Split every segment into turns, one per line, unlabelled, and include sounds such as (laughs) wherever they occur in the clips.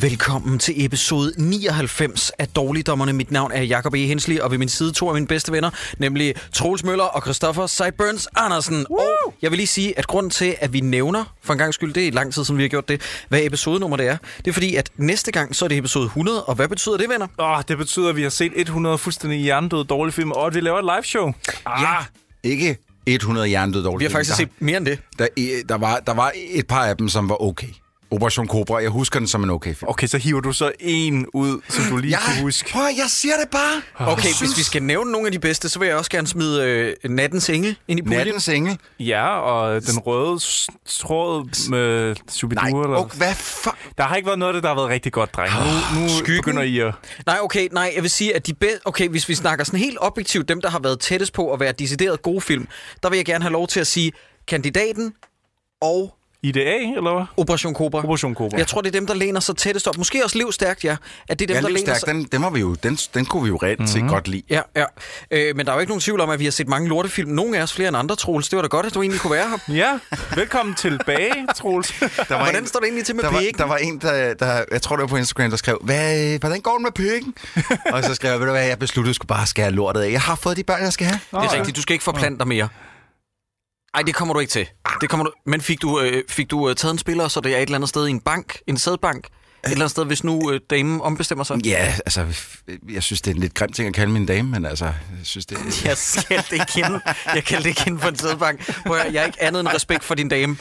Velkommen til episode 99 af Dårligdommerne. Mit navn er Jakob E. Hensley, og ved min side to af mine bedste venner, nemlig Troels Møller og Christoffer Seiburns Andersen. Woo! Og jeg vil lige sige, at grunden til, at vi nævner, for en gang skyld, det er lang tid, siden vi har gjort det, hvad episodenummer det er, det er fordi, at næste gang, så er det episode 100, og hvad betyder det, venner?
Åh, oh, det betyder, at vi har set 100 fuldstændig hjernedøde dårlige film, og at vi laver et liveshow. Ah, ja.
Ikke 100 hjernedøde
Vi
dårlige.
har faktisk set mere end det.
Der, der, der, var, der var et par af dem, som var okay. Operation Cobra, jeg husker den som en okay film.
Okay, så hiver du så en ud, som du lige kan huske.
prøv, at- jeg siger det bare.
Okay,
Jeg
hvis vi skal nævne nogle af de bedste, så vil jeg også gerne smide øh, Nattens Engel ind i puljen.
Nattens engel.
Ja, og den røde s- tråd med
Nej,
Shubidua. eller...
okay, hvad fuck?
Der har ikke været noget af det, der har været rigtig godt, dreng. Nu, nu
Ah, Skyggen.
begynder I at...
Nej, okay, nej, jeg vil sige, at de bedste... Okay, hvis vi snakker sådan helt objektivt, dem, der har været tættest på at være decideret gode film, der vil jeg gerne have lov til at sige Kandidaten og
IDA, eller hvad?
Operation Cobra.
Operation Cobra.
Jeg tror, det er dem, der læner sig tættest op. Måske også Livstærkt, ja. At det er dem,
Ja,
der læner
livstærk,
sig... Mhm.
den, den, var vi jo, den, den kunne vi jo reelt set godt lide.
Ja, ja. Øh, men der er jo ikke nogen tvivl om, at vi har set mange lortefilm. Nogle af os flere end andre, Troels. Det var da godt, at du egentlig kunne være her.
Ja, velkommen tilbage, Troels.
Der var
Hvordan står (laughs) det egentlig til med
der var,
pikken?
der var en, der, der, jeg tror det var på Instagram, der skrev, Hvad, øh, hvordan går den med
(laughs)
pikken? og så skrev jeg, ved du hvad, jeg besluttede, at jeg skulle bare skære lortet af. Jeg har fået de børn, jeg skal have.
Det er rigtigt. Du skal ikke forplante dig mere. Nej, det kommer du ikke til.
Ah.
Det kommer du... Men fik du, øh, fik du øh, taget en spiller, så det er et eller andet sted i en bank, en sædbank? Et eller andet sted, hvis nu øh, damen ombestemmer sig?
Ja, altså, f- jeg synes, det er en lidt grim ting at kalde min dame, men altså, jeg synes, det er...
Jeg kaldte ikke hende. Jeg kaldte ikke hende for en sædbank. Prøv at, høre, jeg har ikke andet end respekt for din dame.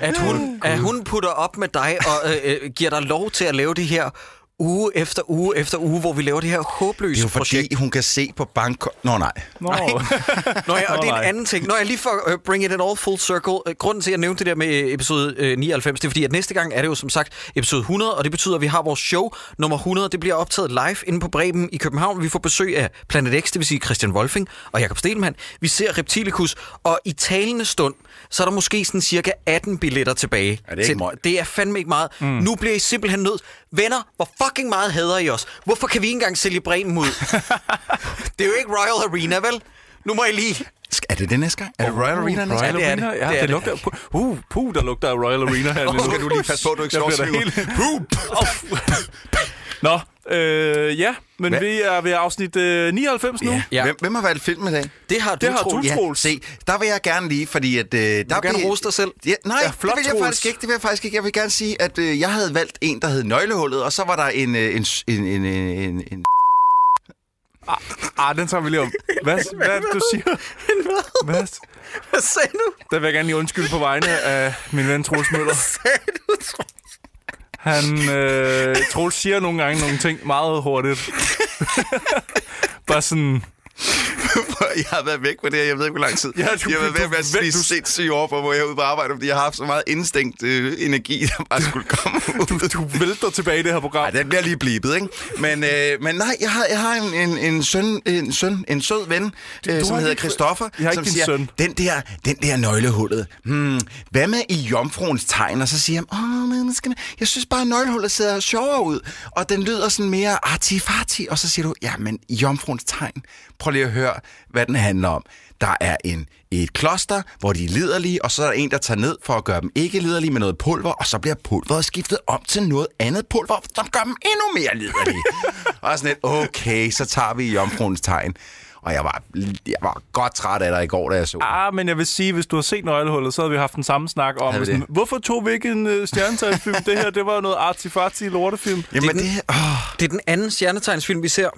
At hun,
Øh.
at hun putter op med dig og øh, øh, giver dig lov til at lave det her uge efter uge efter uge, hvor vi laver det her
Det er jo
håbløse projekt.
fordi, hun kan se på bank... Nå nej,
Nå.
Nå ja, og det er en
Nej.
anden ting. Nå ja, lige for uh, bring it in all full circle. Uh, grunden til, at jeg nævnte det der med øh, episode uh, 99, det er fordi, at næste gang er det jo som sagt episode 100, og det betyder, at vi har vores show nummer 100. Det bliver optaget live inde på Bremen i København. Vi får besøg af Planet X, det vil sige Christian Wolfing og Jakob Stelmann. Vi ser Reptilicus, og i talende stund, så er der måske sådan cirka 18 billetter tilbage.
Er det ikke
til-
meget?
det er fandme ikke meget. Mm. Nu bliver I simpelthen nødt. Venner, hvor fucking meget hader I os? Hvorfor kan vi ikke engang sælge Bremen
(laughs)
ud? det er jo ikke Royal Arena, vel? Nu må I lige...
Sk- er det det næste gang? Er det Royal Arena næste
Ja,
Royal
gang?
det er
Arena?
det.
Ja,
Det er
det,
det.
det lugter... Uh, puh, der lugter af Royal Arena her.
Nu skal du lige passe på, at du ikke slår sig
helt... Nå, øh, ja, men
Hvad?
vi er ved afsnit øh, 99 nu.
Ja.
Ja.
Ja. Hvem, hvem har valgt film i dag?
Det har du,
Det har
Troels.
du,
Ja,
Troels.
se, der vil jeg gerne lige, fordi at... Øh, der du
gerne rose dig selv.
Ja, nej,
Ja,
ja,
flot,
flot, det vil jeg
Troels.
faktisk ikke. Det vil jeg faktisk ikke. Jeg vil gerne sige, at øh, jeg havde valgt en, der hed Nøglehullet, og så var der en... Øh, en, s- en, en, en, en (laughs)
Ah, den tager vi lige om.
(laughs)
Hvad, hvad er det, du siger? Hvad?
Hvad sagde du?
Der vil jeg gerne lige undskylde på vegne af min ven Troels Møller. Han, øh, Troels siger nogle gange nogle ting meget hurtigt. Bare sådan...
jeg har været væk på det her, jeg ved ikke, hvor lang tid.
Ja,
jeg
du-
har været
du-
væk med at
du-
spise
du-
sindssyge år på, hvor jeg er ude på arbejde, fordi jeg har haft så meget instinkt øh, energi, der bare skulle komme ud.
(laughs) Du vælter tilbage i det her program.
Ej, den bliver lige blibet, ikke? Men, øh, men nej, jeg har, jeg har en, en, en, søn, en, søn, en sød ven, øh,
har
som hedder
ikke-
Christoffer,
Jeg har
som
ikke din
siger,
søn.
den der, den der nøglehullet, hmm, hvad med i jomfruens tegn? Og så siger han, åh, men skal man... jeg synes bare, at nøglehullet ser sjovere ud, og den lyder sådan mere artifati, og så siger du, ja, men i jomfruens tegn, prøv lige at høre, hvad den handler om. Der er en, et kloster, hvor de er liderlige, og så er der en, der tager ned for at gøre dem ikke liderlige med noget pulver, og så bliver pulveret skiftet om til noget andet pulver, som gør dem endnu mere liderlige. og sådan lidt, okay, så tager vi i jomfruens tegn. Og jeg var, jeg var godt træt af dig i går, da jeg så den.
Ah, men jeg vil sige, hvis du har set Nøglehullet, så havde vi haft den samme snak om,
Havde vi
sådan,
det?
hvorfor tog vi ikke en øh, stjernetegnsfilm? det her, det var jo noget artifarti lortefilm.
Jamen, det, åh,
Det er den anden stjernetegnsfilm, vi ser.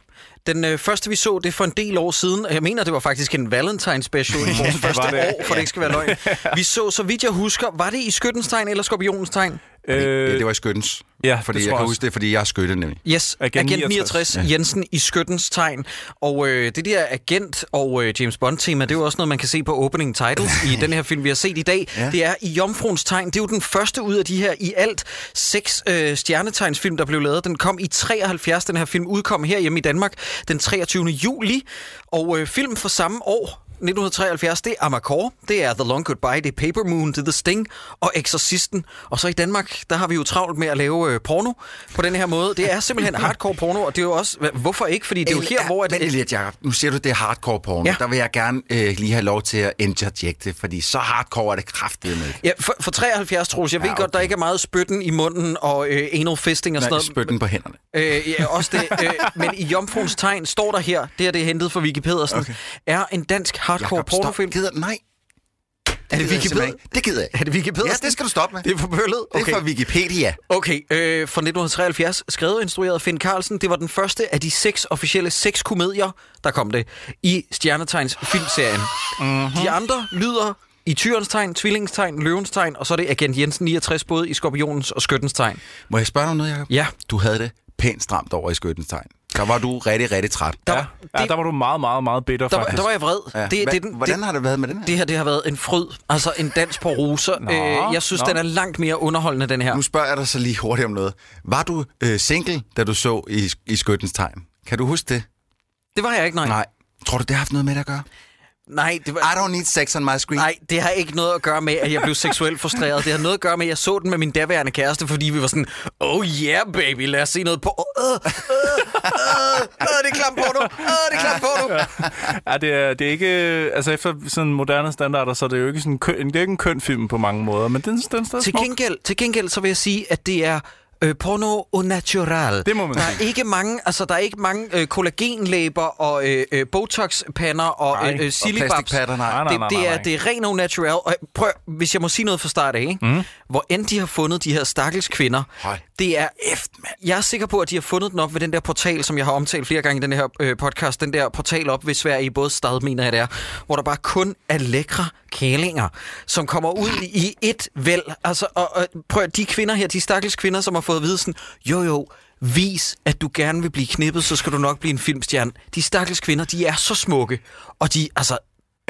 Den øh, første, vi så, det er for en del år siden. Jeg mener, det var faktisk en Valentine special
(laughs)
i vores første
var det.
år, for det ikke skal være
(laughs)
løgn. Vi så, så vidt jeg husker, var det i Skyttens Tegn eller Skorpionens Tegn?
øh, ja,
Øh,
det var i skyttens.
ja,
fordi
det tror jeg
jeg kan
også.
huske det, fordi jeg er skytte nemlig.
Yes, Agent,
Agent
agent 69,
69,
Jensen i Skyttens Tegn. Og øh, det der Agent og øh, James Bond-tema, det er jo også noget, man kan se på opening titles i den her film, vi har set i dag. Ja. Det er i Jomfruens Tegn. Det er jo den første ud af de her i alt seks øh, stjernetegnsfilm, der blev lavet. Den kom i 73, den her film udkom her hjemme i Danmark. Danmark den 23. juli. Og øh, film fra samme år, 1973, det er Amakor, det er The Long Goodbye, det er Paper Moon, det er The Sting og Exorcisten. Og så i Danmark, der har vi jo travlt med at lave øh, porno på den her måde. Det er simpelthen hardcore porno, og det er jo også... hva- Hvorfor ikke? Fordi det er jo her, hvor... At, øh,
Vent lige lidt, Jacob. Nu siger du, det er hardcore porno.
Ja.
Ja. Der vil jeg gerne øh, lige have lov til at interjecte, fordi så hardcore er det kraftedeme med.
Ja, for, for 73, Troels, jeg ja, ved
Ja,
godt, der
okay.
ikke er meget spytten i munden og øh, anal fisting og sådan
Når
noget.
jeg spytter den på hænderne.
Øh, ja, også det. Øh, men i Jomfruens Tegn står der her, det her det er hentet fra Vicky Pedersen, okay. er en dansk hardcore
Jacob, stop.
pornofilm.
Gider, nej.
Er det
gider jeg
Vicky
simpelthen
Pedersen?
ikke. Det gider jeg.
Er det Vicky Pedersen?
Ja, det skal du stoppe med.
Det er forbøllet?
Det
Okay.
er fra Wikipedia.
Okay, øh, fra 1973, skrevet og instrueret af Finn Carlsen. Det var den første af de seks officielle seks komedier, der kom det, i Stjernetegns filmserien.
Mhm.
Mm-hmm. De andre lyder i Tyrens Tegn, Tvillingens Tegn, Løvens Tegn, og så er det Agent Jensen 69, både i Skorpionens og Skyttens Tegn.
Må jeg spørge dig om noget, Jacob?
Ja.
Du havde det pænt stramt over i skyttens tegn. Der var du rigtig, rigtig træt.
Der,
Ja, ja,
det,
der var du meget, meget, meget bitter,
der, var,
faktisk.
der var jeg vred.
Ja.
Det,
Hva-
det, er den-
Hvordan
det,
har det været med den her?
Det her det har været en fryd, altså en dans på roser. øh, jeg synes,
nå.
den er langt mere underholdende, den her.
Nu spørger jeg dig så lige hurtigt om noget. Var du øh, single, da du så i, i skyttens tegn? Kan du huske det?
Det var jeg ikke, nej.
Nej. Tror du, det har haft noget med det at gøre?
Nej, det var...
I don't need sex on my screen.
Nej, det har ikke noget at gøre med, at jeg blev seksuelt frustreret. Det har noget at gøre med, at jeg så den med min daværende kæreste, fordi vi var sådan, oh yeah baby, lad os se noget på. Øh, øh, øh, øh, det er klam på nu. Øh, det er klam på nu.
Ja, det er, det er ikke... Altså, efter sådan moderne standarder, så er det jo ikke sådan en køn, det er ikke en køn film på mange måder, men den, den er stadig
Til
smuk.
gengæld, til gengæld så vil jeg sige, at det er øh, porno au natural.
Det må man
der er
sige.
ikke mange, altså der er ikke mange øh, kollagenlæber og øh, øh, botoxpander og
Nej,
øh, øh,
og
silibabs.
plastikpatter, nej.
Nej, nej,
det,
nej,
det,
nej,
er,
nej.
det er ren au natural. Og prøv, hvis jeg må sige noget fra start af, ikke? Mm. hvor end de har fundet de her stakkels kvinder,
Hold
det er efter, Jeg er sikker på, at de har fundet den op ved den der portal, som jeg har omtalt flere gange i den her øh, podcast, den der portal op ved Sverige i både stad, mener jeg det er, hvor der bare kun er lækre kælinger, som kommer ud i et væld. Altså, og, og prøv at- de kvinder her, de stakkels kvinder, som har fået at vide sådan, jo jo, vis, at du gerne vil blive knippet, så skal du nok blive en filmstjerne. De stakkels kvinder, de er så smukke, og de, altså,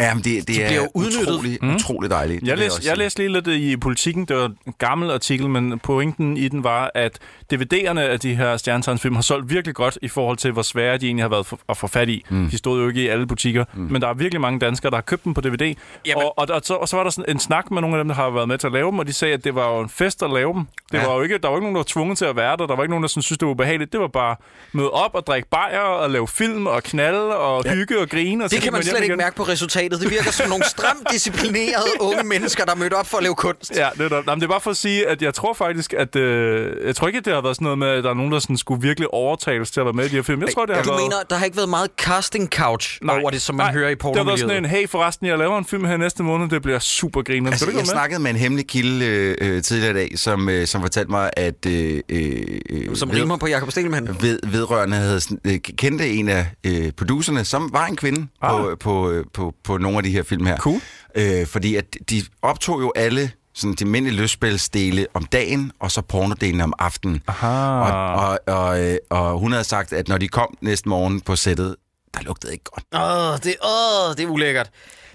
Ja, men det, det
De
er
bliver jo udnyttet.
utrolig, mm. utrolig dejligt. Det
Jeg
vil også
læste, jeg
sige.
læste lige lidt øh, i politikken, det var en gammel artikel, men pointen i den var, at DVD'erne af de her stjernetegnsfilm har solgt virkelig godt i forhold til, hvor svære de egentlig har været for, at få fat i. Mm. De stod jo ikke i alle butikker, mm. men der er virkelig mange danskere, der har købt dem på DVD.
Jamen.
Og, og, og, så, og så var der sådan en snak med nogle af dem, der har været med til at lave dem, og de sagde, at det var jo en fest at lave dem. Det
Ja.
ja. var jo ikke, der var ikke nogen, der var tvunget til at være der, der var ikke nogen, der sådan, synes, det var ubehageligt. Det var bare møde op og drikke bajer og lave film og knalde og ja. hygge og grine. Og så
Det kan
gik
man
hjem
slet ikke
igen.
mærke på resultatet. Det virker som nogle stramt
(laughs)
disciplinerede unge mennesker, der mødte op for at lave kunst.
Ja, det er, der. Nej, men det er bare for at sige, at jeg tror faktisk, at... Øh, jeg tror ikke, at det har været sådan noget med, at der er nogen, der sådan skulle virkelig overtales til at være med i de her film. Jeg tror, det har
Du
været...
mener, der har ikke været meget casting couch Nej. over det, som man
nej,
hører i
Det har været sådan en,
pornomiljøet?
hey, forresten, jeg laver en film her næste måned, det bliver super griner.
Altså,
Altså,
jeg
du ikke være med?
snakkede med en hemmelig kilde øh, øh, tidligere i dag, som, øh, som fortalte mig, at øh, øh,
Som
ved,
rimer på Jakob Stelmann.
ved, vedrørende havde, sådan, øh, kendte en af øh, producerne, som var en kvinde ah. på, på, øh, på, på nogle af de her film her.
Cool.
Øh, fordi at de optog jo alle sådan de almindelige løsspilsdele om dagen, og så pornodelen om aftenen.
Aha.
Og, og, og, øh, og hun havde sagt, at når de kom næste morgen på sættet, der lugtede ikke godt.
Åh, det, åh, det er ulækkert.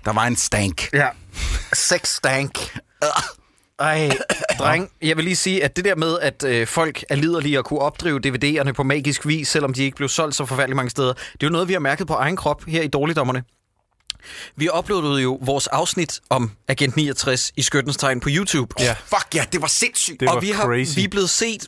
Der var en stank.
Ja. Sex stank. Ej, dreng. Jeg vil lige sige, at det der med, at øh, folk er liderlige og kunne opdrive DVD'erne på magisk vis, selvom de ikke blev solgt så forfærdeligt mange steder, det er jo noget, vi har mærket på egen krop her i Dårligdommerne. Vi uploadede jo vores afsnit om Agent 69 i skyttens tegn på YouTube. Ja.
Fuck ja, det var sindssygt.
Det var
og vi, har,
crazy.
vi er blevet set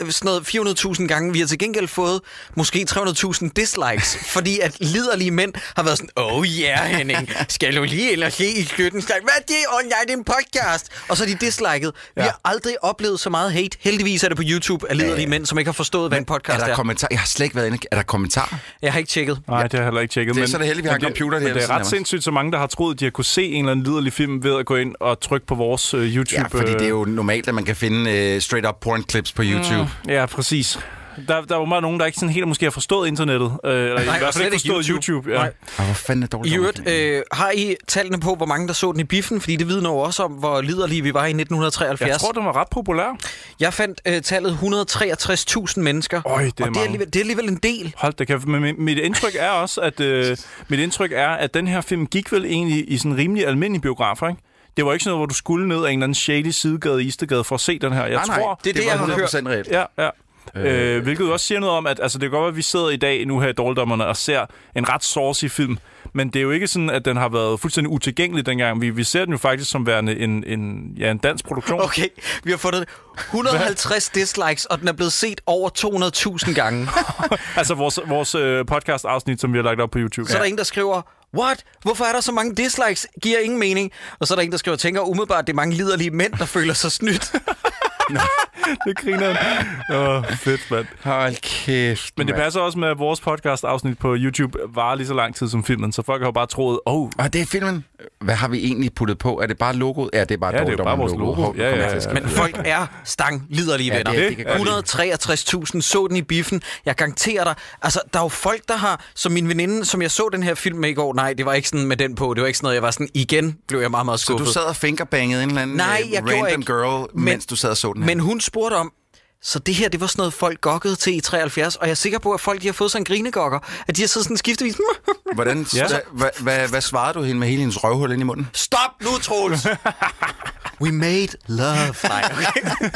øh, sådan noget 400.000 gange. Vi har til gengæld fået måske 300.000
(laughs)
dislikes, fordi at liderlige mænd har været sådan, oh yeah, Henning, skal du lige ind og se i skytten? Hvad er det? Åh oh, nej, det er en podcast. Og så er de disliket. Ja. Vi har aldrig oplevet så meget hate. Heldigvis er det på YouTube af liderlige mænd, som ikke har forstået, hvad en podcast
Er
er.
der kommentarer? Jeg har slet ikke været inde. Er der kommentarer?
Jeg har ikke tjekket.
Nej, det har jeg heller ikke tjekket.
Det er så det heldige, vi har en
det-
computer, det
men
er
det
sådan
er
her.
ret sindssygt, så mange, der har troet, de har kunne se en eller anden liderlig film ved at gå ind og trykke på vores øh, YouTube.
Ja, fordi
øh,
det er jo normalt, at man kan finde øh, straight up porn clips på YouTube. Mm.
øh, Ja, præcis. Der, der er jo meget nogen, der ikke sådan helt måske har forstået internettet. Øh, eller
og
i hvert
slet
fald ikke
ikke
forstået
YouTube.
YouTube. ja.
Nej.
Og hvor fanden er dårligt?
I øvrigt, øh, har I tallene på, hvor mange der så den i biffen? Fordi det vidner jo også om, hvor liderlige vi var i 1973.
Jeg tror, den var ret populær.
Jeg fandt øh, tallet 163.000 mennesker.
Øj, det er
og det er,
mange.
alligevel, det er alligevel en del.
Hold da kæft, men mit- mit indtryk er også, at, øh, mit indtryk er, at den her film gik vel egentlig i sådan rimelig almindelig biografer, ikke? Det var ikke sådan noget, hvor du skulle ned ad en eller anden shady sidegade i Istegade for at se den her. Jeg
nej, nej,
tror,
det er det,
var
jeg har hørt.
100% reelt.
Ja, ja. Øh, hvilket jo også siger noget om, at altså, det kan godt være, at vi sidder i dag nu her i Dårligdommerne og ser en ret saucy film, men det er jo ikke sådan, at den har været fuldstændig utilgængelig dengang. Vi, vi ser den jo faktisk som værende en, en, ja, en dansk produktion.
Okay, vi har fundet 150 dislikes, og den er blevet set over 200.000
(laughs)
gange.
(laughs) altså vores, vores øh, podcast-afsnit, som vi har lagt op på YouTube.
Så er der en, der skriver, What? Hvorfor er der så mange dislikes? Giver ingen mening. Og så er der en, der skriver, tænker umiddelbart, det er mange liderlige mænd, der føler sig snydt.
(laughs)
det griner han. Åh, fedt, mand.
Hold kæft,
Men det passer også med, at vores podcast-afsnit på YouTube varer lige så lang tid som filmen, så folk har jo bare troet,
(laughs)
oh,
Og Ah, det er filmen. Hvad har vi egentlig puttet på? Er det bare logoet? Ja, det er bare
Ja, det er jo
dårligt,
bare
dårligt
vores logo.
Hov,
Ja,
kom
ja,
her til at
ja.
skrive.
Men folk er stang liderlige
Ja,
venner.
det-
det kan
godt lide.
163.000 så den i biffen. Jeg garanterer dig. Altså, der er jo folk, der har... Som min veninde, som jeg så den her film med i går. Nej, det var ikke sådan med den på. Det var ikke sådan noget, jeg var sådan... Igen blev jeg meget, meget
Så
skuffet.
du sad og fingerbangede en eller anden
Nej,
øh,
jeg gjorde
random
ikke.
girl,
Men-
mens du sad og så den her.
Men hun spurgte om, så det her, det var sådan noget, folk gokkede til i 73, og jeg er sikker på, at folk de har fået sådan en grinegokker, at de har siddet sådan skiftevis. (laughs)
Hvordan,
Ja.
ja. hvad, hvad, hvad svarede du hende med hele hendes røvhul ind i munden?
Stop nu, Troels!
We made love.
(laughs) Nej, okay.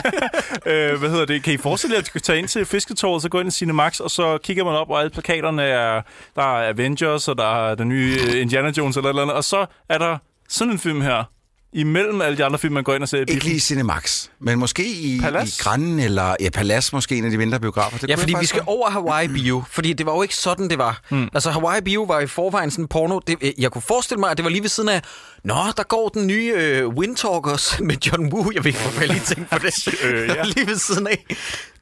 øh, hvad hedder det? Kan I forestille jer, at I skal tage ind til Fisketorvet, så gå ind i Cinemax, og så kigger man op, og alle plakaterne er... Der er Avengers, og der er den nye øh, Indiana Jones, eller et eller andet, og så er der sådan en film her, imellem alle de andre film, man går ind og ser i
Ikke
biffen.
lige i Cinemax, men måske i,
Palads?
i Grannen, eller ja, Palace måske, en af de mindre biografer. Det
Ja,
kunne
fordi
jeg
vi
faktisk
skal
godt.
over Hawaii Bio, fordi det var jo ikke sådan, det var. Mm. Altså, Hawaii Bio var i forvejen sådan porno. Det, øh, jeg kunne forestille mig, at det var lige ved siden af, Nå, der går den nye øh, Windtalkers (laughs) med John Woo. Jeg ved ikke, hvorfor jeg lige tænkte på det.
Øh, ja.
(laughs) lige ved siden af.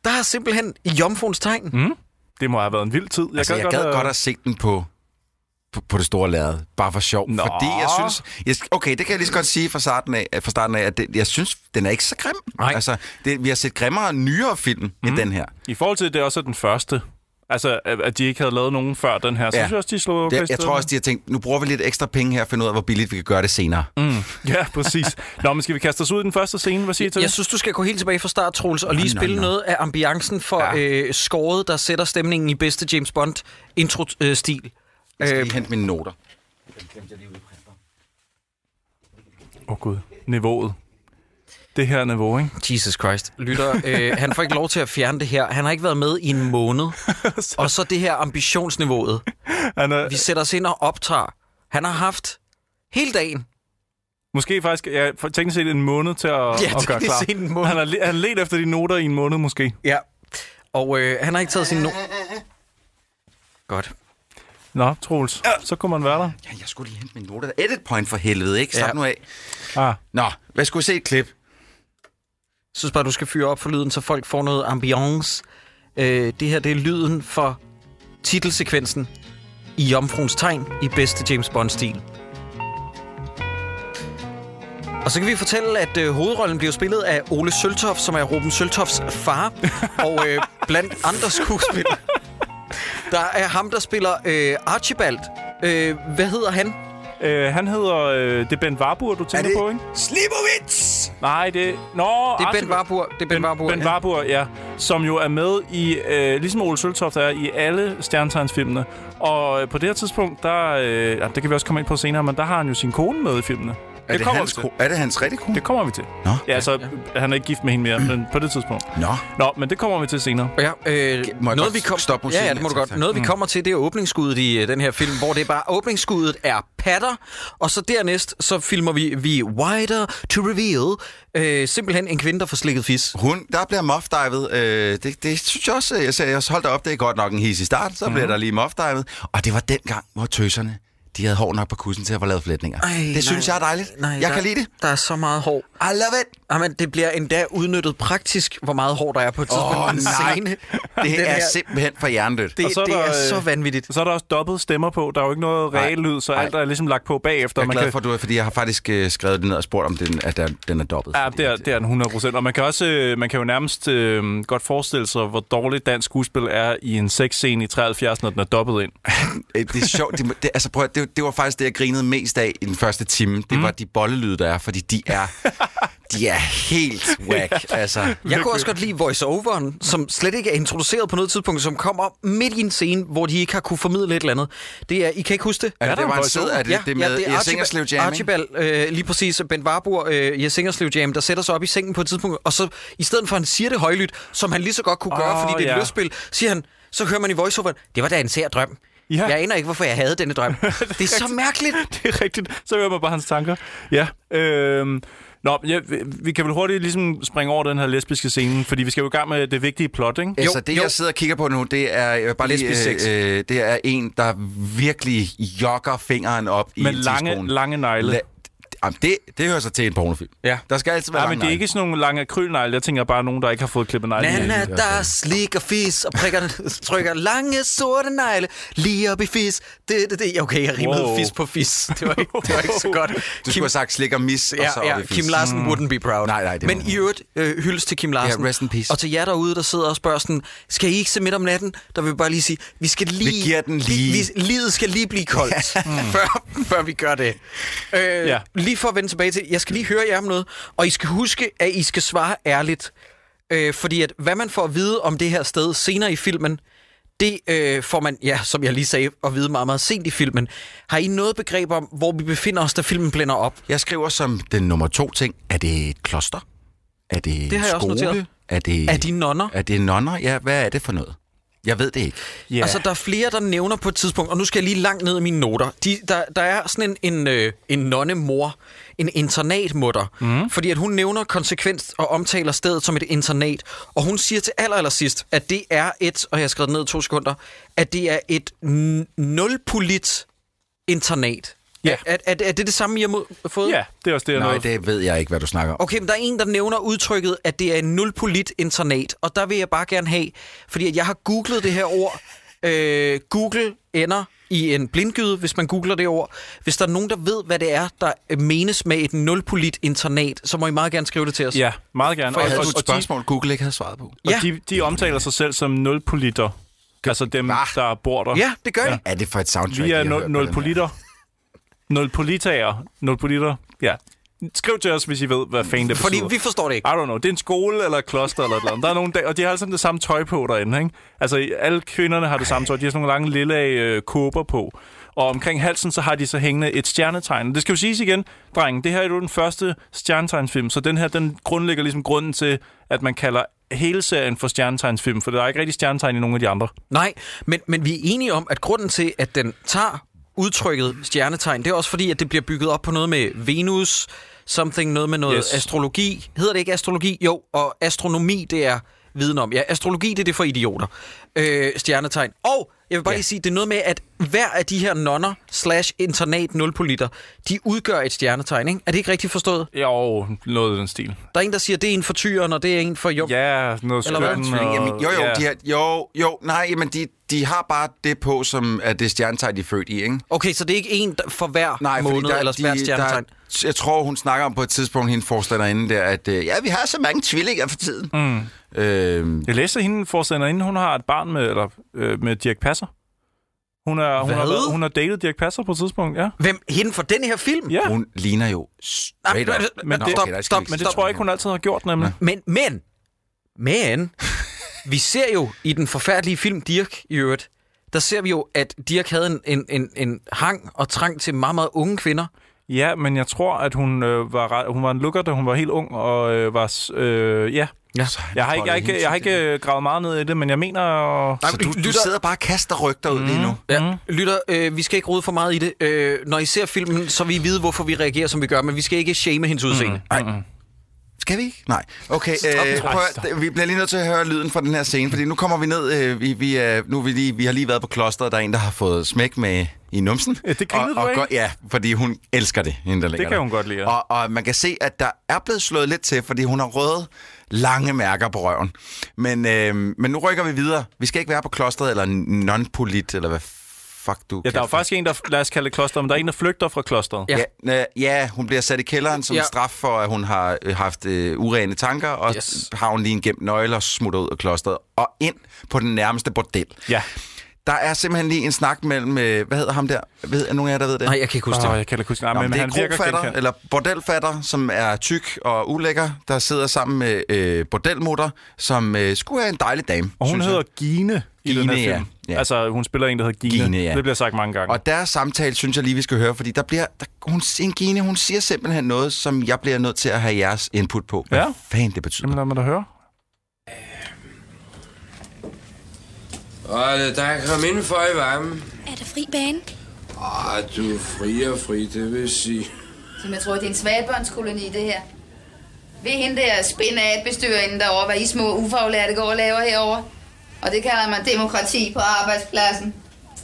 Der er simpelthen i jomfruens tegn. Mm.
Det må have været en vild tid. Jeg
Altså, jeg gad godt at se den på, på, på det store lærred. Bare for sjov.
Nå.
Fordi jeg synes... Jeg, okay, det kan jeg lige så godt sige fra starten af, fra starten af at det, jeg synes, den er ikke så grim.
Nej.
Altså, det, vi har set grimmere, nyere film mm. end den her.
I forhold til, at det også er den første, altså at at de ikke havde lavet nogen før den her, ja. så
Ja.
synes jeg også, de slog okay
Okay, jeg, jeg tror også, de har tænkt, nu bruger vi lidt ekstra penge her, og finder ud af, hvor billigt vi kan gøre det senere. Mm.
(laughs) Ja, præcis. Nå, men skal vi kaste os ud i den første scene? Hvad siger I til
Jeg
det?
synes, du skal gå helt tilbage fra start, Troels, og lige
Nå, nå,
spille
nå.
noget af ambiancen for ja.
Ja.
øh, skåret, der sætter stemningen i bedste James Bond intro-stil. Øh,
Jeg
Altså,
skal lige hente mine noter. Dem glemte jeg lige ude i printeren.
Åh oh, gud, niveauet. Det her
(laughs)
niveau, ikke?
Jesus Christ. Lytter, øh, han får ikke lov til at fjerne det her. Han har ikke været med i en måned. Og (laughs) så det her ambitionsniveauet.
Han er,
Vi sætter os ind og optager. Han har haft hele dagen.
Måske faktisk, ja, for- teknisk set en måned til at, ja, at gøre
teknisk
klar.
set en måned.
Han har, le- han har let efter de noter i en måned måske.
Ja. Og øh, han har ikke taget sin no... Godt.
Nå, Troels, så kunne man være der.
Ja, jeg skulle lige hente mine noter. Edit point for helvede, ikke?
Ja.
Slap ja. nu af.
Ah,
Nå, hvad skulle vi se et klip?
Jeg synes bare, du skal fyre op for lyden, så folk får noget ambiance. Øh, det her, det er lyden for titelsekvensen i Jomfruens Tegn i bedste James Bond-stil. Og så kan vi fortælle, at øh, hovedrollen bliver spillet af Ole Søltoft, som er Ruben Søltofts
(laughs)
far, og øh, blandt andre skuespillere. Der er ham, der spiller øh, Archibald. Øh, hvad hedder han?
øh, han hedder... Øh, det er Ben Warburg, du tænker på, ikke?
Slimovic!
Nej, det... Nå,
Det er Ben
Archibald-
Warburg. Det er Ben Warburg.
Ben Warburg, ja. Som jo er med i, øh, ligesom Ole Søltoft er, i alle Stjernetegns-filmene. Og øh, på det her tidspunkt, der... Øh, ja, det kan vi også komme ind på senere, men der har han jo sin kone med i filmene.
Er det, det
kommer
hans,
vi til.
ko- er det hans rigtige kone?
Det kommer vi til.
Nå.
Ja, altså, han er ikke gift med hende mere, men på det tidspunkt.
Nå.
Nå, men det kommer vi til senere.
Ja, øh,
Må jeg
noget,
godt
vi kom...
stoppe musikken?
ja, ja, det må du
Tak,
godt.
tak.
Noget, vi kommer til, det er åbningsskuddet i øh, den her film, hvor det er bare... Åbningsskuddet er patter, og så dernæst, så filmer vi, vi Wider to Reveal. Øh, simpelthen en kvinde, der får slikket fis.
Hun, der bliver muffdivet. Øh, det, det synes jeg også, øh, jeg sagde, jeg holdt op, det er godt nok en his i start, så mm-hmm.
Mhm.
bliver der lige muffdivet. Og det var den gang, hvor tøserne, de havde hår nok på kussen til at få lavet flætninger.
Ej,
det
nej,
synes jeg er dejligt.
Nej,
jeg
der,
kan lide det.
Der er så meget hår.
I love
(laughs)
it.
Jamen, det bliver endda udnyttet praktisk, hvor meget hår der er på et tidspunkt.
Åh,
på en
nej.
scene. Den
Det er
her-
simpelthen for hjernedødt.
Det,
Og så er
det
der,
er
øh,
så vanvittigt.
Så er der også dobbelt stemmer på. Der er jo ikke noget
Nej.
reallyd, så
Nej.
alt er ligesom lagt på bagefter.
Jeg er
Man
glad
kan-
for, at du er, fordi jeg har faktisk øh, skrevet det ned og spurgt, om den, at der, den er dobbelt.
Ja, det er, det er den 100 procent. Og man kan, også, øh, man kan jo nærmest øh, godt forestille sig, hvor dårligt dansk skuespil er i en sexscene i 73, når den er dobbet ind.
Øh, (laughs) Det er sjovt. Det, det, altså, prøv, at-
Mhm.
det, det var faktisk det, jeg grinede mest af i den første time. Det mm. var de bollelyde, der er, fordi de er... de er
(laughs)
helt whack, altså.
Jeg kunne også godt lide voice-overen, som slet ikke er introduceret på noget tidspunkt, som kommer midt i en scene, hvor de ikke har kunne formidle et eller andet. Det er, I kan ikke huske det?
Er det
der en
bare en
voice-over?
sød? Er det, ja, det med ja, det er
Archibald-
Singerslev Jamming?
Archibald, øh, lige præcis, Ben Warburg, øh, Jes Ingerslev Jam, der sætter sig op i sengen på et tidspunkt, og så i stedet for, at han siger det højlydt, som han lige så godt kunne gøre,
Åh,
oh, fordi det er et
ja.
lystspil, siger han, så hører man i voiceoveren, det var da en sær drøm.
Ja.
Jeg aner ikke, hvorfor jeg havde denne
(laughs)
drøm. det er så mærkeligt.
det er rigtigt. Så hører man bare hans tanker. Ja. Øhm, nå, ja, vi, vi kan vel hurtigt ligesom springe over den her lesbiske scene, fordi vi skal jo i gang med det vigtige plot, ikke?
Altså,
Jo,
det
jo.
jeg sidder og kigger på nu, det er jeg vil bare
Lesbisk
lige,
sex.
øh, øh, det er en, der virkelig jogger fingeren op i
Med
en
lange,
tidskone.
lange negle.
La- Jamen, det, det hører sig til en pornofilm.
Ja.
Der skal altid være
Nej,
lange
men det er
negle.
ikke sådan nogle lange akrylnegle. Jeg tænker bare nogen, der ikke har fået klippet negle.
Nana, der slikker fis og prikker, (laughs) trykker lange sorte negle lige op i fis. Det, det, det. Okay, jeg rimede
Wow.
fis på fis. Det var ikke, det var ikke så godt.
Du skulle have sagt slik og mis, og så
Ja, ja,
op i fis.
Kim Larsen wouldn't be proud.
Nej, nej, det må
Men
man
i
ikke.
øvrigt, øh, hyldes til Kim Larsen.
rest in peace.
Og til jer derude, der sidder og spørger sådan, skal I ikke se midt om natten? Der vil vi bare lige sige, vi skal lige...
giver den lige.
Vi, vi, livet skal lige blive koldt, mm. (laughs) før, før vi gør det. Øh,
Ja.
ja. Lige for at vende tilbage til, jeg skal lige høre jer om noget, og I skal huske, at I skal svare ærligt. Øh, fordi at, hvad man får at vide om det her sted senere i filmen, det øh, får man, ja, som jeg lige sagde, at vide meget, meget sent i filmen. Har I noget begreb om, hvor vi befinder os, da filmen blænder op?
Mm. Jeg skriver som den nummer to ting. Er det et kloster? Er det, en
Det har jeg også
skole?
noteret.
Er det,
Er de nonner?
er det nonner? Ja, hvad er det for noget? Jeg ved det ikke.
Ja.
Yeah. Altså, der er flere, der nævner på et tidspunkt, og nu skal jeg lige langt ned i mine noter. De, der, der er sådan en, en, øh, en nonnemor, en internatmutter,
Mhm.
mm. fordi at hun nævner konsekvens og omtaler stedet som et internat, og hun siger til aller, aller sidst, at det er et, og jeg har skrevet det ned i to sekunder, at det er et n- nulpolit internat.
Ja.
Er, er, er, er det det samme, I har mod- fået?
Ja, det er også det, jeg
Nej,
nåede.
det ved jeg ikke, hvad du snakker om.
Okay, men der er en, der nævner udtrykket, at det er en nulpolit internat, og der vil jeg bare gerne have, fordi at jeg har googlet det her ord. Øh, Google ender i en blindgyde, hvis man googler det ord. Hvis der er nogen, der ved, hvad det er, der øh, menes med et nulpolit internat, så må I meget gerne skrive det til os.
Ja, meget gerne.
For
Havde
og-
du et spørgsmål, Google ikke havde svaret på?
De,
Ja.
og de, de omtaler sig selv som nulpolitter. Altså dem,
Hva?
der bor der.
ja, det gør ja. de.
Er det for et soundtrack,
Vi er
jeg har hørt
nul,
på den
nul
her?
politer. Nul politager. Nul politer. Ja. Skriv til os, hvis I ved, hvad fanden det
Fordi
betyder.
vi forstår det ikke.
I don't know. Det er en skole eller et kloster eller et eller andet. Der er nogle dage, og de har alle sammen det samme tøj på derinde, ikke? Altså, i- alle kvinderne har det samme tøj. De har sådan nogle lange lille øh, kåber på. Og omkring halsen, så har de så hængende et stjernetegn. Det skal jo siges igen, drengen. Det her er jo den første stjernetegnsfilm, så den her, den grundlægger ligesom grunden til, at man kalder hele serien for stjernetegnsfilm, for der er ikke rigtig stjernetegn i nogen af de andre.
Nej, men, men vi er enige om, at grunden til, at den tager udtrykket stjernetegn, det er også fordi, at det bliver bygget op på noget med Venus, something, noget med noget
Yes.
yes. astrologi. Hedder det ikke astrologi? Jo, og astronomi, det er viden om. Ja, astrologi, det er det for idioter. Øh, stjernetegn. Og jeg vil bare ja. lige sige, det er noget med, at hver af de her nonner slash internat nulpolitter, de udgør et stjernetegn, ikke? Er det ikke rigtigt forstået?
Jo, noget i den stil.
Der er en, der siger, det er en for tyren, og det er en for jom.
Ja, noget
Eller hvad?
skøn.
Tvilling,
og-
jamen, jo, jo,
ja.
de har, jo, jo, nej, men de, de har bare det på, som er det stjernetegn, de er født i, ikke?
Okay, så det er ikke en der- for hver
Nej, fordi
måned
der,
eller hver stjernetegn.
Der, jeg tror, hun snakker om på et tidspunkt, hende forstanderinde der, at øh, ja, vi har så mange tvillinger for tiden. Mm. Øh,
Jeg læste at hende forstander, inden hun har et barn med, eller, øh, med Dirk Passer. Hun er, hun,
Hvad?
har, været- hun har datet Dirk Passer på et tidspunkt, ja.
Hvem? Hende for den her film?
Ja,
hun ligner jo
Nej,
straight
men,
up.
men,
Nå,
stop,
okay, der skal
stop,
vi
men det
stop.
tror jeg ikke, hun altid har gjort, nemlig.
Men, men, men, vi ser jo i den forfærdelige film Dirk i øvrigt, der ser vi jo, at Dirk havde en, en, en, en hang og trang til meget, meget unge kvinder.
Ja, men jeg tror, at hun, øh, var, ret- hun var en lukker, da hun var helt ung, og øh, var... s- Øh, ja.
Ja.
Jeg har, ikke, jeg, har ikke, jeg har ikke øh, gravet meget ned i det, men jeg mener...
Så du, du sidder bare og kaster rygter ud lige nu.
Ja, lytter, øh, vi skal ikke rode for meget i det. Øh, når I ser filmen, så vil I vide, hvorfor vi reagerer, som vi gør, men vi skal ikke shame hendes udseende. Mm.
Skal vi ikke? Nej. Okay, øh, prøv, at- vi bliver lige nødt til at høre lyden fra den her scene, fordi nu kommer vi ned, øh, vi, vi, er, nu er vi, lige, vi har lige været på klosteret, der er en, der har fået smæk med i numsen.
Ja, det grinede
og,
du
og
ikke?
gør- Ja, fordi hun elsker det, hende, der ligger
kan
der.
hun godt lide, ja.
Og, og man kan se, at der er blevet slået lidt til, fordi hun har røde, lange mærker på røven. Men, øh, men nu rykker vi videre. Vi skal ikke være på klosteret, eller non-polit, eller hvad fuck du
Ja, der er jo
kalder
faktisk en, der... Lad os kalde det kloster, men der er en, der flygter fra klosteret.
Ja.
Ja, øh, ja, hun bliver sat i kælderen som ja.
Ja.
straf for, at hun har øh, haft øh, urene tanker, og yes.
Yes.
har hun lige en gemt nøgle og smutter ud af klosteret og ind på den nærmeste bordel.
ja.
Der er simpelthen lige en snak mellem, øh, hvad hedder ham der? Ved, er nogen af jer, der ved det?
Nej, jeg kan ikke huske
Åh,
det.
jeg kan da ikke huske. Nej,
Nå,
men,
det
han
er
virker
krofatter,
genkendt.
eller bordelfatter, som er tyk og ulækker, der sidder sammen med øh, bordelmutter, som øh, skulle have en dejlig dame,
Og hun
synes
hedder
jeg.
Gine i den
Gine,
her
ja.
film.
Ja.
Altså, hun spiller en, der hedder Gine.
Gine, ja.
Det bliver sagt mange gange.
Og deres samtale, synes jeg lige, vi skal høre, fordi der bliver, der, hun, en Gine, hun siger simpelthen noget, som jeg bliver nødt til at have jeres input på. Hvad
Ja.
fanden det betyder.
Jamen, lad mig da høre.
Olle, der øh, kom indenfor i varmen.
Er der fri bane?
Ah, du er fri og fri, det vil sige.
Som jeg tror, det er en svagbåndskoloni, det her. Ved hende der spinatbestyrende derovre, hvad I små ufaglærte går og laver herover. Og det kalder man demokrati på arbejdspladsen.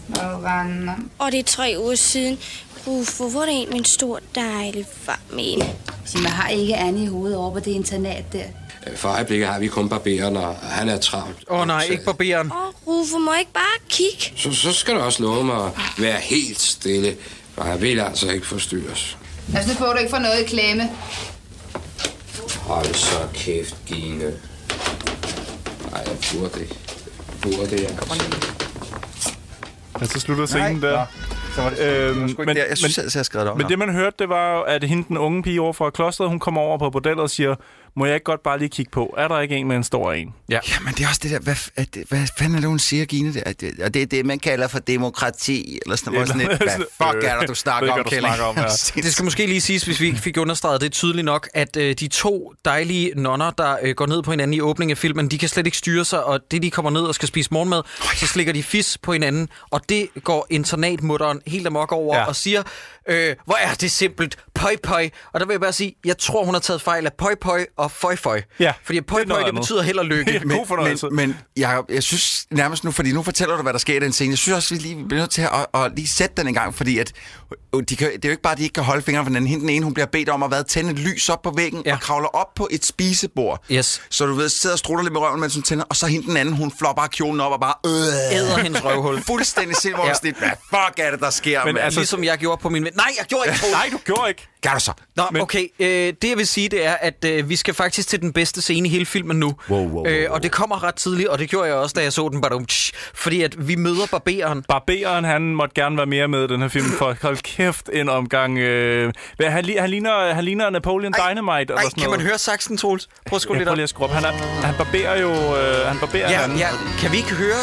Og render.
Og det er tre uger siden. Ruf, hvor var det en med en stor dejlig varm en?
Så man har ikke andet i hovedet over på det internat der.
Øh, For øjeblikket har vi kun barberen, og han er travlt.
Åh oh, nej, ikke barberen.
Åh, oh, Rufo, må jeg ikke bare kigge?
Så, så skal du også love mig at være helt stille, for han vil altså ikke forstyrres.
Jeg synes, på, at du ikke Altså, får noget i klemme.
Hold så kæft, Gine. Nej, jeg burde det. Burde jeg.
Ja, så slutter scenen der. Øhm,
Men, men, jeg synes, men, jeg har skrevet det op.
Men det, man hørte, det var jo, at hende, den unge pige over fra klosteret, hun kommer over på bordellet og siger, må jeg ikke godt bare lige kigge på, er der ikke en med en stor en?
Ja.
Jamen, det er også det der, hvad, f- at, det- hvad fanden er det, hun siger, Gine? Der? At det, og det er det, man kalder for demokrati, eller sådan noget. Sådan et, hvad fuck er det, du snakker
Ved
om,
ikke, hvad du
Kelly?
snakker om,
(laughs)
ja.
Det skal måske lige siges, hvis vi ikke fik understreget det tydeligt nok, at øh, de to dejlige nonner, der øh, går ned på hinanden i åbningen af filmen, de kan slet ikke styre sig, og det de kommer ned og skal spise morgenmad, så slikker de fis på hinanden, og det går internatmutteren helt amok over
Ja.
ja. og siger, øh, hvor er det simpelt, pøj pøj. Og der vil jeg bare sige, jeg tror hun har taget fejl af pøj pøj og føj føj.
Ja,
Fordi
det er
pøj
noget
pøj, det
andet.
betyder held og lykke.
Ja.
Men-
God fornøjelse.
Men, men jeg, jeg synes nærmest nu, fordi nu fortæller du, hvad der sker i den scene. Jeg synes også, vi lige bliver nødt til at, at, at lige sætte den en gang, fordi at, øh, de kan, det er jo ikke bare, at de ikke kan holde fingrene fra hinanden. Hende den ene, hun bliver bedt om at hvad, tænde et lys op på væggen ja.
Ja.
og kravler op på et spisebord.
Yes.
Så du ved, sidder og strutter lidt med røven, mens hun tænder, og så hende den anden, hun flår bare kjolen op og bare... Øh,
Æder hendes røvhul.
(laughs) Fuldstændig silverhåndsnit. Hvad fuck er det, der sker,
Men
men,
altså-
altså,
Ligesom jeg gjorde på min ven. Nej, jeg gjorde ikke Troels.
(laughs) Nej, du gjorde ikke.
Gør du så?
Nå, men... okay. Øh, det jeg vil sige, det er, at øh, vi skal faktisk til den bedste scene i hele filmen nu.
Wow, wow, wow,
Øh,
wow.
og det kommer ret tidligt, og det gjorde jeg også, da jeg så den. Badum, tsch, fordi at vi møder barberen.
Barberen, han måtte gerne være mere med i den her film, for hold kæft en omgang. Øh, hvad, han, li- han, ligner, han ligner Napoleon ej, Dynamite. Ej, eller
Ej,
sådan
kan man
noget.
høre saksen, Troels? Prøv at skrue
Jeg
lidt
prøver
op.
lige at skrue op. Han, er, han barberer jo... Øh, han barberer
Ja,
hinanden.
ja, kan vi ikke høre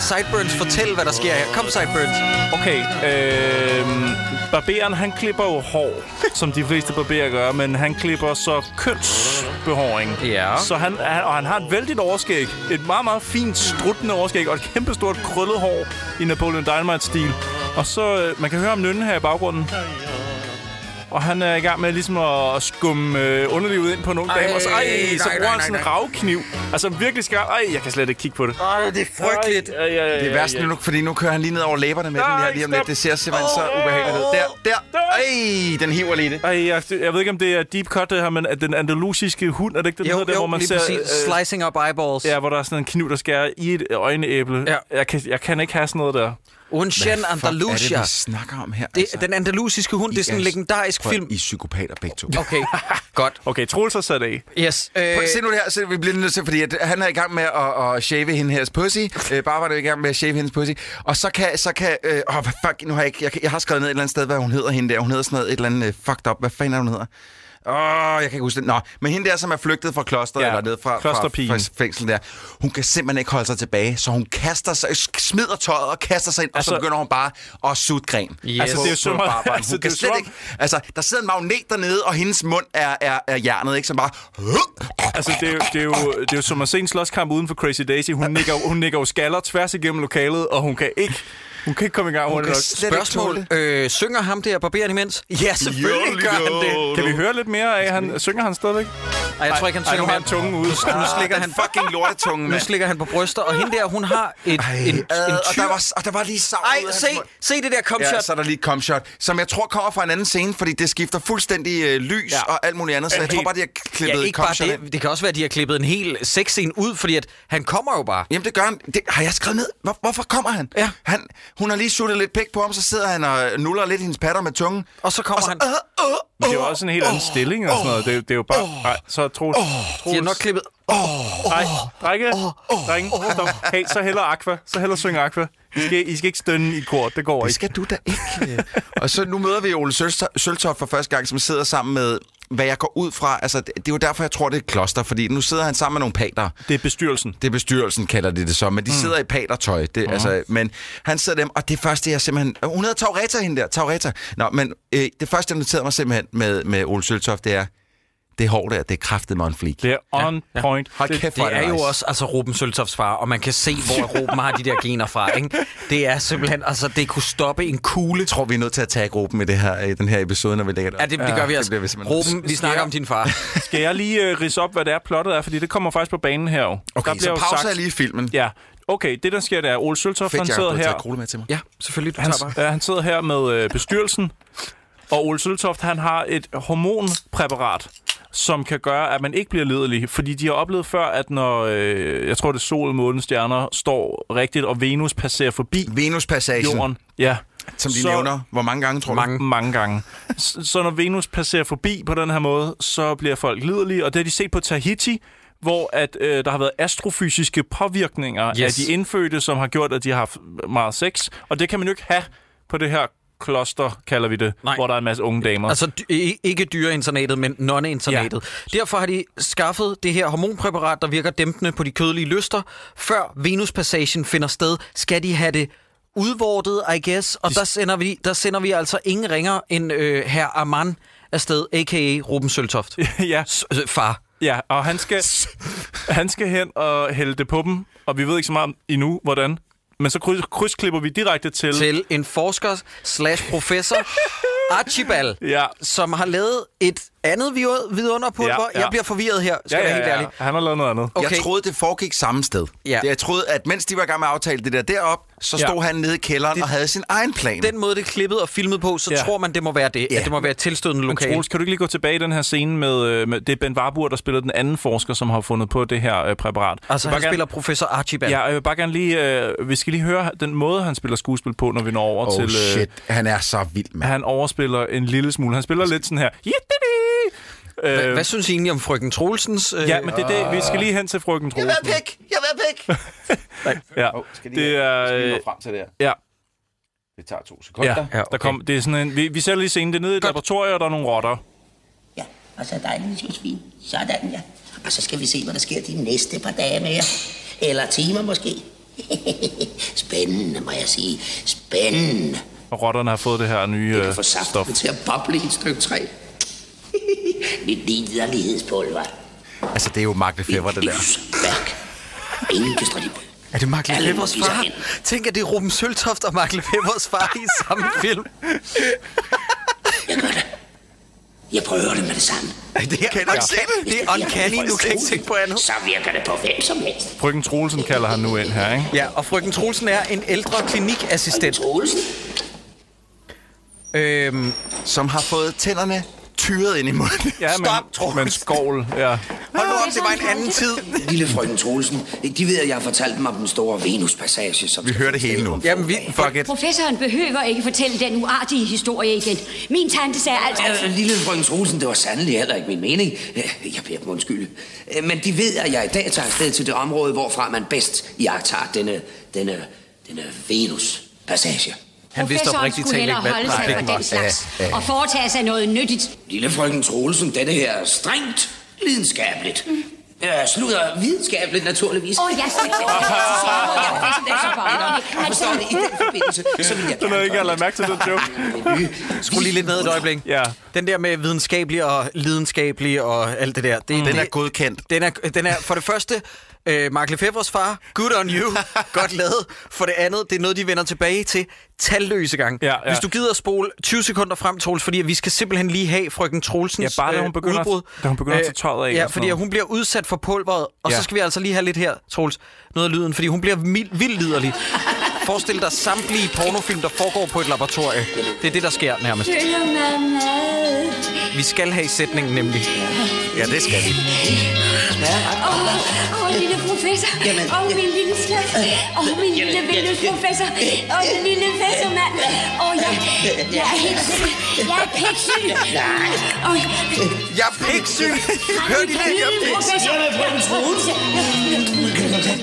Sideburns fortælle, hvad der sker her? Kom, Sideburns.
Okay, øh, barberen han klipper jo hår,
(laughs)
som de fleste barberer gør, men han klipper så kønsbehåring.
Ja.
Så han, han, og han har et vældigt overskæg, et meget, meget fint struttende overskæg, og et kæmpestort krøllet hår i Napoleon Dynamite-stil. Og så, øh, man kan høre om nynne her i baggrunden. Og han er i gang med ligesom at skumme øh, underlivet ind på nogle
Ej,
damer, og så, ej,
nej,
så bruger
nej,
han
nej,
sådan en
nej.
ravkniv. Altså virkelig skarp. Ej, jeg kan slet ikke kigge på det.
Ej, det er frygteligt.
Ej, ej, ej, ej,
Det er værst nu, fordi nu kører han lige ned over læberne med den
Nej,
her lige om lidt.
stop.
Det ser simpelthen så
Åh.
ubehageligt ud. Der, der. Ej, den hiver lige i det.
Ej, jeg, jeg ved ikke, om det er deep cut, det her, men at den andalusiske hund, er det ikke det, den
Jo,
hedder, der, hvor
jo,
man
lige
ser... øh,
præcis. Slicing up eyeballs.
ja, hvor der er sådan en kniv, der skærer i et øjenæble.
Ja.
Jeg, kan, jeg kan ikke have sådan noget der.
Unchen
Hvad fuck er
Andalusia.
det, vi snakker om her? altså?
Det, den andalusiske hund, det er sådan en
I er-
legendarisk
Prøv,
film.
I er psykopater begge to. (laughs)
Okay, godt.
Okay, Troels har sat af.
Yes. Øh,
Prøv, se nu det her, se, vi bliver nødt til, fordi at han er i gang med at, at shave hende her pussy. Øh, Barbara er i gang med at shave hendes pussy. Og så kan, så kan, øh, åh, hvad fuck, nu har jeg, ikke, jeg, kan- jeg har skrevet ned et eller andet sted, hvad hun hedder hende der. Hun hedder sådan noget, et eller andet øh, fucked up. Hvad fanden er hun hedder? Åh, jeg kan ikke huske det. Nå, men hende der, som er flygtet fra klosteret,
Ja,
ja, eller ned fra, fra,
klosterpigen.
fra fængsel der, hun kan simpelthen ikke holde sig tilbage, så hun kaster sig, sk- smider tøjet og kaster sig ind, altså,
Altså-
og så begynder hun bare at sutte gren.
Yes. Altså,
det er jo som om- (laughs)
Barbaren.
altså,
Hun
det
kan
er jo
slet
som om-
ikke Altså, der sidder en magnet dernede, og hendes mund er, er, er jernet, ikke? Som bare...
(laughs) Altså, det er, jo, det, er jo, det er jo som at se en slåskamp uden for Crazy Daisy. Hun nikker, jo- hun nikker jo skaller tværs igennem lokalet, og hun kan ikke, hun kan ikke komme i gang hurtigt
kan
nok.
slet-
spørgsmål. Øh, synger ham der barberen imens? Ja, selvfølgelig gør han det.
Kan vi høre lidt mere af, han synger han stadigvæk?
Ej, jeg tror ikke, han
Ej, nu
synger
har
mere.
han tungen
(laughs)
ude.
Nu, nu slikker han
fucking lortetunge,
Nu
mand.
slikker han på bryster, og hende der, hun har et, Ej, en, en
Øh, og,
tyr.
der var, og der var lige savn ud
Ej,
af
se,
hans mund.
se det der comshot.
Ja, så er der lige et comshot, som jeg tror kommer fra en anden scene, fordi det skifter fuldstændig øh, lys
Ja.
ja. og alt muligt andet, så jeg
Helt-
tror bare, de har klippet
ja,
ja,
ikke bare
comshot ind.
det. Det kan også være, at de har klippet en hel sexscene ud, fordi at han kommer jo bare.
Jamen, det gør han. Det, har jeg skrevet ned? Hvor, hvorfor kommer han?
Ja.
han? Hun har lige suttet lidt pæk på ham, så sidder han og nuller lidt hendes patter med tungen.
Og så kommer
og så,
han.
Øh, øh,
Men det er jo også en helt anden stilling og sådan noget. Det, er jo- det er jo bare... Ej, så altså, Troels. Oh,
De har nok klippet...
Nej, drenge, drenge, stop. Hey, så heller Aqua, så heller synge Aqua. I skal, I skal ikke stønne i kor, det går
Det
ikke.
skal du da ikke. øh. og så nu møder vi Ole Sølst- Søltoft for første gang, som sidder sammen med hvad jeg går ud fra, altså det, det er jo derfor, jeg tror, det er et kloster, fordi nu sidder han sammen med nogle pater.
Det er bestyrelsen.
Det er bestyrelsen, kalder de det så, men de mm. sidder i patertøj. Det, altså, men han sidder dem, og det første, jeg simpelthen... Øh, Hun hedder Taureta, hende der. Taureta. Nå, men øh, det første, jeg noterede mig simpelthen med, med Ole Søltoft, det er, det hår der, det er kraftet mig en flik.
Det er on ja, point.
Hold
Det-
kæft, hvor
Det er jo
nice.
også altså, Ruben Søltofs far, og man kan se, hvor (laughs) Ruben har de der gener fra. Ikke? Det er simpelthen, altså det kunne stoppe en kugle.
Jeg tror, vi er nødt til at tage gruppen i, det her, i den her episode, når vi lægger det op.
Ja, det, det gør vi altså.
bliver vi simpelthen-
Ruben, vi snakker om din far.
Skal jeg lige uh, rise op, hvad det er, plottet er? Fordi det kommer faktisk på banen her. jo.
Okay, så
jo
pauser jeg lige filmen.
Ja, okay, det der sker, det er, Ole Søltoft, han
Fedt, Jacob, du
sidder
har
her.
taget cola med til
(laughs)
mig.
Ja, selvfølgelig. Du
Han,
tager bare.
ja, han sidder her med øh, bestyrelsen, og Ole Søltoft, han har et hormonpræparat, som kan gøre, at man ikke bliver lidelig. Fordi de har oplevet før, at når, øh, jeg tror det er sol, månen, stjerner, står rigtigt, og Venus passerer forbi
Venuspassagen,
jorden. Ja.
som de
så-
så... nævner. Hvor mange gange, tror du?
Mange.
Mange gange. S- Så når Venus passerer forbi på den her måde, så bliver folk lidelige, og det har de set på Tahiti, hvor at, øh, der har været astrofysiske påvirkninger yes. af
Yes.
de indfødte, som har gjort, at de har haft meget sex, og det kan man jo ikke have på det her kloster, kalder vi det,
Nej.
Nej. hvor der er en masse unge damer. Altså,
Altså dy- i- ikke dyreinternatet, men nonne-internatet. Ja. Derfor har de skaffet det her hormonpræparat, der virker dæmpende på de kødelige lyster. Før Venuspassagen finder sted, skal de have det udvortet, I guess. Og der sender vi, der sender vi altså ingen ringer end øh, herr Arman afsted, a.k.a. Ruben Søltoft.
(laughs) ja,
S- øh, far.
ja, og han skal, han skal hen og hælde det på dem, og vi ved ikke så meget om endnu, hvordan. Men så kryds, krydsklipper vi direkte til...
Til en forsker slash (laughs) professor, Archibald.
Ja,
som har lavet et andet vidu- vidunder på ja,
Ja,
ja.
ja.
Jeg bliver forvirret her, skal ja, ja, ja. jeg være helt ærlig.
han har lavet noget andet.
Okay. Jeg troede, det foregik samme sted.
Ja.
Ja. Jeg troede, at mens de var i gang med at aftale det der derop, så
Ja.
stod ja. han nede i kælderen det... og havde sin egen plan.
Den måde, det er klippet og filmet på, så ja.
Ja.
tror man, det må være det. Ja.
Ja.
At det må være et tilstødende
Men
lokale.
Troels, kan du ikke lige gå tilbage i den her scene med, øh, med det er Ben Warburg, der spiller den anden forsker, som har fundet på det her øh, præparat.
Altså,
Jeg
han
vil bare
spiller professor Archibald.
Gerne, ja,
Ja.
og jeg vil bare gerne lige, øh, vi skal lige høre den måde, han spiller skuespil på, når vi når over
oh
til... øh,
shit, han er så vild, mand.
han overspiller en lille smule. Han spiller lidt sådan her... Yittidi!
Hvad,
Øh,
hvad synes I egentlig om frøken Troelsens? Øh,
ja, men det er det. Vi skal lige hen til frøken Troelsen. Jeg vil pik! Jeg vil pik! ja, det er... Øh,
frem til det
ja,
Det tager to sekunder.
ja,
Ja,
ja
okay.
okay. der kom, det er sådan en, vi, vi ser lige scenen. Det er nede i et laboratorium, og der er nogle rotter.
Ja, og så dejligt lille svin. Sådan, ja. Og så skal vi se, hvad der sker de næste par dage med jer. Eller timer måske. (laughs) Spændende, må jeg sige. Spændende.
Og rotterne har fået det her nye
Jeg
øh,
kan få
stof.
saften til at boble i et stykke træ. (laughs) Lidt liderlighedspulver.
Altså, det er jo Mark Lefebvre, det der.
Livsværk. Ingen kan stå i bud.
Er det Mark
Alle
Lefebvre's
viser
far?
hen.
Tænk, at det er Ruben Søltoft og Mark Lefebvre's far i
(laughs)
samme film.
Jeg gør det. Jeg prøver det med det samme.
Det er, kan
ikke se det.
Det er uncanny, nu kan jeg ikke tænke på andet.
Så virker det på hvem som helst.
Frøken Troelsen kalder han nu ind her, ikke?
Ja, og frøken Troelsen er en ældre klinikassistent.
Troelsen,
Øhm,
Som har fået tænderne tyret ind i munden.
Ja,
Stop,
men,
Troels.
Men skål, ja.
Hold nu op, det var en anden tid.
lille frøken Troelsen, de ved, at jeg har fortalt dem om den store Venuspassage. Som
Vi hører det hele nu.
jamen, vi,
Fuck it.
Professoren behøver ikke fortælle den uartige historie igen. Min tante sagde altså...
Altså, lille frøken Troelsen, det var sandelig heller ikke min mening. Øh, Jeg beder dem undskyld. Øh, Men de ved, at jeg i dag tager afsted til det område, hvorfra man bedst iagtager denne, denne, denne Venus-passage.
han vidste
Professoren
oprigtigt
skulle
talt ikke, hvad
hellere holde sig
planen
fra
var.
den slags og foretage sig noget nyttigt.
Lille frøken Troelsen, denne her er strengt lidenskabeligt. Jeg slutter videnskabeligt, naturligvis.
Mm. Åh, jeg skal ikke.
(laughs) Jeg forstår det i den forbindelse, så vil jeg
Den har
gerne
ikke jeg lagt mærke til, den joke.
(laughs)
Skru lige lidt ned et øjeblik.
Ja.
Den der med videnskabelig og lidenskabelig og alt det der. Det,
Mm. Den
det,
er godkendt.
Den er, den er for det første øh, Mark Lefebvre's far. Good on
(laughs)
you. Godt lavet. For det andet, det er noget, de vender tilbage til talløse gange.
Ja, ja.
Hvis du gider at spole 20 sekunder frem, Troels, fordi vi skal simpelthen lige have frøken Troelsens
Ja, bare da hun
øh,
begynder at-
udbrud.
da hun begynder at tage
Øh,
tøjet af og
Ja,
sådan
fordi
noget.
hun bliver udsat for pulveret. Og ja. så
Ja.
skal vi altså lige have lidt her, Troels, noget af lyden, fordi hun bliver mild, vildt liderlig. Forestil dig samtlige pornofilm, der foregår på et laboratorie. Det er det, der sker nærmest. Vi skal have sætningen nemlig.
Ja, det skal vi.
Åh, oh, lille professor. Åh, oh, min lille skat. Åh, oh, min lille venus professor. Åh, oh, min lille fæssermand. Åh, oh, jeg, Jeg er helt syg. Jeg er piksyg. Og
Jeg er piksyg! Hør de det? Jeg er piksyg!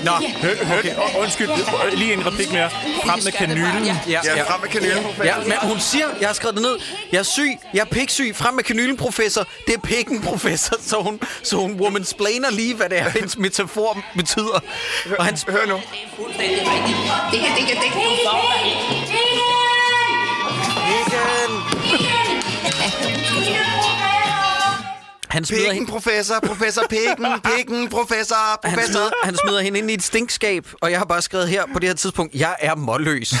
Nå,
Hø- hø- og undskyld, øh, lige en replik mere. Frem med kanylen.
ja,
Ja,
ja.
frem med kanalen, professor.
Ja, men hun siger, jeg har skrevet det ned, jeg er syg, jeg er piksyg, frem med kanylen, professor, det er pikken, professor, så hun, så hun womansplainer lige, hvad det er, hendes metafor betyder. Og hans,
Hør nu.
Fuldstændig rigtigt. Det kan, det kan, det kan.
han smider
Pikken,
hende,
professor, professor Pikken, Pikken, professor,
han
professor.
smider, han smider hende ind i et stinkskab, og jeg har bare skrevet her på det her tidspunkt, jeg er
(laughs)
målløs.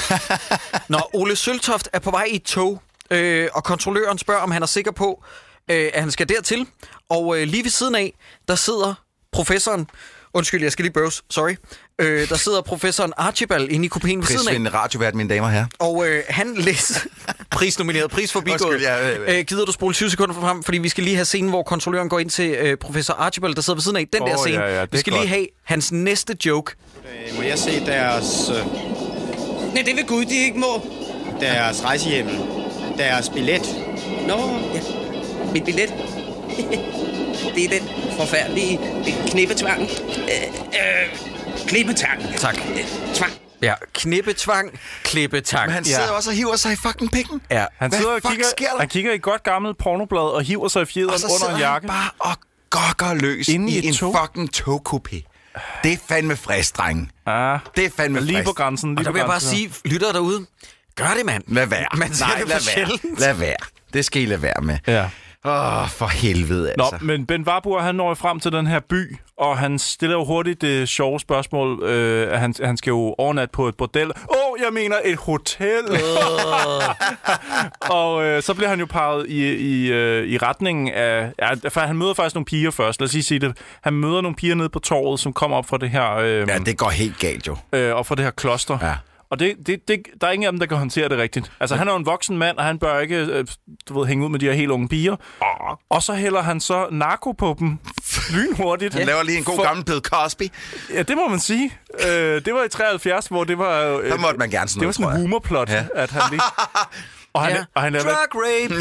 Nå, Ole Søltoft er på vej i et tog, øh, og kontrolløren spørger, om han er sikker på, øh, at han skal dertil. Og øh, lige ved siden af, der sidder professoren, undskyld, jeg skal lige bøves, sorry, øh, der sidder professoren Archibald inde i kupéen ved siden af.
Prisvindende radiovært, mine damer og herrer.
Og øh, han læser prisnomineret, (laughs) pris forbigået.
Undskyld, ja, ja, ja.
Øh, gider du spole 20 sekunder frem, fordi vi skal lige have scenen, hvor kontrolløren går ind til øh, professor Archibald, der sidder ved siden af den
Åh,
der scene.
ja, ja, det
vi
er
skal
godt.
lige have hans næste joke.
Må jeg se deres... Øh... Nej, det vil Gud, de ikke må. Deres rejsehjemmel. Deres billet.
Nå, ja. Mit billet. det er den forfærdelige knippetvang. Øh, øh, klippetang.
Tak.
Tvang.
Ja, knippe tvang, klippe tak.
Men han
ja.
sidder også og hiver sig i fucking pikken.
Ja.
Han
Hvad
sidder og
fuck
kigger,
sker der?
han kigger i et godt gammelt pornoblad og hiver sig i
Og
fjederen
så
under
sidder
en
han
jakke.
bare og gokker løs
Inde i
i
et
en
tog.
fucking togkupé. Det er fandme frisk, drenge.
Ja,
Det er fandme
lige
frisk.
på grænsen.
Og
Lige
der
på
vil jeg bare
grænsen.
sige, lytter derude, gør det, mand.
Lad være.
Man ser
Nej,
det for
lad være.
sjældent.
Lad være. Det skal I lade være med.
Ja.
Åh, oh, for helvede
Nå,
altså.
altså. men Ben Warburg, han når jo frem til den her by, og han stiller jo hurtigt det sjove spørgsmål. Øh, at han, han skal jo overnatte på et bordel. Åh, oh, jeg mener et
(laughs)
hotel! og øh, så bliver han jo peget i, i, øh, i retningen af... Ja, for han møder faktisk nogle piger først, lad os lige sige det. Han møder nogle piger nede på torvet, som kommer op fra det her... Øh,
Ja, det går helt galt jo.
øh, og fra det her kloster.
Ja.
Og det, det, det, der er ingen af dem, der kan håndtere det rigtigt. Altså, han er jo en voksen mand, og han bør ikke øh, du ved, hænge ud med de her helt unge piger.
Ah.
Og så hælder han så narko på
(laughs)
dem lynhurtigt.
Han laver lige en god
For-
gammel Bill Cosby.
Ja, det må man sige. Øh, det var i 73, hvor det var... Øh,
Der måtte man gerne
Det var
sådan noget,
sådan
tror
en
jeg.
humorplot, ja. at han
(laughs)
lige... Og han,
Ja.
og han, laver,
Drug rape.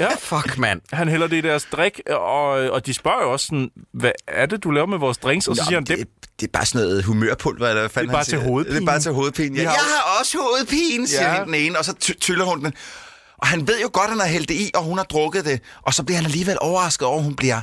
ja. Fuck, mand.
han hælder det i deres drik, og, øh, og de spørger jo også sådan, hvad er det, du laver med vores drinks? Og så siger han, det,
det, det er bare sådan noget humørpulver, eller hvad fanden
bare
han siger.
til hovedpine.
Det er bare til hovedpine. Ja.
Vi
Jeg
har jo-
har også hovedpine, siger
Ja.
ja. den ene, og så ty- tyller hun den. Og han ved jo godt, han har hældt det i, og hun har drukket det. Og så bliver han alligevel overrasket over, at hun bliver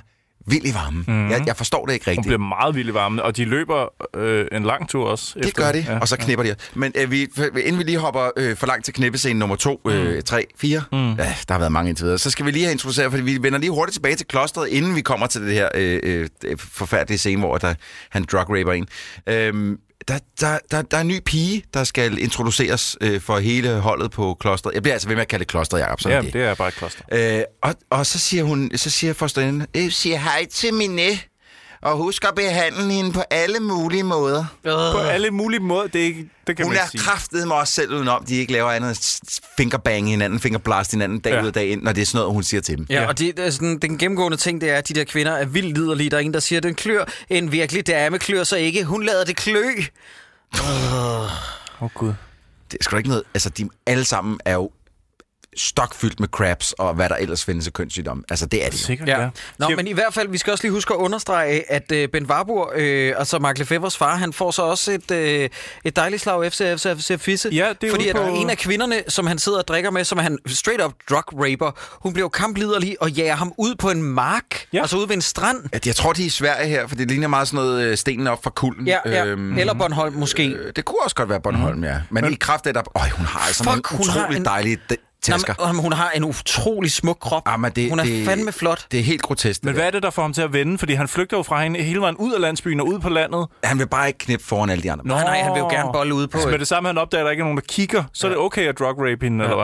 vild i varmen. Mm. Jeg, jeg forstår det ikke
Mhm. hun
rigtigt.
bliver meget vild i varmen, og de løber øh, en lang tur også.
Det gør det, ja, og så knipper ja. de. Men øh, vi, f- inden vi lige hopper øh, for langt til knippescenen nummer 2, 3, 4, ja, der har været mange indtil videre, så skal vi lige have introduceret, fordi vi vender lige hurtigt tilbage til klosteret, inden vi kommer til det her øh, øh, forfærdelige scene, hvor der, han drugraper en. Øhm, der, der, der, der er en ny pige, der skal introduceres øh, for hele holdet på klosteret. Jeg bliver altså ved med at kalde det klosteret, Jacob. sådan
Ja,
er det.
det er bare et kloster.
Øh, og, og så siger hun, så siger forstående, øh, siger hej til Mine, og husk at behandle hende på alle mulige måder.
På alle mulige måder, det, er ikke, det kan
Hun
man
er
ikke sige.
kraftet mig også selv udenom, de ikke laver andet end s- s- fingerbang hinanden, fingerblast hinanden dag
Ja.
ja. ud og dag ind, når det er sådan noget, hun siger til dem.
Ja, og det, det er sådan, den gennemgående ting, det er, at de der kvinder er vildt liderlige. Der er en, der siger, den klør. En virkelig dame klør sig ikke. Hun lader det klø.
Åh, oh, Gud.
Det er sgu da ikke noget, altså de alle sammen er jo stokfyldt med crabs og hvad der ellers findes af kønssygdomme. Altså det er det. jo.
Sikkert, ja. ja.
Nå, men i hvert fald, vi skal også lige huske at understrege, at øh, Ben Warburg, øh, altså Mark Lefebvre's far, han får så også et, øh, et dejligt slag FC, FC, FC Fisse.
Ja, det er
fordi
ude
at
på-
en af kvinderne, som han sidder og drikker med, som han straight up drug raper, hun bliver jo kampliderlig og jager ham ud på en mark,
Ja.
ja. altså ude ved en strand.
At Jeg tror, de er i Sverige her, for det ligner meget sådan noget øh, stenen op fra kulden.
Ja, ja.
Øhm,
Eller Bornholm måske.
øh, det kunne også godt være Bornholm, ja. Men, i kraft af, at der- Øj, hun har altså
Fuck,
nogle
hun har
utroligt
en-
dejlige d-
Nå,
tasker.
men- jamen, hun har en utrolig smuk krop.
Jamen, det,
hun er
det,
fandme flot.
Det er helt grotesk. det
Men
der.
hvad er det, der får ham til at vende? Fordi han flygter jo fra hende hele vejen ud af landsbyen og ud på landet.
Han vil bare ikke knippe foran alle de andre.
Nej, nej, han vil jo gerne bolle ude på
Altså, med
et-
det samme, han opdager, at der ikke er nogen, der kigger, så er det okay at drug rape hende, ja. eller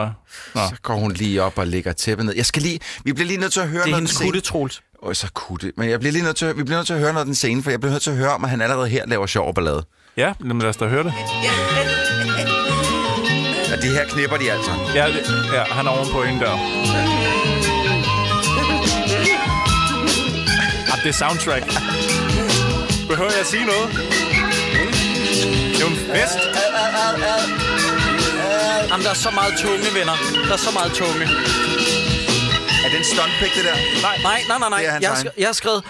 hvad?
Så går hun lige op og lægger tæppet ned. Jeg skal lige, vi bliver lige nødt til at høre
Det er
noget
hendes kutte, Troels.
Og så kunne det. Men jeg bliver lige nødt til, at- vi bliver nødt til at høre noget af den scene, for jeg bliver nødt til at høre om, at han allerede her laver sjov og ballade.
Ja, men lad os da høre det.
Ja, det her knipper de altså.
Ja, det, ja han er oven på hende der.
(laughs)
Ja, Ah, det er soundtrack. Behøver jeg at sige noget? Det er jo en fest.
Jamen, der er så meget tunge, venner. Der er så meget tunge.
Er det en stuntpick, det der?
Nej, nej, nej, nej. nej.
Det
Jeg,
er hans
har
egen.
sk- jeg har skrevet...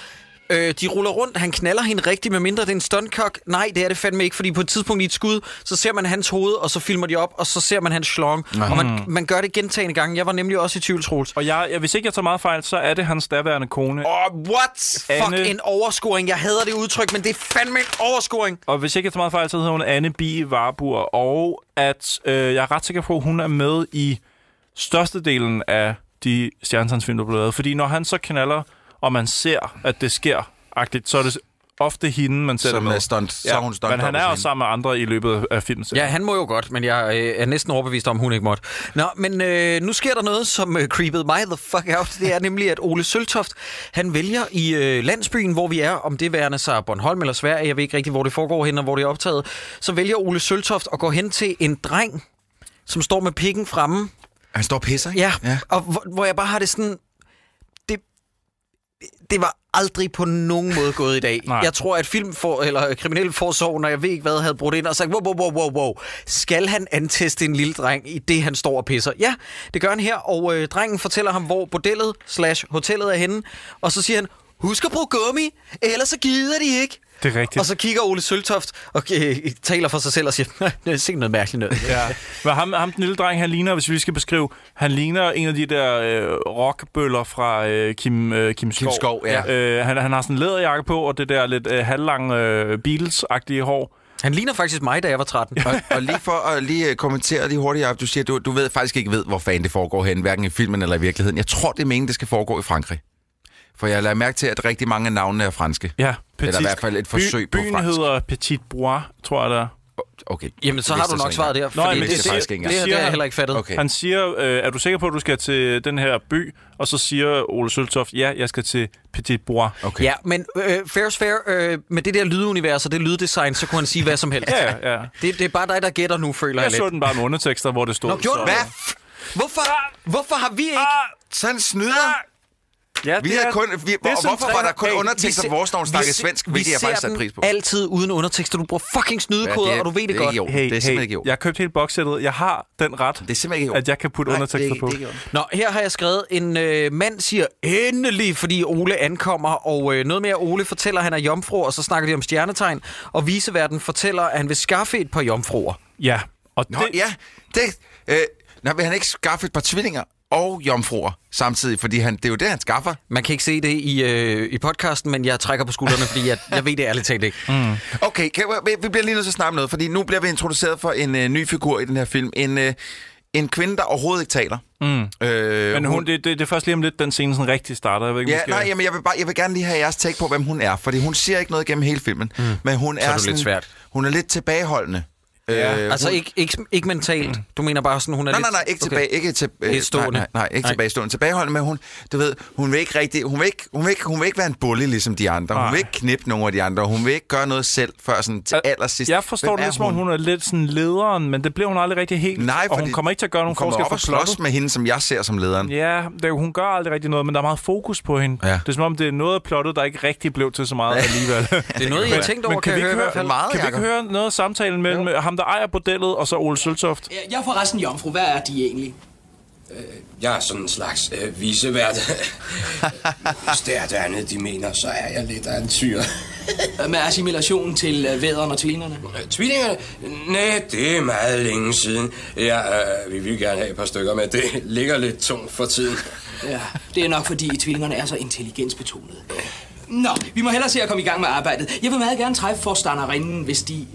Øh, de ruller rundt, han knaller hende rigtigt, medmindre det er en stuntkok. Nej, det er det fandme ikke, fordi på et tidspunkt i et skud, så ser man hans hoved, og så filmer de op, og så ser man hans slong. Og man, man gør det gentagende gange. Jeg var nemlig også i tvivl, Troels.
Og jeg, jeg, hvis ikke jeg tager meget fejl, så er det hans daværende kone.
Åh, oh, what? Anne.
Anne-
Fuck en overscoring. Jeg hader det udtryk, men det er fandme en overscoring.
Og hvis ikke jeg tager meget fejl, så hedder hun Anne Bie Warburg. Og at øh, jeg er ret sikker på, at hun er med i størstedelen af de stjernesansfilm, der blev lavet. Fordi når han så knaller, og man ser, at det sker, agtigt, så er det ofte hende, man ser
Som
det med.
er stunt- så er hun stunt
men han
double
er
for
også
hende.
sammen med andre i løbet af filmen.
Ja, han må jo godt, men jeg øh, er næsten overbevist om, hun ikke måtte. Nå, men øh, nu sker der noget, som øh, creepede mig the fuck out. Det er nemlig, at Ole Søltoft, han vælger i øh, landsbyen, hvor vi er, om det værende sig Bornholm eller Sverige, jeg ved ikke rigtig, hvor det foregår hen og hvor det er optaget, så vælger Ole Søltoft at gå hen til en dreng, som står med pikken fremme,
Han står og pisser, ikke?
Ja, ja. og hvor, hvor jeg bare har det sådan... Det, det var aldrig på nogen måde gået i dag.
Nej.
Jeg tror, at film for, eller kriminelle får sorg, når jeg ved ikke hvad, havde brudt ind og sagt, wow, wow, wow, wow, wow, skal han anteste en lille dreng i det, han står og pisser? Ja, det gør han her, og øh, drengen fortæller ham, hvor bordellet slash hotellet er henne, og så siger han, husk at bruge gummi, ellers så gider de ikke.
Det er rigtigt.
Og så kigger Ole Søltoft og øh, taler for sig selv og siger, (laughs) "Nej, se noget mærkeligt noget.
Ja. Men ham, ham, den lille dreng, han ligner, hvis vi skal beskrive, han ligner en af de der øh, rockbøller fra øh, Kim, øh, Kim Skov.
Skov, ja.
Øh, han, han har sådan en læderjakke på, og det der lidt øh, halvlange øh, Beatles-agtige hår.
Han ligner faktisk mig, da jeg var 13.
Og, og lige for at lige øh, kommentere lige hurtigt, Jacob, du siger, du, du ved faktisk ikke ved, hvor fanden det foregår hen, hverken i filmen eller i virkeligheden. Jeg tror, det er meningen, det skal foregå i Frankrig. For jeg lader mærke til, at rigtig mange af navnene er franske.
Ja,
Eller i hvert fald et forsøg
By,
på
byen
fransk.
hedder Petit Bois, tror jeg, der. er.
Okay.
Jamen, så
Det
har du
vidste jeg
nok
ikke
svaret der,
engang.
fordi
men
det, det,
det siger-
det, det, her,
det
det
siger
har jeg
han.
heller ikke fattet.
Okay.
Han siger, øh, er du sikker på, at du skal til den her by? Og så siger Ole Søltoft, ja, jeg skal til Petit Bois.
Okay.
Ja, men øh, fair is fair, øh, med det der lydunivers og det lyddesign, så kunne han sige hvad som helst.
Ja, ja, ja.
Det, det er bare dig, der gætter nu, føler jeg,
Jeg så
lidt.
den bare med undertekster, hvor det stod. Ah!
Nå, gjorde du
Hvad?
Hvorfor, hvorfor har vi ikke...
Sådan snyder.
Ja,
Vi
det
havde
er-
kun, vi,
det er
og
sådan
hvorfor var der
tre-
kun
Hey,
undertekster
se-
på vores, når hun snakkede
se-
svensk,
vi
hvilket jeg
ser
faktisk satte
dem
pris på?
altid uden undertekster. Du bruger fucking snydekoder,
Ja, det er-
og du ved det,
det er
godt.
ikke i orden.
Hey,
Det er simpelthen
hey,
ikke i orden.
Jeg har købt hele bokssættet. Jeg har den ret,
Det er simpelthen ikke i orden.
at jeg kan putte
Nej,
undertekster
det er ikke-
på.
det er ikke i orden.
Nå, her har jeg skrevet, en øh, mand siger endelig, fordi Ole ankommer, og øh, noget mere Ole fortæller, at han er jomfru, og så snakker de om stjernetegn, og viseverden fortæller, at han vil skaffe et par jomfruer.
Ja, og
Nå,
det,
det... ja, det... Øh, nå, vil han ikke skaffe et par tvillinger og jomfruer samtidig? Fordi han, det er jo det, han skaffer.
Man kan ikke se det i, øh, i podcasten, men jeg trækker på skuldrene, fordi jeg, jeg ved det ærligt talt ikke. Mm.
Okay, kan, vi, vi bliver lige nødt til at snakke om noget, fordi nu bliver vi introduceret for en øh, ny figur i den her film. En, øh, en kvinde, der overhovedet ikke taler. Mm. Øh,
men hun, det, det, det er først lige om lidt, den scene sådan rigtig starter. Jeg ved ikke,
Ja,
måske...
nej, jamen, jeg vil, bare, jeg vil gerne lige have jeres take på, hvem hun er, fordi hun siger ikke noget gennem hele filmen, mm. men hun er,
det
sådan,
lidt svært.
hun er lidt tilbageholdende.
Ja.
Øh,
Altså
hun,
ikke, ikke, ikke mentalt. Du mener bare sådan, hun er
Nej,
lidt...
nej, nej, ikke tilbage, ikke til, øh,
Ikke stående.
Nej, nej, nej, ikke
Nej.
tilbagestående. Tilbageholdende, men hun, du ved, hun vil ikke rigtig, hun vil ikke, hun vil ikke, hun vil ikke være en bully ligesom de andre. Hun
Nej.
vil ikke knippe nogen af de andre. Hun vil ikke gøre noget selv før sådan til
Øh,
allersidst.
Jeg forstår
Hvem
det lidt som om, hun er lidt sådan lederen, men det bliver hun aldrig rigtig helt.
Nej,
og
fordi
hun kommer ikke til at gøre nogen
hun kommer
forskel
op
for
og slås
plottet.
med hende, som jeg ser som lederen.
Ja, det, hun gør aldrig rigtig noget, men der er meget fokus på hende.
Ja.
Det er som om, det er noget af plottet, der ikke rigtig blev til så meget
(laughs)
alligevel.
Det er noget, jeg har tænkt over, kan, jeg
vi
høre i
ikke
hvert fald.
meget,
kan vi ikke
Jacob.
høre noget af samtalen mellem jo. ham, der ejer bordellet, og så Ole Søltoft?
Jeg får resten jomfru. Hvad er de egentlig?
Jeg er sådan en slags
(laughs)
øh, visevært. Hvis det er det andet, de mener, så er jeg lidt af en tyr.
Øh, Med assimilationen til øh, vædderen og tvillingerne?
Øh, Tvillingerne? Nej, det er meget længe siden. Ja, øh, vi vil gerne have et par stykker, men det ligger lidt tungt for tiden.
Ja, det er nok fordi tvillingerne er så intelligensbetonede. Nå, vi må hellere se at komme i gang med arbejdet. Jeg vil meget gerne træffe forstanderinden, hvis de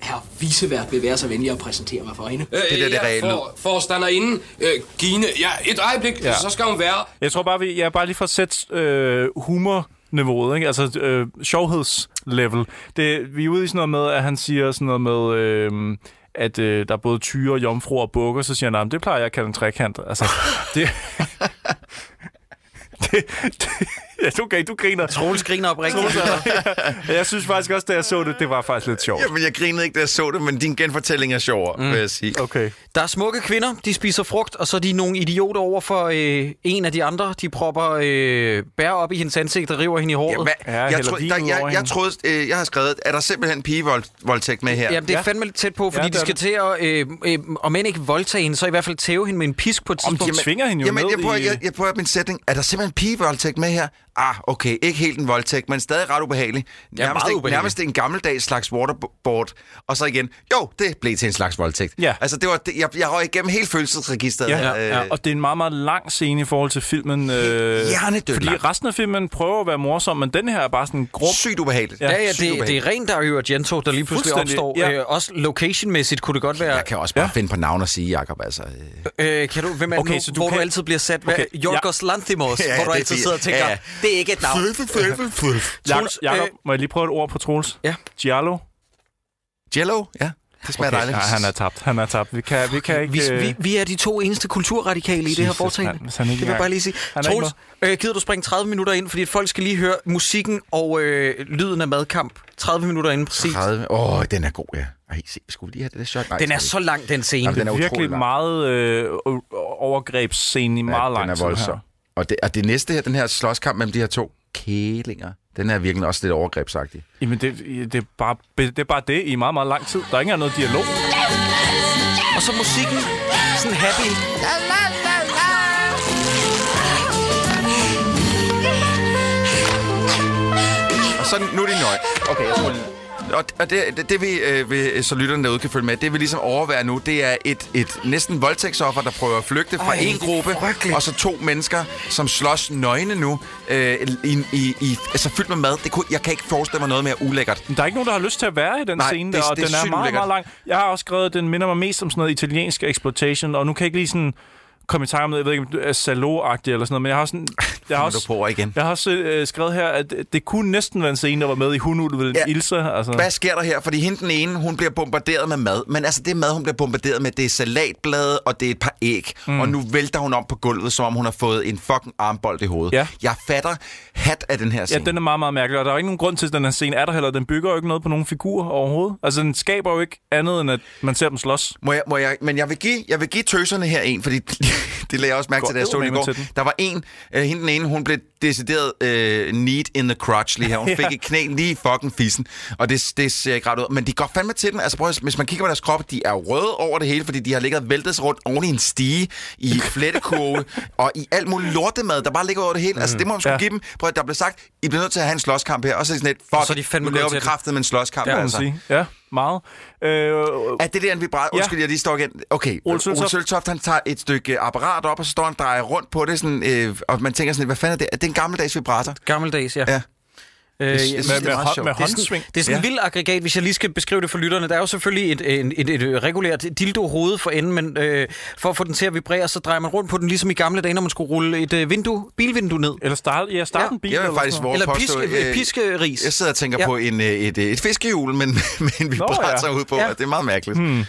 her visevært vil være så venlige at præsentere mig for hende.
Øh,
Det der, det
jeg
reelle
for, forstander inden. Øh, Gine, ja, et øjeblik, ja. så skal hun være...
Jeg tror bare, vi, ja, bare lige for at sætte øh, humorniveauet, ikke? altså øh, sjovhedslevel. Det, vi er ude i sådan noget med, at han siger sådan noget med, øh, at øh, der er både tyre, jomfru og bukker, så siger han, "Nej, men det (laughs) plejer jeg at kalde en trekant. Altså, det, det, det, ja, okay, du griner.
Troels griner oprigtigt.
Troels er- ja. Jeg synes faktisk også, da jeg så det, det var faktisk lidt sjovt.
Jamen, jeg grinede ikke, da jeg så det, men din genfortælling er sjovere, mm. vil jeg sige.
Okay.
Der er smukke kvinder, de spiser frugt, og så er de nogle idioter over for øh, en af de andre. De propper øh, bær op i hendes ansigt og river hende i
Ja,
håret.
hvad?
Ja,
jeg,
hælder
tro,
vin
der,
ud over
jeg, jeg
hende.
troede, øh, jeg har skrevet, er der simpelthen pigevoldtægt med her?
Jamen, det er
Ja.
fandme lidt tæt på, fordi
Ja,
ja,
det
de
er
skal til at, øh, øh, om end ikke voldtage hende, så i hvert fald tæve hende med en pisk på et
Om de
tidspunkt.
tvinger hende jo
Jamen,
ned
jeg prøver,
i... øh,
jeg, jeg prøver min sætning. Er der simpelthen pigevoldtægt med her? Ah, okay. Ikke helt en voldtægt, men stadig ret ubehagelig. Nærmest,
meget
en,
ubehagelig.
nærmest en gammeldags slags waterboard. Og så igen, jo, det blev til en slags voldtægt.
Ja.
Altså, det var, det, jeg, jeg røg igennem hele følelsesregisteret.
Ja,
Øh,
ja, ja, og det er en meget, meget lang scene i forhold til filmen. Øh,
hjernedødt
Fordi
lang.
resten af filmen prøver at være morsom, men den her er bare sådan grum.
Sygt ubehageligt.
Ja, ja,
Sygt
det, det
ubehageligt.
er rent Dario Argento, der lige pludselig
Fuldstændig,
opstår.
ja.
Ja. Øh, også location-mæssigt kunne det godt være...
Jeg kan også bare ja. finde på navn og sige, Jacob. Altså. øh.
Øh, kan du, hvem er
Okay,
okay, nu,
så du
du hvor
kan-
du altid bliver sat? Hvad,
Okay,
okay,
ja.
Jorgos ja. Lanthimos,
Ja,
ja, hvor du
det er
altid
fint.
sidder og tænker,
Ja, ja.
ja. det er ikke et navn.
Jak-
Troels,
Jakob,
øh,
må jeg lige prøve et ord på Troels?
Ja.
Giallo?
Jello, ja. Det smager
Okay,
dejligt.
nej, han er tabt. Han er tabt. Vi kan, vi kan ikke...
Vi,
øh,
vi, vi er de to eneste kulturradikale i det her
Jesus,
foretagende.
mand, hvis han ikke
Det vil jeg
engang-
bare lige sige.
Han er ikke
Troels, øh, gider du springe 30 minutter ind, fordi folk skal lige høre musikken og øh, lyden af madkamp. 30 minutter ind præcis.
30. Åh, oh, den er god, ja. Ej, se, skulle vi lige have det der shot? Nej,
Den er
skal vi
så lang, den scene.
Jamen, den er utrolig
virkelig
lang.
meget øh, o- overgrebsscene i
Ja,
meget lang
Den er
tid
voldsom.
her.
Og det, og det næste her, den her slåskamp mellem de her to kælinger, den er virkelig også lidt overgrebsagtig.
Jamen, det, det, er bare, det er bare det i meget, meget lang tid. Der er ikke engang noget dialog.
Og så musikken. Sådan happy.
Og så nu er de nøje. Okay, jeg tror lige... Og, og det, det, det vi, øh, vi, så lytterne derude kan følge med, det vi ligesom overværer nu, det er et, et næsten voldtægtsoffer, der prøver at flygte fra
Ej,
en
det er
gruppe,
frygteligt.
og så to mennesker, som slås nøgne nu, øh, i, i, i, altså fyldt med mad. Det kunne, jeg kan ikke forestille mig noget mere ulækkert.
Men der er ikke nogen, der har lyst til at være i den
Nej,
scene
det-
der, og
det er
den er
sygt
meget,
ulækkert.
meget lang. Jeg har også skrevet, at den minder mig mest om sådan noget italiensk exploitation, og nu kan jeg ikke lige sådan komme i tanke om det. Jeg ved ikke, om det er salo eller sådan noget, men jeg har sådan... Jeg har
du på igen.
Jeg har også øh, skrevet her, at det kunne næsten være en scene, der var med i Hunulven
Ja.
ja. Ilse. Altså.
Hvad sker der her? Fordi hende den ene, hun bliver bombarderet med mad. Men altså det mad, hun bliver bombarderet med, det er salatblade, og det er et par æg. Mm. Og nu vælter hun om på gulvet, som om hun har fået en fucking armbold i hovedet.
Ja.
Jeg fatter hat af den her
Ja,
scene.
den er meget, meget mærkelig, og der er jo ikke nogen grund til, at den her scene er der heller. Den bygger jo ikke noget på nogen figurer overhovedet. Altså, den skaber jo ikke andet, end at man ser dem slås.
Må jeg, må jeg, men jeg vil, give, jeg vil give tøserne her en, fordi (laughs) det lagde jeg også mærke
Går
til, da jeg stod i
eddermame
går.
til den.
Der var en, øh, hende den ene, hun blev decideret øh, need in the crotch lige her. Hun
Ja.
fik et knæ lige i fucking fissen, og det, det ser ikke ret ud. Men de går fandme til den. Altså prøv, at- hvis man kigger på deres krop, de er røde over det hele, fordi de har ligget og væltet sig rundt oven i en stige, i flettekurve og i alt muligt lortemad, der bare ligger over det hele. Altså det må man sgu
Ja.
ja. give dem. Prøv at der blev sagt, I bliver nødt til at have en slåskamp her. Og så er de sådan lidt, fuck,
så er de fandme
nu
gode
laver
til
vi
det.
kraftet med en slåskamp.
Ja, kan man
altså.
sige. Ja, meget. Øh,
Er det der en vibrat?
Ja.
Undskyld, jeg lige står igen. Okay,
Ole
Ole
Søltoft.
Søltoft, Ole Søltoft han tager et stykke apparat op, og så står han og drejer rundt på det, sådan, øh, og man tænker sådan, lidt, hvad fanden er det? Er det en gammeldags vibrator?
Gammeldags, ja.
Ja.
Øh,
Jeg
ja.
synes,
med,
det er
med,
meget
hånd,
sjovt.
med
Det er sådan-
håndsving.
Det er sådan ja. en vild aggregat, hvis jeg lige skal beskrive det for lytterne. Der er jo selvfølgelig et, en- et, et, et regulært dildo-hoved for enden, men øh, for at få den til at vibrere, så drejer man rundt på den, ligesom i gamle dage, når man skulle rulle et øh, vindue, bilvindue ned.
Eller start, ja, start
Ja.
en bil.
Jeg vil
eller
faktisk
sådan noget.
våge at
Eller
påstå,
piske,
øh,
øh, piskeris.
Jeg sidder og tænker
Ja.
på en, øh, et, øh, et fiskehjul, men (laughs) med en vibrator
ja.
ude på.
Ja.
Ja. Det er meget mærkeligt. Hmm.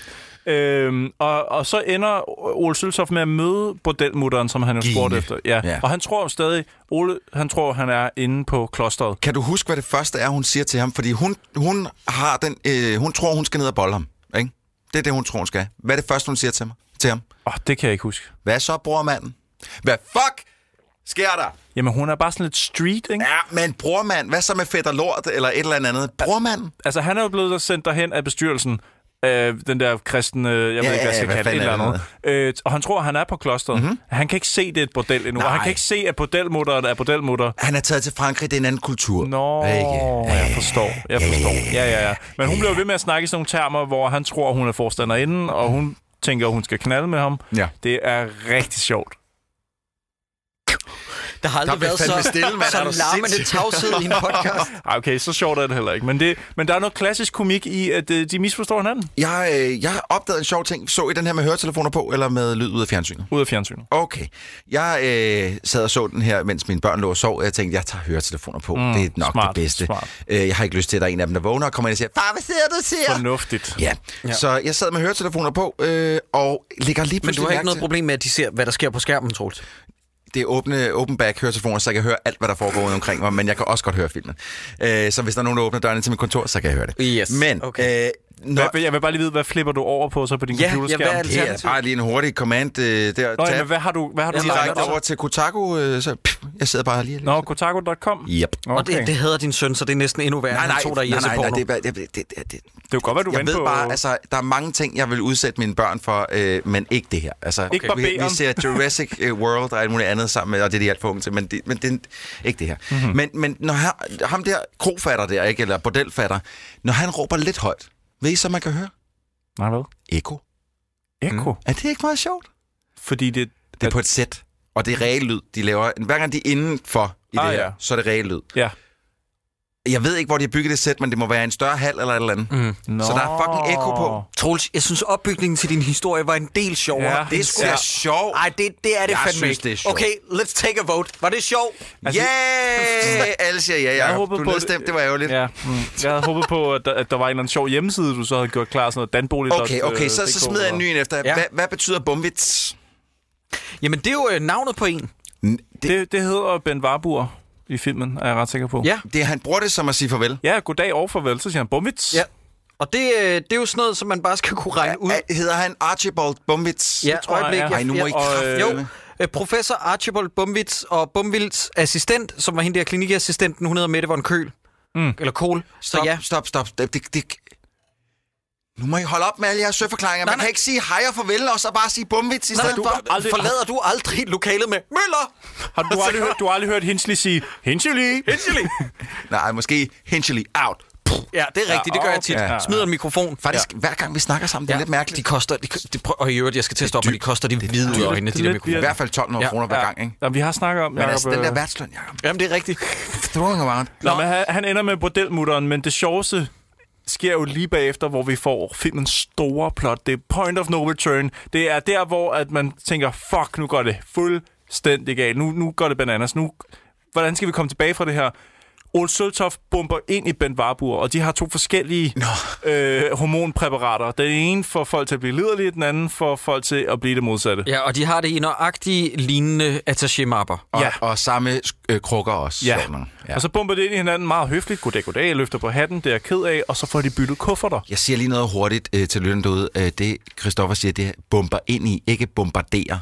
Øhm, og, og så ender Ole Søltoft med at møde bordelmutteren, som han jo
Gine.
spurgte efter. Ja. ja.
Ja.
Og han tror jo stadig, Ole, han tror, han er inde på klosteret.
Kan du huske, hvad det første er, hun siger til ham? Fordi hun, hun, har den, øh, hun tror, hun skal ned og bolle ham. Ikke? Det er det, hun tror, hun skal. Hvad er det første, hun siger til, mig, til ham?
Åh, oh, det kan jeg ikke huske.
Hvad så, brormanden? Hvad fuck sker der?
Jamen, hun er bare sådan lidt street, ikke? Ja.
Ja, men brormand, hvad så med fedt og lort, eller et eller andet? Brormand?
Altså, han er jo blevet sendt derhen af bestyrelsen. Øh, den der kristne, jeg ved
Ja,
ikke, hvad jeg
ja,
skal
hvad
kalde det, et
fanden
eller andet.
er
Øh, og han tror, han er på klosteret. Mm-hmm. Han kan ikke se, det er et bordel endnu. Nej. Og han
Nej.
kan ikke se, at bordelmutteren er bordelmutter.
Han er taget til Frankrig, det er en anden kultur.
Nå,
Ikke?
jeg forstår. Jeg forstår. Ja, ja, ja. Men hun bliver ved med at snakke i sådan nogle termer, hvor han tror, hun er forstanderinde, og hun tænker, hun skal knalde med ham.
Ja.
Det er rigtig sjovt.
Der har aldrig
blev
været
fandme
så,
stille, mand. Er du
så larmende (laughs)
sindssyg?
tavshed i en podcast.
Ej, okay, så sjovt er det heller ikke. Men, det, men der er noget klassisk komik i, at øh, de misforstår hinanden
Jeg, øh, jeg opdagede en sjov ting. Så I den her med høretelefoner på, eller med lyd ud af fjernsynet?
ud af fjernsynet.
Okay. Jeg øh, sad og så den her, mens mine børn lå og sov, og jeg tænkte, jeg tager høretelefoner på. Mm, det er nok
smart,
det bedste.
smart.
Øh, jeg har ikke lyst til, at der er en af dem, der vågner og kommer ind og siger, far, hvad sidder du og siger?
Fornuftigt.
Ja. ja, så jeg sad med høretelefoner på, øh, og ligger lige
Men
pludselig
du har
mærke
ikke noget
til-
problem med, at de ser, hvad der sker på skærmen, Troels?
det er åbne, open back høretelefoner, så jeg kan høre alt, hvad der foregår ude omkring mig, men jeg kan også godt høre filmen. Øh, så hvis der er nogen, der åbner døren ind til mit kontor, så kan jeg høre det.
Yes.
Men, okay. øh, når,
Hvad, jeg vil bare lige vide, hvad flipper du over på så på din
Ja, ja,
computerskærm?
hvad er
det er bare lige en hurtig command øh, der.
Nå, ja,
tab
men hvad har du, hvad har du
direkte
over?
over til Kotaku, øh, så pff, jeg sidder bare lige og
Nå, kotaku.com?
Yep.
Og det, det hader din søn, så det er næsten endnu værre,
Nej,
end
nej,
han tog dig i
nej, nej, nej,
porno.
det, er bare- det, det, det, det, det.
Det er jo godt, hvad du
Jeg
venter
ved
på.
bare, altså, der er mange ting, jeg vil udsætte mine børn for, øh, men ikke det her. Altså,
Ikke
vi, vi
barberen.
ser Jurassic øh, World og alt muligt andet sammen med, og det er de alt for unge til, men, det, men det, er ikke det her.
Mhm.
Mm-hmm. Men, men når her, ham der krofatter der, ikke, eller bordelfatter, når han råber lidt højt, ved I så, man kan høre?
Nej, hvad?
Eko.
Eko. Mm.
Er det ikke meget sjovt?
Fordi det...
Det er på et sæt, og det er real lyd, de laver. Hver gang de er indenfor i
Ah,
det her,
ja.
så er det real lyd.
Ja.
Jeg ved ikke, hvor de har bygget det sæt, men det må være en større hal eller et eller andet. Mm.
Nå.
Så der er fucking ekko på.
Troels, jeg synes, opbygningen til din historie var en del sjovere.
Ja.
Det er sgu da
Ja.
sjovt.
Ej, det, det er det
Jeg
fandme
synes,
ikke.
det er sjovt.
Okay, let's take a vote. Var det sjovt? (laughs)
Altså,
Yeah! Alle siger ja,
Jeg
Jacob.
håbede
Du
på,
nedstemt, det var ærgerligt.
Ja, mm. jeg havde håbet på, at der, at der var en eller anden sjov hjemmeside, du så havde gjort klar, sådan noget danbolig. øh,
Okay,
øh,
okay, så, så smider jeg en ny en efter.
Ja.
Hvad, hvad betyder bomvits?
Jamen, det er jo øh, navnet på en.
Det, det hedder Ben Warburg i filmen, er jeg ret sikker på.
Ja.
Det, han bruger det som at sige farvel.
Ja, goddag og farvel, så siger han bomvits.
Ja. Og det, øh, det er jo sådan noget, som man bare skal kunne regne ud.
Er- Hedder han Archibald Bomvits?
Ja,
tror jeg,
øjeblik.
ja.
jeg-
Ej, nu må
jeg-
I ikke
og,
kraft-
øh,
Jo, øh, professor Archibald Bumwitz og Bumwilds assistent, som var hende der klinikassistenten, hun hedder Mette von Køl. Mm. Eller Kohl. Så
Stop,
ja.
stop, stop. Det, det, det. Nu må I holde op med alle jeres søforklaringer. Man
nej.
kan ikke sige hej og farvel, og så bare sige bomvits i
Nej,
stedet
du,
for.
aldrig, forlader du aldrig lokalet med Møller?
Har du, du
(laughs)
aldrig, hørt, du har aldrig hørt Hinsley sige, Hinsley? (laughs)
Hinsley.
Nej, måske Hinchely out.
Ja, det er rigtigt. Det gør jeg tit.
okay. Ja.
Smider en mikrofon.
Faktisk, ja. hver gang vi snakker sammen, det er
Ja,
lidt mærkeligt.
De koster, de, de prøv, og i øvrigt, jeg skal til at stoppe, men de koster de hvide ud af øjnene, de
Det er
der
lidt
I
mikrofoner.
hvert fald 1200
Ja.
ja. kroner hver gang, ikke?
Ja, vi har snakket om,
Men
Jacob,
altså, den der
øh,
værtsløn, Jacob.
Jamen, det er rigtigt.
Throwing around.
Nå, men han, han ender med bordelmutteren, men det sjoveste sker jo lige bagefter, hvor vi får filmens store plot. Det er point of no return. Det er der, hvor at man tænker, fuck, nu går det fuldstændig galt. Nu, nu går det bananas. Nu, hvordan skal vi komme tilbage fra det her? Ole Søltoft bomber ind i Ben Warburg, og de har to forskellige øh, hormonpræparater. Den ene får folk til at blive liderlige, den anden får folk til at blive det modsatte.
Ja, og de har det i nøjagtige lignende attaché-mapper.
Og,
Ja.
og samme øh, krukker også.
Ja.
sjovt nok.
ja, og så bomber de ind i hinanden meget høfligt. Goddag, goddag, jeg løfter på hatten, det er jeg ked af, og så får de byttet kufferter.
Jeg siger lige noget hurtigt øh, til lytteren derude. Øh, det Christoffer siger, det er bomber ind i, ikke bombarderer.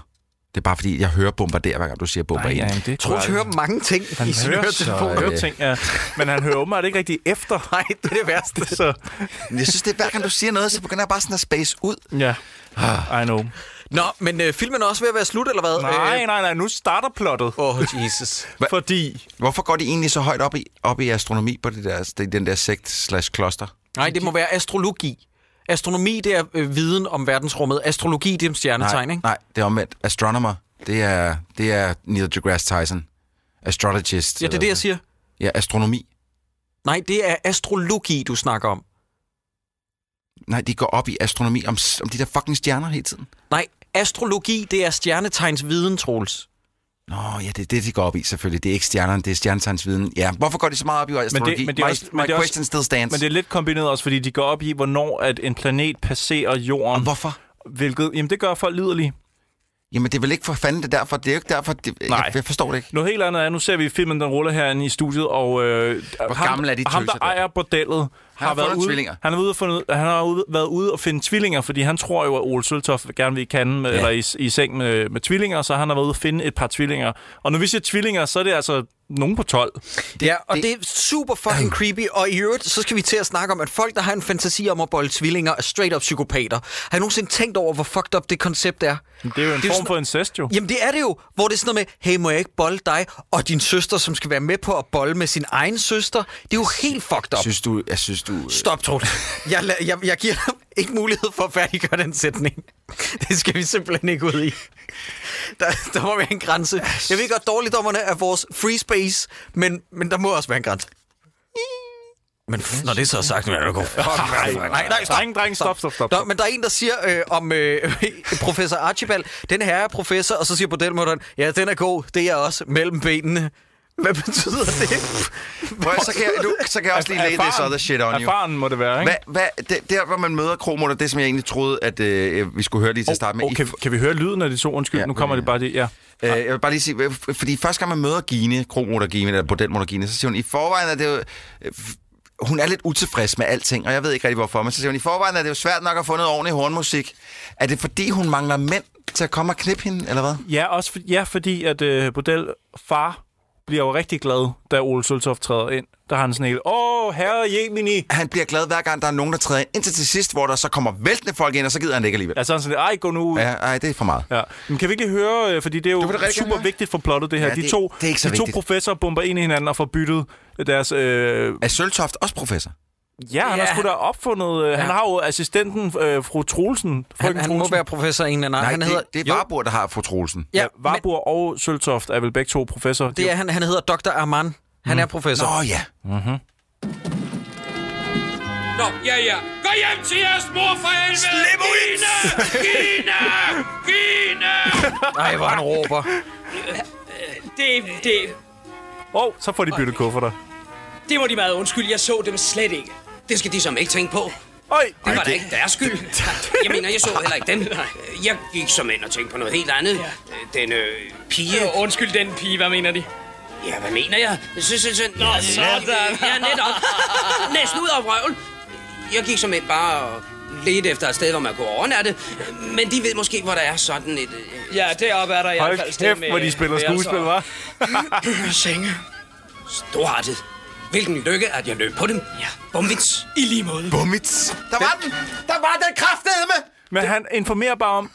Det er bare fordi, jeg hører bombarder, hver gang du siger bomber ind.
jamen, det
Troels hører mange ting i sin
hører øh,
høretelefon.
Han hører ting, ja. Men han hører åbenbart ikke rigtig efter.
Nej, det er det værste.
Så,
Men Jeg synes, det er hver gang du siger noget, så begynder jeg bare sådan at space ud.
ja. I know.
Nå, men øh, filmen er også ved at være slut, eller hvad?
Nej, nej, nej. Nu starter plottet.
Åh, oh, Jesus.
Hva-
Fordi...
Hvorfor går de egentlig så højt op i, op i astronomi på det der, det- den der sekt slash kloster?
Nej, det må være astrologi. Astronomi, det er øh, viden om verdensrummet. Astrologi, det er stjernetegn, ikke?
nej, det er omvendt. Astronomer, det er, det er Neil deGrasse Tyson. Astrologist.
Ja, det er det, jeg siger.
Ja, astronomi.
Nej, det er astrologi, du snakker om.
Nej, de går op i astronomi om, s- om de der fucking stjerner hele tiden.
Nej, astrologi, det er stjernetegns viden, Troels.
Nå, ja, det er det, de går op i selvfølgelig. Det er ikke stjernerne, det er stjernetegns viden. Ja, hvorfor går de så meget op i astrologi?
men det er
my,
også-
my
men det er også-
question still stands.
Men det er lidt kombineret også, fordi de går op i, hvornår at en planet passerer jorden.
Og hvorfor?
Hvilket, jamen det gør folk liderlige.
Jamen, det er vel ikke for fanden det er derfor. Det er jo ikke derfor. Det,
Nej.
Jeg, jeg forstår det ikke.
Noget helt andet er, nu ser vi filmen, den ruller herinde i studiet, og øh, Hvor
gammel er de
ham, der
tøser der?
ejer bordellet, han
har fundet tvillinger.
Han, er ude og fundet, han har ude, været ude og finde tvillinger, fordi han tror jo, at Ole Søltoft gerne vil i kanden med, ja. eller i, i seng med, med tvillinger, så han har været ude og finde et par tvillinger. Og når vi siger tvillinger, så er det altså nogen på 12.
Det, ja, og det, det er super
Øhm.
fucking creepy. Og i øvrigt, så skal vi til at snakke om, at folk, der har en fantasi om at bolde tvillinger, er straight up psykopater. Har I nogensinde tænkt over, hvor fucked up det koncept er?
Det er jo en
jo
form
sådan-
for incest, jo.
Jamen det er det jo, hvor det er sådan noget med, hey, må jeg ikke bolle dig og din søster, som skal være med på at bolle med sin egen søster? Det er jo helt fucked up.
Jeg synes, du... Jeg synes, du
Stop, Troels. Jeg, la- jeg, jeg giver dem ikke mulighed for at færdiggøre den sætning. Det skal vi simpelthen ikke ud i. Der, der må være en grænse. Jeg ved godt, dårligdommerne er vores free space, men, men der må også være en grænse. Men f- når det er så er sagt, men er det god. Nej, nej, nej, stop.
Dreng, dreng, stop, stop, stop.
Nå,
stop.
men der er en, der siger øh, om øh, (laughs) professor Archibald, den her er professor, og så siger bordelmutteren, ja, den er god, det er jeg også, mellem benene. Hvad betyder det?
Prøv, at- så, kan jeg, du, så kan jeg også lige lægge this other shit on you.
Erfaren må det være, ikke?
Hvad, hvad, det, der, hvor man møder kromutter, det som jeg egentlig troede, at øh, vi skulle høre lige til at starte med.
Oh, kan, kan vi høre lyden af de to? Undskyld, ja, nu kommer det bare det. Ja.
Øh,
Ah.
jeg vil bare lige sige, øh, fordi første gang man møder Gine, kromutter Gine, eller bordelmutter Gine, så siger hun, i forvejen er det jo... øh, f- Hun er lidt utilfreds med alting, og jeg ved ikke rigtig hvorfor, men så siger hun, i forvejen er det jo svært nok at få noget ordentlig hornmusik. Er det fordi, hun mangler mænd til at komme og knippe hende, eller hvad?
Ja, også for, ja, fordi at øh, Bordel far bliver jo rigtig glad, da Ole Søltoft træder ind. Der har han sådan helt, åh, herre Jemini.
Han bliver glad hver gang, der er nogen, der træder ind, indtil til sidst, hvor der så kommer væltende folk ind, og så gider han det ikke alligevel.
Ja, så er Altså, han sådan, ej, gå nu ud.
Ja, ej, det er for meget.
Ja. Men kan vi ikke lige høre, øh, fordi det er jo
vil jeg da
det
rigtig gerne
super
høre.
vigtigt for plottet, det her.
Ja,
de
det-
to,
det er ikke så
de to
vigtigt.
professorer bomber ind i hinanden og får byttet deres... Øh,
Er Søltoft også professor?
ja, han har sgu da opfundet... Øh, ja. Han har jo assistenten, øh, fru Troelsen.
Han, han må være professor af en eller anden. art.
Nej,
han
det,
hedder,
det
Jo,
er Varbur, der har fru Troelsen.
ja,
Ja, Varbur og Søltoft er vel begge to professorer.
men det er han. Han hedder Dr. Arman. Han er professor.
Nå ja.
Nå, ja, ja. Gå hjem til jeres mor for helvede! Slip ud! Gina! Gina!
Nej, hvor han råber.
Det, det,
Og så får de byttet kufferter.
det må de meget undskylde. Jeg så dem slet ikke.
Det skal de som ikke tænke på.
Øj,
Det var da ikke deres (laughs) skyld. Jeg mener, jeg så heller (laughs) ikke dem. Jeg gik som ind og tænkte på noget helt andet. Den øh, pige...
Øh, Undskyld den pige, hvad mener de?
Ja, hvad mener jeg? Så, så, så, Nå,
sådan.
Ja, (laughs) netop. Næsten ud af røven. Jeg gik som ind bare og ledte efter et sted, hvor man kunne overnatte. Men de ved måske, hvor der er sådan et... øh,
Ja, deroppe er der i hvert fald
Hold kæft, hvor de spiller skuespil, hva'?
Senge.
Storartet. Hvilken lykke, at jeg løb på dem. Ja. Bumvits.
I lige måde.
Bummits. Der var den! Der var den kraftedeme!
Men han informerer bare om...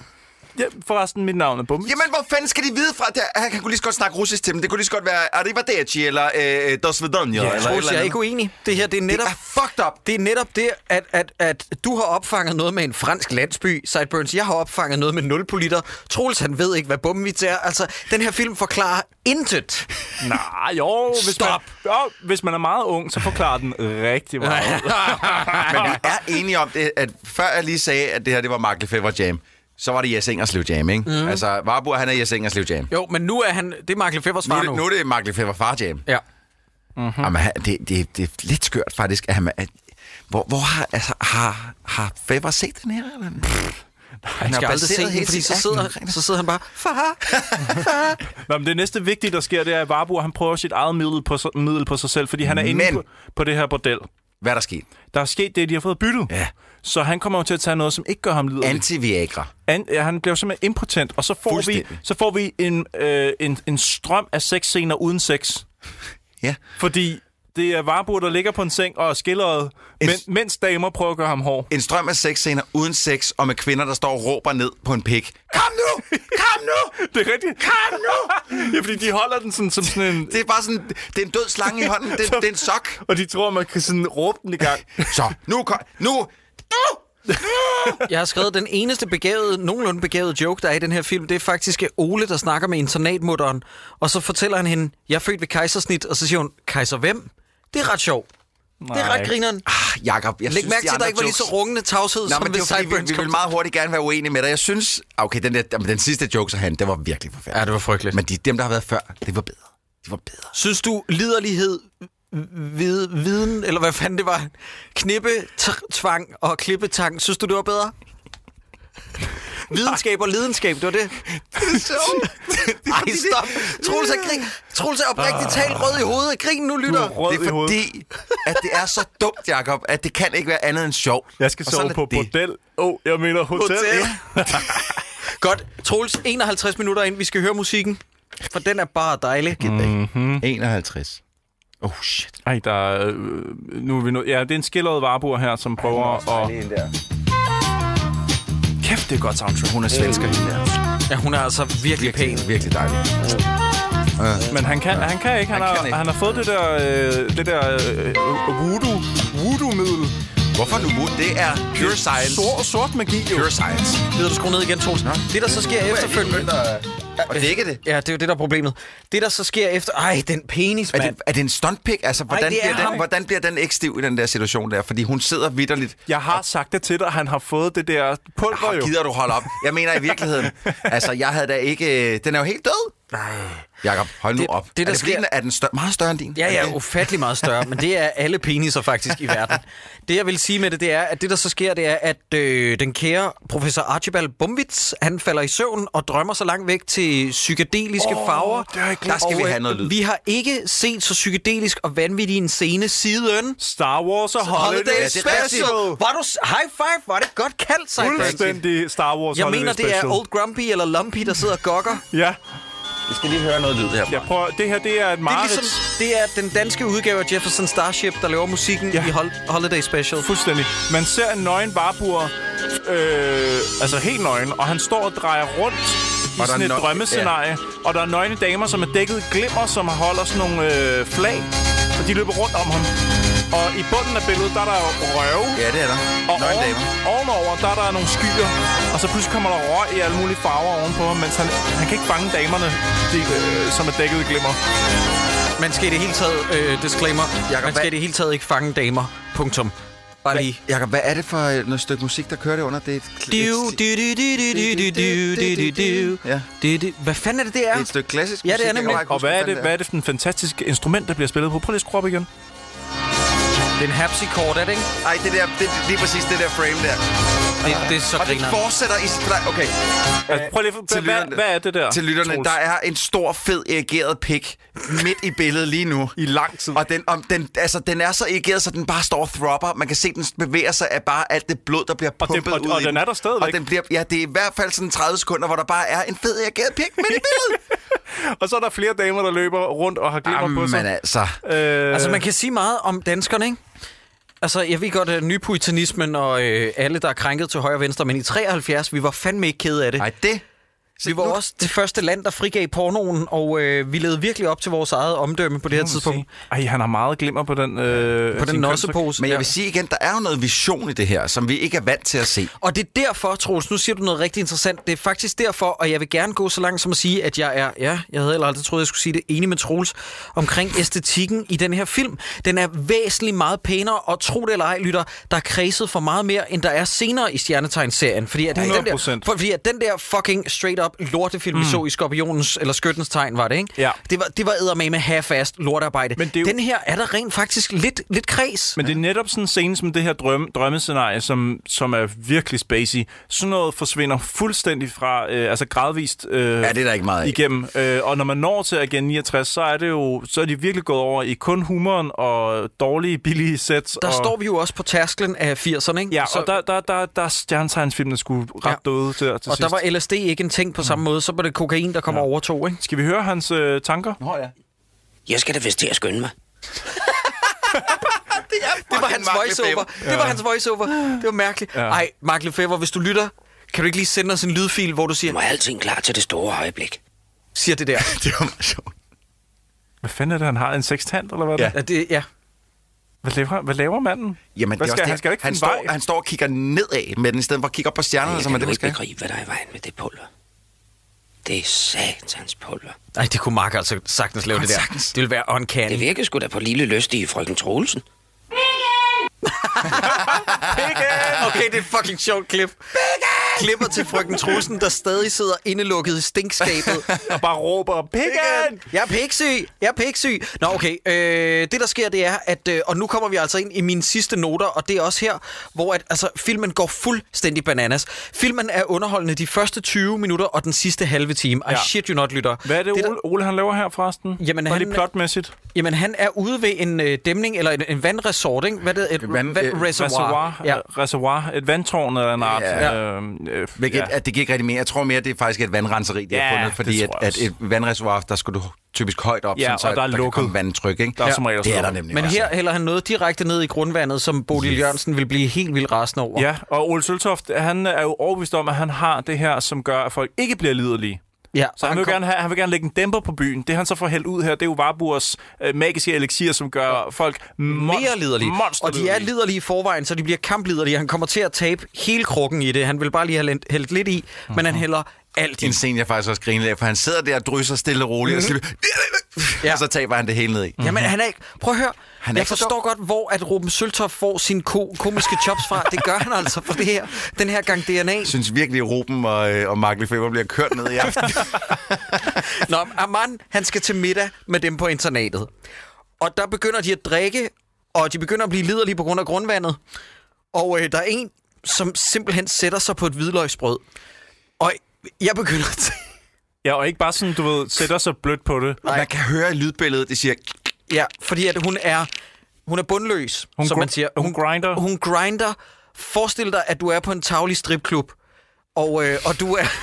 Ja, forresten, mit navn er Bum.
Jamen, hvor fanden skal de vide fra det? Han kan kunne lige så godt snakke russisk til dem. Det kunne lige så godt være Arrivederci eller øh, Dos Vedonja. Ja, eller, et
Troels,
eller
jeg er
andet.
ikke uenig. Det her, det er netop...
Det er fucked up.
Det er netop det, at, at, at du har opfanget noget med en fransk landsby, Sideburns. Jeg har opfanget noget med nulpolitter. Troels, han ved ikke, hvad bumvits er. Altså, den her film forklarer intet.
Nej, jo, hvis
Stop.
Man, jo, hvis man er meget ung, så forklarer den rigtig meget.
(laughs) Men vi er enige om det, at før jeg lige sagde, at det her det var Mark Lefebvre Jam, så var det Jes Ingerslev Jam, ikke? Mm. Altså, Varbur, han er Jes Ingerslev Jam.
Mhm. Jo, men nu er han... Det er Mark Lefebvre's
Nu
far
er,
nu. Mhm.
det, nu er det Mark Lefebvre Far Jam.
Ja.
Mm. Jamen, han- det, det, det er lidt skørt faktisk, at han... At, hvor, hvor har, altså, har, har Feber set den her? Eller?
Han skal
har
aldrig
baseret
se den,
hele
fordi
sin
så
acting
sidder,
omkring det.
så sidder han bare... Far!
Nå, men det næste vigtige, der sker, det er, at Varbo, han prøver sit eget middel på, sig- middel på sig selv, fordi han er inde
Men-
på, på, det her bordel.
Hvad er der sket?
Der er sket det, de har fået byttet.
Ja.
Så han kommer jo til at tage noget, som ikke gør ham liderlig.
Anti-Viagra.
An, ja, han bliver simpelthen impotent, og så får vi,
Fuldstændig.
så får vi en, øh, en, en strøm af sexscener uden sex.
Ja.
Fordi det er Varbo, der ligger på en seng og er skildret, men, mens damer prøver at gøre ham hård.
En strøm af sexscener uden sex, og med kvinder, der står og råber ned på en pik. Kom nu! Kom nu!
(laughs) Det er rigtigt.
Kom nu!
(laughs) ja, fordi de holder den sådan, som sådan en...
Det er bare sådan, det er en død slange i hånden. Det,
(laughs)
det er en sok.
Og de tror, man kan sådan råbe den i
(laughs)
gang.
Så, nu kom, nu! Nu!
Jeg har skrevet, den eneste begavede, nogenlunde begavede joke, der er i den her film, det er faktisk Ole, der snakker med internatmutteren. Og så fortæller han hende, jeg er født ved kejsersnit, og så siger hun, kejser hvem? Det er ret sjovt. Nej. Det er ret grineren.
Ah, Jacob, jeg
Læg
synes,
mærke til,
de
at der
andre
ikke var lige
jokes-
så rungende tavshed,
Nå,
som
men
ved
det er jo fordi,
Sideburns.
vi, vi vil meget hurtigt gerne være uenige med dig. Jeg synes, okay, den, der, jamen, den sidste joke, så han, det var virkelig forfærdeligt.
det var frygteligt.
Men de, dem, der har været før, det var bedre. Det var bedre.
Synes du, liderlighed, vid, viden, eller hvad fanden det var, knippe, tr- tvang og klippetang, synes du, det var bedre? Videnskab og lidenskab, det var det. Ej, stop. Troels er, grin. Troels er oprigtigt talt rød i hovedet. Grin nu, lytter.
Rød
det
i
er
hovedet.
fordi, at det er så dumt, Jacob, at det kan ikke være andet end sjov.
Jeg skal
Og sådan
sove
er
på
det.
bordel. Åh, oh, jeg mener hotel.
Hotel. Godt. Troels, 51 minutter ind. Vi skal høre musikken. For den er bare dejlig.
Mm-hmm. 51. Oh, shit.
Ej, der er, øh, nu er vi nu, ja, det er en skildret varbur her, som prøver at... Kæft, det er et godt soundtrack.
Hun er svensker, hende der.
Ja, hun er altså virkelig pæn.
Virkelig, virkelig dejlig.
Men han kan, han kan ikke. Han,
Han
har,
kan ikke.
han har fået det der, øh, det der øh, voodoo, voodoo-middel.
Hvorfor nu? Det er pure science.
Sort, sort magi, jo.
Pure science.
Gider du skrue ned igen, Troels? Det, der så sker efterfølgende...
Og dække det.
Ja, det er jo det, der er problemet. Det, der så sker efter... Ej, den penis,
Er
mand.
det, er det en stuntpik? Altså, hvordan,
det er
bliver
ham.
den, hvordan bliver den ikke stiv i den der situation der? Fordi hun sidder vidderligt.
Jeg har sagt det til dig, han har fået det der pulver,
Hvor
jo.
(laughs)
gider du holde op? Jeg mener i virkeligheden. altså, jeg havde da ikke... øh, Den er jo helt død.
Nej.
Jakob, hold nu
Det-
op.
det, der
er, det fordi,
sker-
den er den større, meget større end din?
Ja,
Er
ja,
det det?
ufattelig meget større, men det er alle peniser faktisk i
(laughs)
verden. Det, jeg vil sige med det, det er, at det, der så sker, det er, at øh, den kære professor Archibald Bomwitz, han falder i søvn og drømmer så langt væk til psykedeliske
Åh,
oh, farver.
det har jeg glemt. Der skal vi
øh,
have noget lyd.
Vi har ikke set så psykedelisk og vanvittig en scene siden...
Star Wars og
Holiday
Holiday
ja, Special.
Special.
Var du... s- High five, var det godt kaldt, Cypher.
Fuldstændig Star Wars
Jeg
Holiday
mener, det er
Special.
Old Grumpy eller Lumpy, der sidder og gokker.
Ja.
Vi skal lige høre noget lyd her.
Jeg prøver, det her det er et
Det er,
mareridt.
ligesom, det er den danske udgave af Jefferson Starship, der laver musikken ja. i Hol- Holiday Special.
Fuldstændig. Man ser en nøgen barbuer, øh, altså helt nøgen, og han står og drejer rundt i
Og der
sådan
er
et
nø-
drømmescenarie. Ja. Og der er nøgne damer, som er dækket i glimmer, som holder sådan nogle øh, flag, og de løber rundt om ham. Og i bunden af billedet, der er der jo røve.
Ja, det er der.
Og
Nøgne
oven,
damer.
ovenover, der er der nogle skyer. Og så pludselig kommer der røg i alle mulige farver ovenpå ham, mens han, han kan ikke fange damerne, de, øh, som er dækket i glimmer.
Man skal i det hele taget, øh, disclaimer, Jacob, man skal i det hele taget ikke fange damer. Punktum. Bare lige.
Jakob, hvad er det for et noget stykke musik, der kører det under? Det er et, kl-
Du,
et,
du, du, du, du, du, du, du, du, du, du.
Ja.
Det, det, hvad fanden er det, det er?
et stykke klassisk
Ja, det
musik,
er
jeg kan
nemlig.
bare ikke
Og
huske,
hvad er det,
fanden
hvad er det for en fantastisk instrument, der bliver spillet på? Prøv lige at skrue op igen.
Det er en harpsichord, er det ikke?
Ej, det der, det, lige præcis det der frame der.
Det, det er så
Ah. Og det
griner.
fortsætter i... nej, Okay.
Altså, prøv lige, hvad, hvad, hvad er det der?
Til lytterne,
Troels?
der er en stor, fed erigeret pik midt i billedet lige nu.
I lang tid.
Og den, om, den, altså, den er så erigeret, så den bare står og thropper. Man kan se, den bevæger sig af bare alt det blod, der bliver
Og den-
pumpet
og-
ud
og
i
den er der stadigvæk.
Og den bliver, ja, det er i hvert fald sådan 30 sekunder, hvor der bare er en fed erigeret pik midt i
(laughs)
billedet.
Og så er der flere damer, der løber rundt og har glimmer på sig.
Jamen altså.
Øh,
Altså, man kan sige meget om danskerne, ikke? Altså, jeg ved godt, at nypuritanismen og øh, alle, der er krænket til højre og venstre, men i 73, vi var fandme ikke kede af det.
Nej, det...
Vi var
nu-
også det første land, der frigav pornoen, og øh, vi levede virkelig op til vores eget omdømme på det her tidspunkt.
Ej, han har meget glimmer på den... Øh,
På
sin
den
køns-
nossepose.
Men jeg
Ja.
vil sige igen, der er jo noget vision i det her, som vi ikke er vant til at
(laughs)
se.
Og det er derfor, Troels, nu siger du noget rigtig interessant. Det er faktisk derfor, og jeg vil gerne gå så langt som at sige, at jeg er, ja, jeg havde heller aldrig troet, jeg skulle sige det, enig med Troels, omkring æstetikken i den her film. Den er væsentligt meget pænere, og tro det eller ej, lytter, der er kredset for meget mere, end der er senere i Stjernetegn-serien. Fordi at den der,
100%.
for, fordi at den der fucking straight-up lortefilm, mm. vi så i Skorpionens, eller Skyttens Tegn, var det, ikke?
Ja.
Det var, det var eddermame half-assed lortarbejde.
Men det er jo-
Den her er der rent faktisk lidt, lidt kreds.
Men det er netop sådan en scene som det her drøm, drømmescenarie, som, som er virkelig spacey. Sådan noget forsvinder fuldstændig fra, øh, altså gradvist øh, ja,
det er der ikke meget af.
igennem. Øh, og når man når til Agent 69, så er det jo, så er de virkelig gået over i kun humoren og dårlige, billige sets.
Der
og,
står vi jo også på tærsklen af 80'erne, ikke?
Ja, så... og der, der, der, der er stjernetegnsfilmene skulle ret
Ja.
ja. døde til, til sidst.
Og der var LSD ikke en ting på samme måde, så var det kokain, der kom Mm. ja. over to, ikke?
Skal vi høre hans øh, tanker?
Nå ja.
Jeg skal da vist til at skynde mig.
Det var hans
Mark
voiceover. Det var hans voiceover. Det var mærkeligt. Ja. Ej, Mark Lefebvre, hvis du lytter, kan du ikke lige sende os en lydfil, hvor du
Du
siger,
må alting klar til det store øjeblik.
siger det der?
Det var meget sjovt.
Hvad fanden er det, han har? En sextant, eller hvad er det?
Ja, det, ja.
Hvad laver, hvad laver manden?
Jamen,
hvad
det er
skal,
også det.
han skal jo ikke
han,
finde
står,
vej.
han står og kigger nedad med den, i stedet for at kigge op på stjernerne,
Jeg
som er
kan nu
det, man
ikke
skal.
begribe, hvad der er i vejen med det pulver. Det er satans pulver.
Ej, det kunne Mark altså sagtens lave det der. Det ville være
Det
uncanny.
virker sgu da på lille lystige frøken Troelsen.
(laughs)
(laughs) Okay, det er et fucking sjovt klip. Klipper til frøken Trusen, der stadig sidder indelukket i stinkskabet. (laughs)
og bare råber, Pikken!
Jeg er piksyg! Jeg er piksyg! Nå, okay. Øh, det, der sker, det er, at... Øh, og nu kommer vi altså ind i mine sidste noter, og det er også her, hvor at, altså, filmen går fuldstændig bananas. Filmen er underholdende de første 20 minutter og den sidste halve time. I
Ja.
shit you not, lytter.
Hvad er det,
der-
Ole, Ole han laver her, forresten?
Jamen,
Bare
han-
lige plotmæssigt.
Jamen, han er ude ved en øh, dæmning, eller en, en vandresort, ikke? Hvad er det? Et
Vand-
vand,
øh,
vand, reservoir.
Reservoir.
Ja.
Ja. reservoir. Et vandtårn eller en art.
Ja.
Øh, øh,
Hvilket, ja. at det gik rigtig mere. Jeg tror mere, det er faktisk et vandrenseri, de ja, har
Ja,
fundet, fordi
det
at,
tror jeg
at et vandreservoir, der skulle du typisk højt op,
Ja,
sådan, så
og der er
at kan
lukket.
komme vandtryk. Ikke?
Der er som regel også
det er der
lukket.
nemlig
Men
også.
her hælder han noget direkte ned i grundvandet, som Bodil Jørgensen vil blive helt vildt rasende over.
Ja, og Ole Søltoft, han er jo overbevist om, at han har det her, som gør, at folk ikke bliver liderlige.
ja
Så han, han, vil jo
kom-
gerne have, han vil gerne lægge en dæmper på byen. Det han så får hældt ud her, det er jo Warburgs øh, magiske elixir, som gør folk mon-
mere liderlige. Og de er liderlige i forvejen, så de bliver kampliderlige. Han kommer til at tabe hele krukken i det. Han vil bare lige have lent- hældt lidt i, mm-hmm. men han hælder alt i.
Mhm. En scene, jeg faktisk også griner af, for han sidder der og drysser stille og roligt, mm-hmm. og, så, ja.
Ja.
og så taber han det hele ned i.
Jamen, han er ikke... Prøv at høre.
Han
Han
er
jeg
ikke så
forstår
dum.
godt, hvor at Ruben Søltoft får sine ko- komiske chops fra. Det gør han altså for det her. Den her gang DNA.
(laughs) Jeg synes virkelig, at Ruben og, øh, og Mark Lefebvre bliver kørt ned i aften.
Nå, Armand, han skal til middag med dem på internatet. Og der begynder de at drikke, og de begynder at blive liderlige på grund af grundvandet. Og øh, der er en, som simpelthen sætter sig på et hvidløgsbrød. Og jeg begynder at tænke,
Ja, og ikke bare sådan, du ved, sætter sig blødt på det.
Nej. Man
kan høre i lydbilledet, det siger...
Ja, fordi at hun er, hun er bundløs, hun som man siger. Hun, hun grinder. Hun grinder. Forestil dig, at du er på en taglig stripklub, og, øh, og du er... (laughs)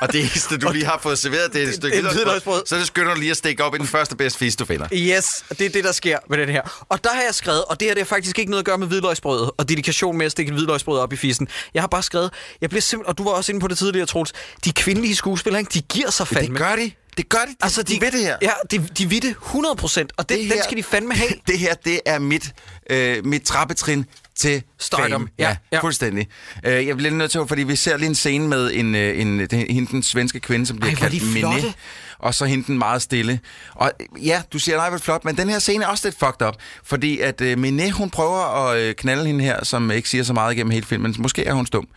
Og det eneste, du lige har fået serveret, det er et stykke
det er et
hvidløgsbrød. Så det skynder du lige at stikke op i den første bedste fisk, du finder.
Yes, det er det, der sker med den her. Og der har jeg skrevet, og det her det har faktisk ikke noget at gøre med hvidløgsbrødet og dedikation med at stikke et hvidløgsbrød op i fisen. Jeg har bare skrevet, jeg bliver simpelthen, og du var også inde på det tidligere, Troels, de kvindelige skuespillere, ikke? de giver sig fandme.
gør de. Det gør de. de altså, de, de ved det her.
Ja, de, de ved det 100 procent, og det, det her, den skal de fandme have.
(laughs) Det her, det er mit, øh, mit trappetrin til
Stardom.
fame.
Ja,
Ja, ja, fuldstændig. Øh, jeg bliver lidt nødt til, at- fordi vi ser lige en scene med en, øh, en, den, hende, den svenske kvinde, som bliver
Ej, hvor er
kaldt
de flotte.
Miné, og så hende den meget stille. Og øh, ja, du siger, nej, hvor flot, men den her scene er også lidt fucked up, fordi at øh, Miné, hun prøver at øh, knalde hende her, som ikke siger så meget igennem hele filmen. Måske er hun stum.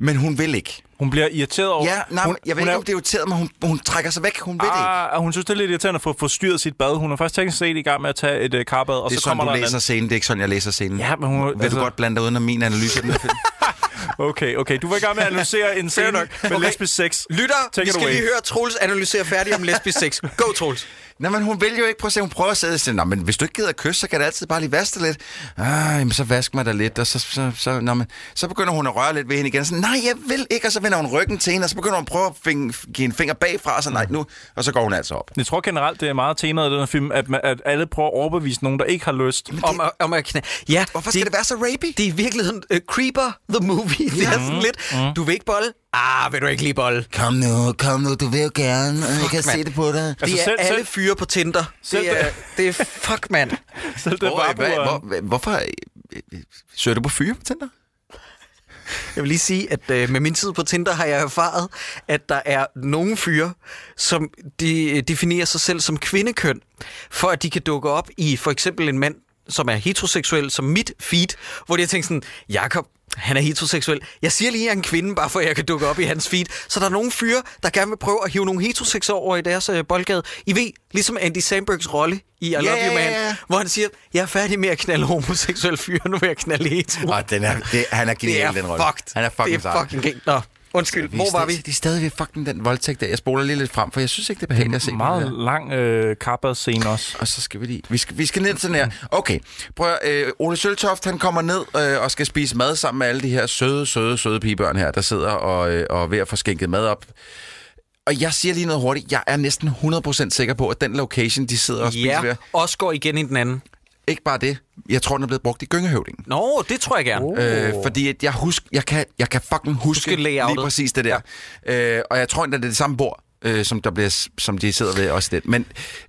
Men hun vil ikke.
Hun bliver irriteret over...
Ja, nej, hun, jeg ved
hun
ikke,
er-
om det er irriteret, men hun, hun trækker sig væk. Hun vil det ikke.
Ah, og hun synes, det er lidt irriterende at få forstyrret sit bad. Hun er først teknisk set i gang med at tage et uh, karbad, og
det er
så
sådan,
kommer
du
der en
læser
anden.
scenen. Det er ikke sådan, jeg læser scenen.
Ja, men hun-
Vil
altså-
du godt blande dig uden om min analyse af den her
(laughs)
film?
Okay, okay. Du var i gang med at
(laughs)
analysere en scene
nok.
med
Okay.
lesbisk sex.
Lytter,
Take
vi
it
skal
away.
lige høre Troels analysere færdig om lesbisk sex. Go, Troels.
Nej, men hun vil jo ikke. Prøv at se, hun prøver at sidde og sige, "Nå, men hvis du ikke gider at kysse, så kan det altid bare lige vaske dig lidt. Ah, jamen, så vask mig da lidt, og så, så, så, nå, men, så begynder hun at røre lidt ved hende igen. Så, nej, jeg vil ikke, og så vender hun ryggen til hende, og så begynder hun at prøve at fing, give en finger bagfra, og så nej, nu, og så går hun altså op.
Jeg tror generelt, det er meget temaet i den her film, at, man, at alle prøver at overbevise nogen, der ikke har lyst. Jamen,
(laughs) Om, at- om at knæ... Ja,
Hvorfor skal det, være så rapey?
Det er i virkeligheden uh, Creeper the Movie. (laughs) Det er
Mm.
sådan lidt, du vil ikke bolle? Ah, vil du ikke lige bolle?
Altså,
Kom nu, kom nu, du vil jo gerne, og jeg kan
mand.
se det på dig.
Det er
selv-
alle
selv-
fyre på Tinder.
selv
Det er,
det-
det er fuck, mand.
(laughs) Selv det
Hvor,
bare
hvad, hvor, hvad- hvorfor øh, øh, søger du på fyre på Tinder?
Jeg vil lige sige, at øh, med min tid på Tinder har jeg erfaret, at der er nogle fyre, som de øh, definerer sig selv som kvindekøn, for at de kan dukke op i for eksempel en mand, som er heteroseksuel, som mit feed, hvor de har tænkt sådan, Jakob, han er heteroseksuel. Jeg siger lige, at jeg er en kvinde, bare for at jeg kan dukke op i hans feed. Så der er nogle fyre, der gerne vil prøve at hive nogle heteroseksuelle over i deres øh, boldgade. I ved, ligesom Andy Sambergs rolle i I Love
ja,
You Man,
ja, ja.
hvor han siger, jeg er færdig med at knalde homoseksuelle fyre, nu vil jeg knalde hetero.
Ah, den er, det, han er genial,
det er
den rolle.
Fucked.
Han er fucking
Det
sej.
er fucking galt. Nå, undskyld. Hvor var vi?
Det er stadig ved fucking den voldtægt der. Jeg spoler lige lidt frem, for jeg synes ikke, det er behageligt at se. det
meget
der.
lang øh, karbadscene også.
Og så skal vi lige... Vi skal, vi skal ned til den her. Okay, prøv at, øh, Ole Søltoft, han kommer ned øh, og skal spise mad sammen med alle de her søde, søde, søde pigebørn her, der sidder og, øh, og er ved at få skænket mad op. Og jeg siger lige noget hurtigt. Jeg er næsten 100% sikker på, at den location, de sidder og spiser
Ja,
ved,
også går igen i den anden.
ikke bare det. Jeg tror, den er blevet brugt i Gyngehøvdingen.
Nå, det tror jeg gerne. Oh.
Øh, fordi at jeg, husk, jeg, kan, jeg kan fucking huske
skal layoutet.
lige præcis det der. Ja. Øh, og jeg tror endda, det er det samme bord, øh, som, der bliver, s- som de sidder ved også i den. Men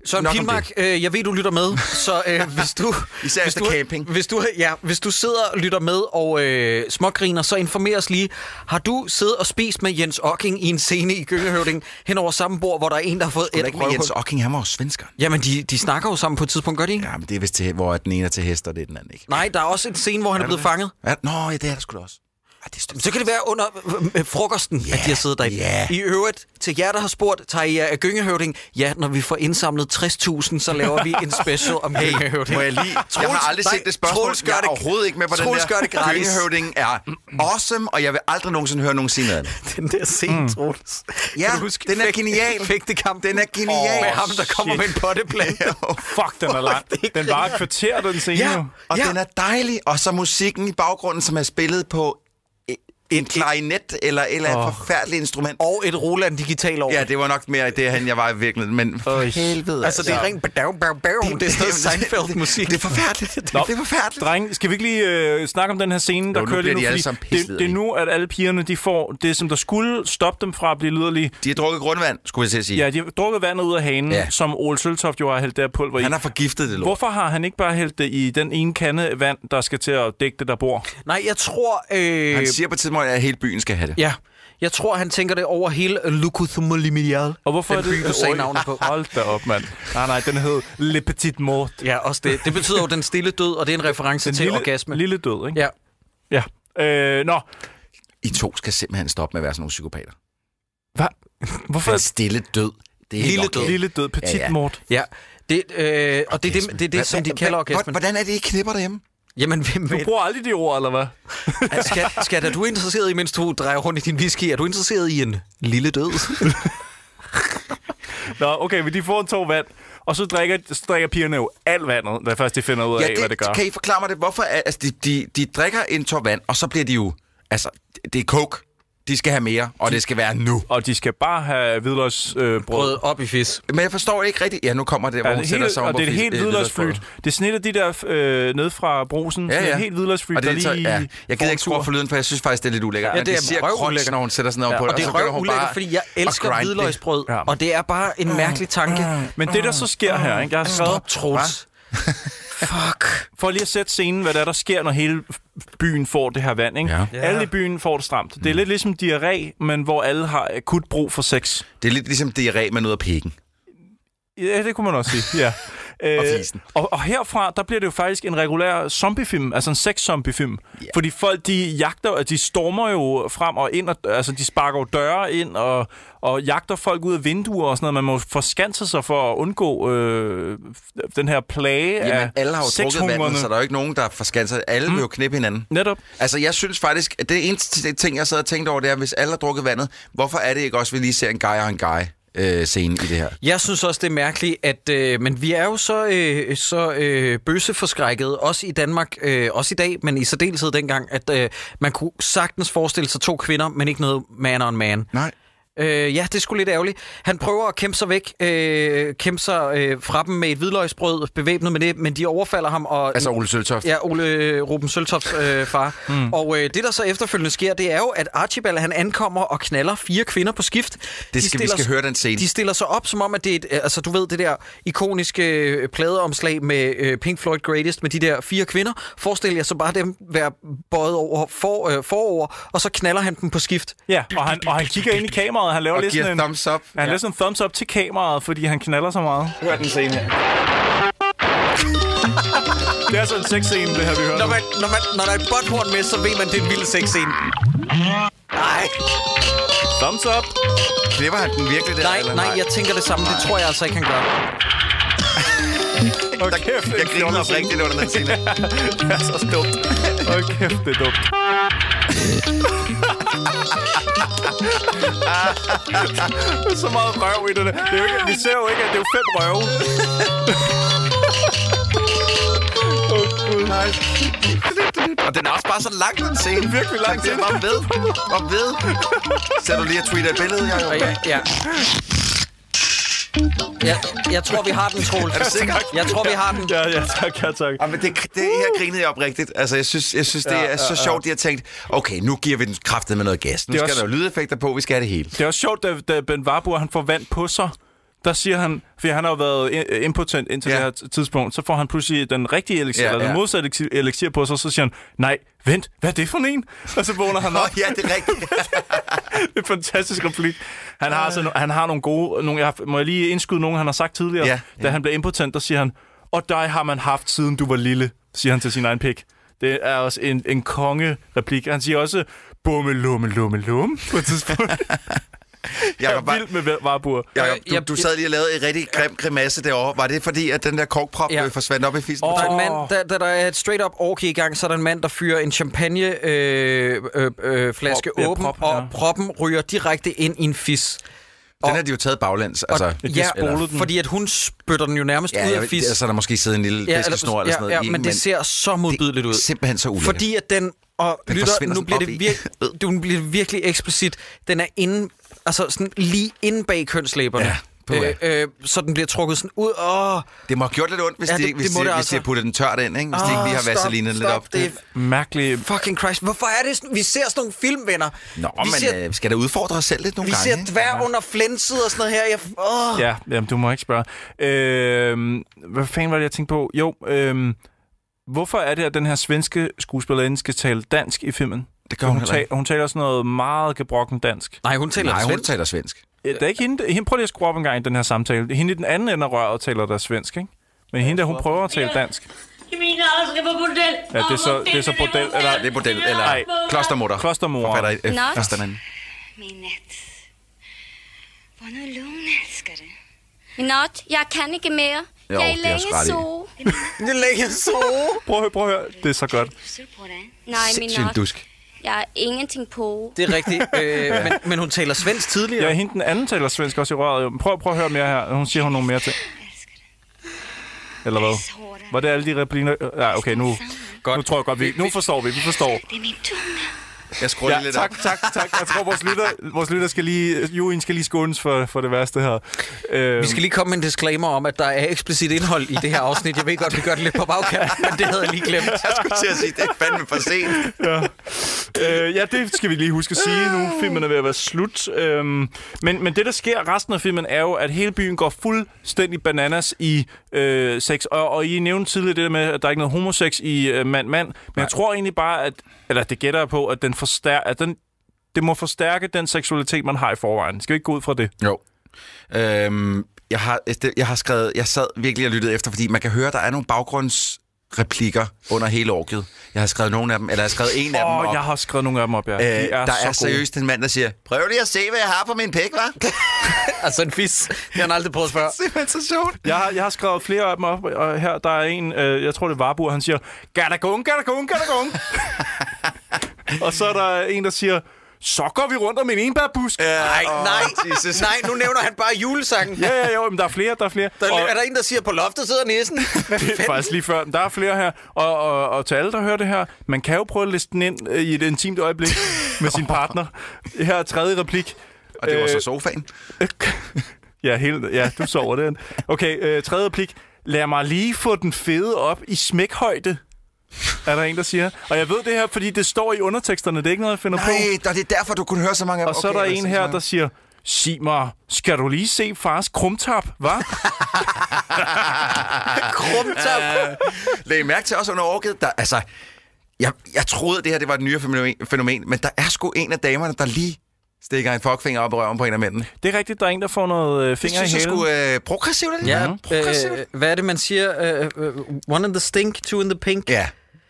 Søren
nok om
Pilmark,
det.
øh, jeg ved, du lytter
(laughs)
med, så øh, hvis du...
Især
hvis
efter
du,
camping.
Hvis du, ja, hvis du sidder og lytter med og øh, smågriner, så informer os lige. Har du siddet og spist med Jens Ocking i en scene i Gyngehøvding hen over samme bord, hvor der er en, der har fået
Det
et
er ikke med Jens Ocking, han var jo svensker.
Jamen, de, de snakker jo sammen på et tidspunkt, gør de ikke?
Ja, men det er vist til, hvor den ene er til hest, og det er den anden ikke.
Nej, der er også en scene, hvor han er, blevet fanget.
Ja, nå, ja, det er der sgu da også. Ej, det er stort.
Så kan det være under øh, øh, frokosten, yeah, at de har siddet derinde.
ja.
I øvrigt, til jer, der har spurgt, tager I af gyngehøvding? Ja, når vi får indsamlet 60.000, så laver vi en special
(laughs)
om hey, gyngehøvding.
Må jeg
(laughs)
lige... jeg har aldrig set det spørgsmål.
Troels gør
jeg er
det,
overhovedet ikke med, hvordan
Troels
der
gør det gratis. Mm.
Køngehøvding er awesome, og jeg vil aldrig nogensinde høre nogen sige noget
(laughs)
andet.
Den der scene, mm. Troels.
Ja,
Kan du huske
den er
fægt-
genial.
Fægtekamp.
Den er genial.
Med ham, der kommer
shit.
med en
(laughs)
potteplante.
Fuck, den er lang. Den var et kvarter, den scene.
Ja.
jo.
Og
Ja.
ja. den er dejlig, og så musikken i baggrunden, som er spillet på e- en klarinet eller et eller andet oh. forfærdeligt instrument.
Og et Roland digital over.
Ja, det var nok mere det, han jeg var i virkeligheden, men for
Øj.
helvede.
Altså, det er rent... badav, badav, badav. Det er sådan noget Seinfeld-musik.
Det, det er forfærdeligt. Det,
Nå,
det er forfærdeligt.
Dreng, skal vi ikke lige øh, snakke om den her scene, der
nu
kører lige
bliver
nu?
de alle
fordi
sammen pisse
det, det er nu, at alle pigerne de får det, som der skulle stoppe dem fra at blive liderlige.
De har drukket grundvand, skulle jeg til at sige.
Ja, de har drukket vandet ud af hanen,
Ja.
ja. som Ole Søltoft jo har hældt der pulver i.
Han har forgiftet det lort.
Hvorfor har han ikke bare hældt det i den ene kande vand, der skal til at dække det, der bor?
Nej, jeg tror... Øh,
Han siger på et tidspunkt, at hele byen skal have det.
Ja, jeg tror, han tænker det over hele Lukuthumulimidial.
Og hvorfor
Den
er det...
by, du sagde
Oj,
navnet på.
Hold da op, mand. Nej, nej, den hed Le Petit Mort.
Ja, også det. Det betyder jo den stille død, og det er en reference
Den
til
lille,
orgasme.
lille død, ikke?
Ja.
Ja. Øh, nå,
I to skal simpelthen stoppe med at være sådan nogle psykopater.
Hva? hvorfor...
Den stille død.
Det er lille død.
Lille død, petit
ja, ja.
mort.
Ja, det, øh, og det, er det, det er det, som de kalder orgasmen.
Hvordan er det, I knipper derhjemme?
Jamen, hvem
Du bruger aldrig de ord, eller hvad?
Altså, skat, skat, er du interesseret i, mens du drejer rundt i din whisky, er du interesseret i en lille død?
Nå, okay, men de får en to vand, og så drikker, så drikker pigerne jo alt vandet, da først de finder ud af,
ja, det,
hvad det gør.
Kan I forklare mig det? Hvorfor er, altså, de, de, de drikker en tår vand, og så bliver de jo... Altså, det er coke. De skal have mere, og det skal være nu.
Og de skal bare have hvidløgsbrød. Øh, brød.
op i fis.
Men jeg forstår ikke rigtigt... Ja, nu kommer det, hvor
Ja,
ja,
det
hun
er
sætter
helt,
sig om
og
på
det er et
fis-
helt
øh,
hvidløgsflyt. Det snitter de der øh, ned fra brosen.
Ja,
Sådan
ja.
en helt hvidløgsflyt,
Og det er
der
lidt så,
lige...
ja. Jeg gider ikke score for lyden, for jeg synes faktisk, det er lidt ulækkert.
Ja,
Men
det er
de siger
røvulækkert.
krunch, når hun sætter sådan noget
Ja,
på
og det er
så begynder hun
røvulækkert,
bare
fordi jeg
at
elsker
grinde det.
hvidløgsbrød, og det er bare en mærkelig tanke.
Men det, der så sker her, ikke? Jeg har skrevet...
Stop, Troels. (laughs)
For lige at sætte scenen, hvad der, er, der sker, når hele byen får det her vand. Ikke? Ja. Alle i byen får det stramt.
Mm.
Det er lidt ligesom diarré, men hvor alle har akut brug for sex.
Det er lidt ligesom diarré med noget af pikken.
Ja, det kunne man også sige, ja.
(laughs) Og
Øh,
fisen.
og, og herfra, der bliver det jo faktisk en regulær zombiefilm, altså en sex-zombiefilm. Yeah. Fordi folk, de jagter, og de stormer jo frem og ind, og, altså de sparker jo døre ind og, og jagter folk ud af vinduer og sådan noget. Man må forskanse sig for at undgå øh, den her plage
Jamen,
af
alle har jo drukket
sexhungerne.
vandet, så der er jo ikke nogen, der forskanser. Alle mm. vil jo knippe hinanden.
Netop.
Altså, jeg synes faktisk, at det eneste ting, jeg sad og tænkte over, det er, hvis alle har drukket vandet, hvorfor er det ikke også, at vi lige ser en guy og en guy øh, scene i det her?
Jeg synes også, det er mærkeligt, at øh, men vi er jo så, øh, så øh, bøsseforskrækket, også i Danmark, øh, også i dag, men i særdeleshed dengang, at øh, man kunne sagtens forestille sig to kvinder, men ikke noget man on man.
Nej.
Øh, ja, det er sgu lidt ærgerligt. Han prøver at kæmpe sig væk, øh, kæmpe sig øh, fra dem med et hvidløgsbrød, bevæbnet med det, men de overfalder ham. Og,
Altså Ole Søltoft.
Ja, Ole øh, Ruben Søltofts øh, far. Mm. Og øh, det, der så efterfølgende sker, det er jo, at Archibald han ankommer og knaller fire kvinder på skift.
Det skal- vi
stiller
skal
s-
høre den scene.
De stiller sig op, som om, at det er et, øh, altså, du ved, det der ikoniske øh, pladeomslag med øh, Pink Floyd Greatest, med de der fire kvinder. Forestil jer så bare dem være bøjet over for, øh, forover, og så knaller han dem på skift.
Ja, og han, og han kigger ind i kameraet, han laver
Og
lidt
giver
sådan en...
thumbs up.
Han ja. laver sådan en thumbs up til kameraet, fordi han knaller så meget. Hør den scene her. det er altså en sexscene, det her, vi hører
Når,
nu.
man, når, man, når der er et botthorn med, så ved man, det er en vild sexscene. Nej,
Thumbs up.
Knipper han den virkelig der?
nej,
eller
nej, jeg tænker det samme. Det tror jeg altså ikke, han gør.
Hold kæft, det er
Jeg
en
griner
fjollet
op rigtigt
scene.
under den scene.
Det er så dumt. Hold kæft, det er (laughs) dumt. Der er så meget røv i det der. det er jo ikke, Vi ser jo ikke, at det er jo fem røve.
Og den er også bare så lang, den scene.
Virkelig lang
Det er
scene.
bare ved og ved. Så du lige at tweete et billede her?
Og ja, ja. Jeg, jeg tror, vi har den, Troels.
Er du sikker?
Jeg tror, vi har den.
Ja, ja, tak, ja, tak.
Ja, men det, det her grinede jeg op rigtigt. Altså, jeg synes, jeg synes det
Ja,
er
ja,
så
ja.
sjovt, at jeg tænkte, okay, nu giver vi den kraftet med noget gas. Nu
Det er
skal
også-
der jo lydeffekter på, vi skal have det hele.
Det er også sjovt, da, da Ben Warburg, han får vand på sig, der siger han, for han har jo været i- impotent indtil
Ja.
ja. det her t- tidspunkt, så får han pludselig den rigtige elixir,
Ja,
ja, eller
ja.
den modsatte elixir- elixir på sig, så siger han, nej, vent, hvad er det for en? Og så vågner han
Nå,
op.
ja, det er rigtigt.
(laughs) Det er en fantastisk replik. Han har, altså, no- han har nogle gode, nogle, jeg har, må jeg lige indskyde nogen, han har sagt tidligere,
Ja,
ja,
ja.
ja. da han blev impotent, der siger han, og dig har man haft, siden du var lille, siger han til sin egen pik. Det er også en, en konge-replik. Han siger også, bumme, lumme, lumme, lumme, på et tidspunkt.
(laughs) Jeg
Jeg
kan
er
bare...
vild med Warburg.
Jacob,
Jeg-
du, du sad lige og lavede en rigtig grim grimasse derovre. Var det fordi, at den der korkprop
Ja.
ja. forsvandt op i fisen?
Der
Oh.
er en mand, der, der, der er et straight-up orgie i gang, så er der en mand, der fyrer en champagne øh, øh, øh, flaske
Prop, ja,
åben,
prop, ja.
og proppen ryger direkte ind i en fis.
Den har de jo taget baglæns. Altså,
og,
de
ja,
spolede
eller,
den.
fordi at hun spytter den jo nærmest
ja,
ud
jeg,
af
ved-
fis.
altså, der måske sidder en lille ja, fiskesnor eller, sådan noget
ja,
i
ja,
den,
men det ser så modbydeligt ud.
simpelthen så ulækkert.
Fordi at den... Og
Den
den lytter,
forsvinder
nu
sådan
bliver,
op
det
i-
vir- du, nu bliver det virkelig eksplicit. Den er inde, altså sådan lige inde bag kønslæberne.
Ja, puha.
øh, øh, så den bliver trukket sådan ud. Åh,
Det må have gjort lidt ondt, hvis,
Ja,
ja, det,
det-
de, hvis,
det må
de,
det
hvis de har
altså.
puttet den tørt ind, ikke? Hvis de ikke lige har
stop,
vaselineret lidt
stop,
op.
Det er
Mærkelig.
fucking Christ. Hvorfor er det sådan? Vi ser sådan nogle film, venner.
Nå,
vi
men
ser,
øh, vi skal da udfordre os selv lidt nogle
vi
gange.
ser
ikke?
dværg under flænset og sådan noget her. Jeg, åh.
Ja, jamen, du må ikke spørge. Øhm, hvad fanden var det, jeg tænkte på? Jo, øhm, hvorfor er det, at den her svenske skuespillerinde skal tale dansk i filmen?
Det gør hun
hun,
heller ikke.
taler, hun taler sådan noget meget gebrokken dansk.
Nej, hun taler
Nej, hun
svensk.
taler svensk.
Ja, det er ikke hende, hende. Prøv lige at skrue op en gang i den her samtale. Hende i den anden ende af røret taler der svensk, ikke? Men hende der, hun prøver at tale dansk.
Mine også skal på bordel.
Ja, det er så, det er så bordel, eller...
Det er bordel, eller
Nej.
klostermutter.
Klostermor.
Forfatter, øh,
Nå.
klostermand.
Min nat. Var nu lugn, älskare.
Not, jeg kan ikke mere.
Jo,
jeg er
det er
længe
også ret i.
så.
Det
(laughs)
længe så.
prøv at høre, prøv at høre. Det er så godt.
Nej, min
Sindssygt
not.
dusk.
Jeg er ingenting på.
Det er rigtigt. Øh, men, men hun taler svensk tidligere.
Ja, hende den anden taler svensk også i røret. jo. Men Prøv, prøv at høre mere her. Hun siger hun nogle mere ting. Eller hvad? Var det alle de repliner? Ja, okay, nu, godt. nu tror jeg godt, vi... Nu forstår vi, vi forstår.
Det er min tunge.
Jeg skruer
ja,
lige lidt
tak,
op.
tak, tak. Jeg tror, vores lytter, vores lytter skal lige... Juryen skal lige skånes for, for det værste her. Øhm,
Vi skal lige komme med en disclaimer om, at der er eksplicit indhold i det her afsnit. Jeg ved godt, vi gør det lidt på bagkant, men det havde jeg lige glemt. Jeg
skulle til at sige, det er fandme for sent.
ja. Øh, ja, det skal vi lige huske at sige nu. Filmen er ved at være slut. Øhm, men, men det, der sker resten af filmen, er jo, at hele byen går fuldstændig bananas i øh, sex. Og, og I nævnte tidligere det der med, at der er ikke noget homosex i øh, mand-mand. Men Nej. jeg tror egentlig bare, at, eller det gætter jeg på, at, den forstær- at den, det må forstærke den seksualitet, man har i forvejen. Skal vi ikke gå ud fra det?
Jo. Øhm, jeg, har, det- jeg har skrevet, jeg sad virkelig og lyttede efter, fordi man kan høre, der er nogle baggrundsreplikker under hele orket. Jeg har skrevet nogle af dem, eller jeg har skrevet en af dem
Åh,
op.
jeg har skrevet nogle af dem op, ja. De
Øh,
er
der
så
er
gode.
seriøst en mand, der siger, prøv lige at se, hvad jeg har på min pæk, hva'?
altså en fis. Det har han aldrig prøvet at spørge.
Det er så sjovt.
Jeg har, jeg har skrevet flere af dem op, og her der er en, øh, jeg tror det er Varbur, han siger, Gadagung, Gadagung, Gadagung. og så er der en, der siger, så går vi rundt om en enbærbusk.
Nej, nej, nej, nu nævner han bare julesangen.
Ja, ja, jo, men der er flere, der er flere.
Der,
og,
er der en, der siger, på loftet sidder nissen? Hvad
(laughs) det er faktisk lige før. Men Der er flere her. Og, og, og til alle, der hører det her, man kan jo prøve at liste den ind øh, i et intimt øjeblik med sin partner. Her er tredje replik.
Og det var så
Øh,
sofaen.
Ja, hele, ja du sover den. Okay, øh, tredje replik. Lad mig lige få den fede op i smækhøjde, er der en, der siger. Og jeg ved det her, fordi det står i underteksterne. Det er ikke noget, jeg finder på.
Nej, der, det er derfor, du kunne høre så mange af
Og så er der en her, der siger, sig mig, skal du lige se fars krumtap,
(laughs)
hva'? Øh.
Krumtap.
Læg mærke til også under orket, der, altså, jeg, jeg troede, det her det var et nyere fænomen, fænomen, men der er sgu en af damerne, der lige stikker en fuckfinger op i røven på en af mændene.
Det er rigtigt, der er en, der får noget øh, finger i
synes jeg
hælen.
skulle øh, progressivt. er det?
Ja,
Mhm. progressivt.
øh, hvad er det, man siger? Øh, øh, one in the stink, two in the pink.
Ja,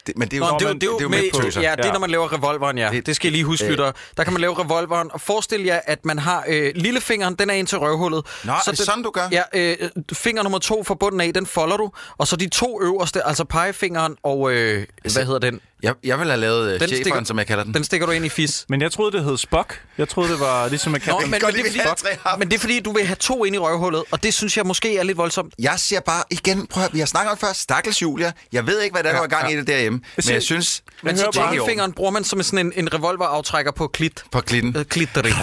det, men det er jo,
Nå,
Nå,
det, er jo- det, er jo med,
tøser.
Ja, det er, når man laver revolveren, ja. Det, det skal I lige huske,
øh.
lytter. Der kan man lave revolveren, og forestil jer, at man har øh, lillefingeren, den er ind til røvhullet.
Nå, er det
den-
sådan, du gør?
Ja, øh, finger nummer to fra bunden af, den folder du, og så de to øverste, altså pegefingeren og, øh, hvad hedder den?
Jeg, jeg vil have lavet øh, cheferen, som jeg kalder den.
Den stikker du ind i
(laughs)
fis.
Men jeg troede, det hed Spock. Jeg troede, det var ligesom at
Nå,
kalde
men, men, det er
have tre
fordi, men det er fordi, du vil have to ind i røvhullet, og det synes jeg måske er lidt voldsomt.
Jeg siger bare igen, prøv at, vi har snakket om det før, stakkels Julia. Jeg ved ikke, hvad der er, der var gang i det derhjemme, men jeg synes...
Men
det
så
er ikke i orden.
tommelfingeren bruger man som sådan en, en revolveraftrækker på klit.
På klitten.
Øh,
(laughs)
klitterin.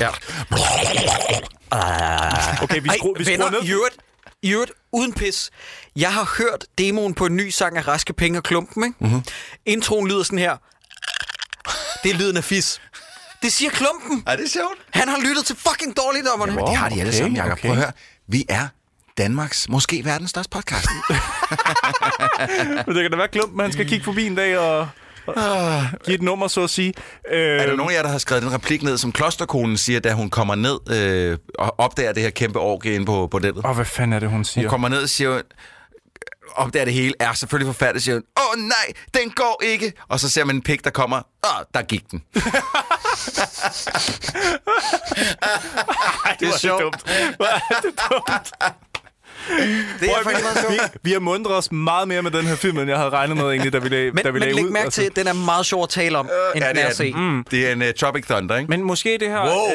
Ja.
Okay, vi, skru,
Ej,
vi
venner,
skruer ned.
I øvrigt, i øvrigt, uden pis. Jeg har hørt demoen på en ny sang af Raske Penge og Klumpen, ikke?
Mhm.
Mm-hmm. Introen lyder sådan her. Det er lyden af fis. Det siger Klumpen.
Er det sjovt?
Han har lyttet til fucking dårligdommerne.
Jamen, det har de alle
okay,
sammen, Jacob. Prøv at
okay.
høre. Vi er Danmarks, måske verdens største podcast.
Men det kan da være klumpen, han skal kigge forbi en dag og, og give et nummer, så at sige. Øh,
Ah. er der nogen af jer, der har skrevet den replik ned, som klosterkonen siger, da hun kommer ned øh, og opdager det her kæmpe orgie inde på bordellet?
og hvad fanden er det, hun siger?
Hun kommer ned og siger, "Øh, opdager det hele, er selvfølgelig forfærdeligt, siger hun, åh oh, nej, den går ikke. Og så ser man en pik, der kommer, åh, der
(laughs)
gik den.
det er sjovt. Dumt. Hvor er (laughs) det dumt.
Det er
Prøv
faktisk
at-
meget sjovt.
vi, vi har mundret os meget mere med den her film, end jeg havde regnet med egentlig, da vi lagde, da
Men,
vi
men
lagde
læg
ud. altså. Øh,
mærke til, at den er meget sjov at tale om, end
Ja,
den er at
det er
se.
den. Mm. Det er en uh, Tropic Thunder, ikke?
Men måske det her... øh,
Wow.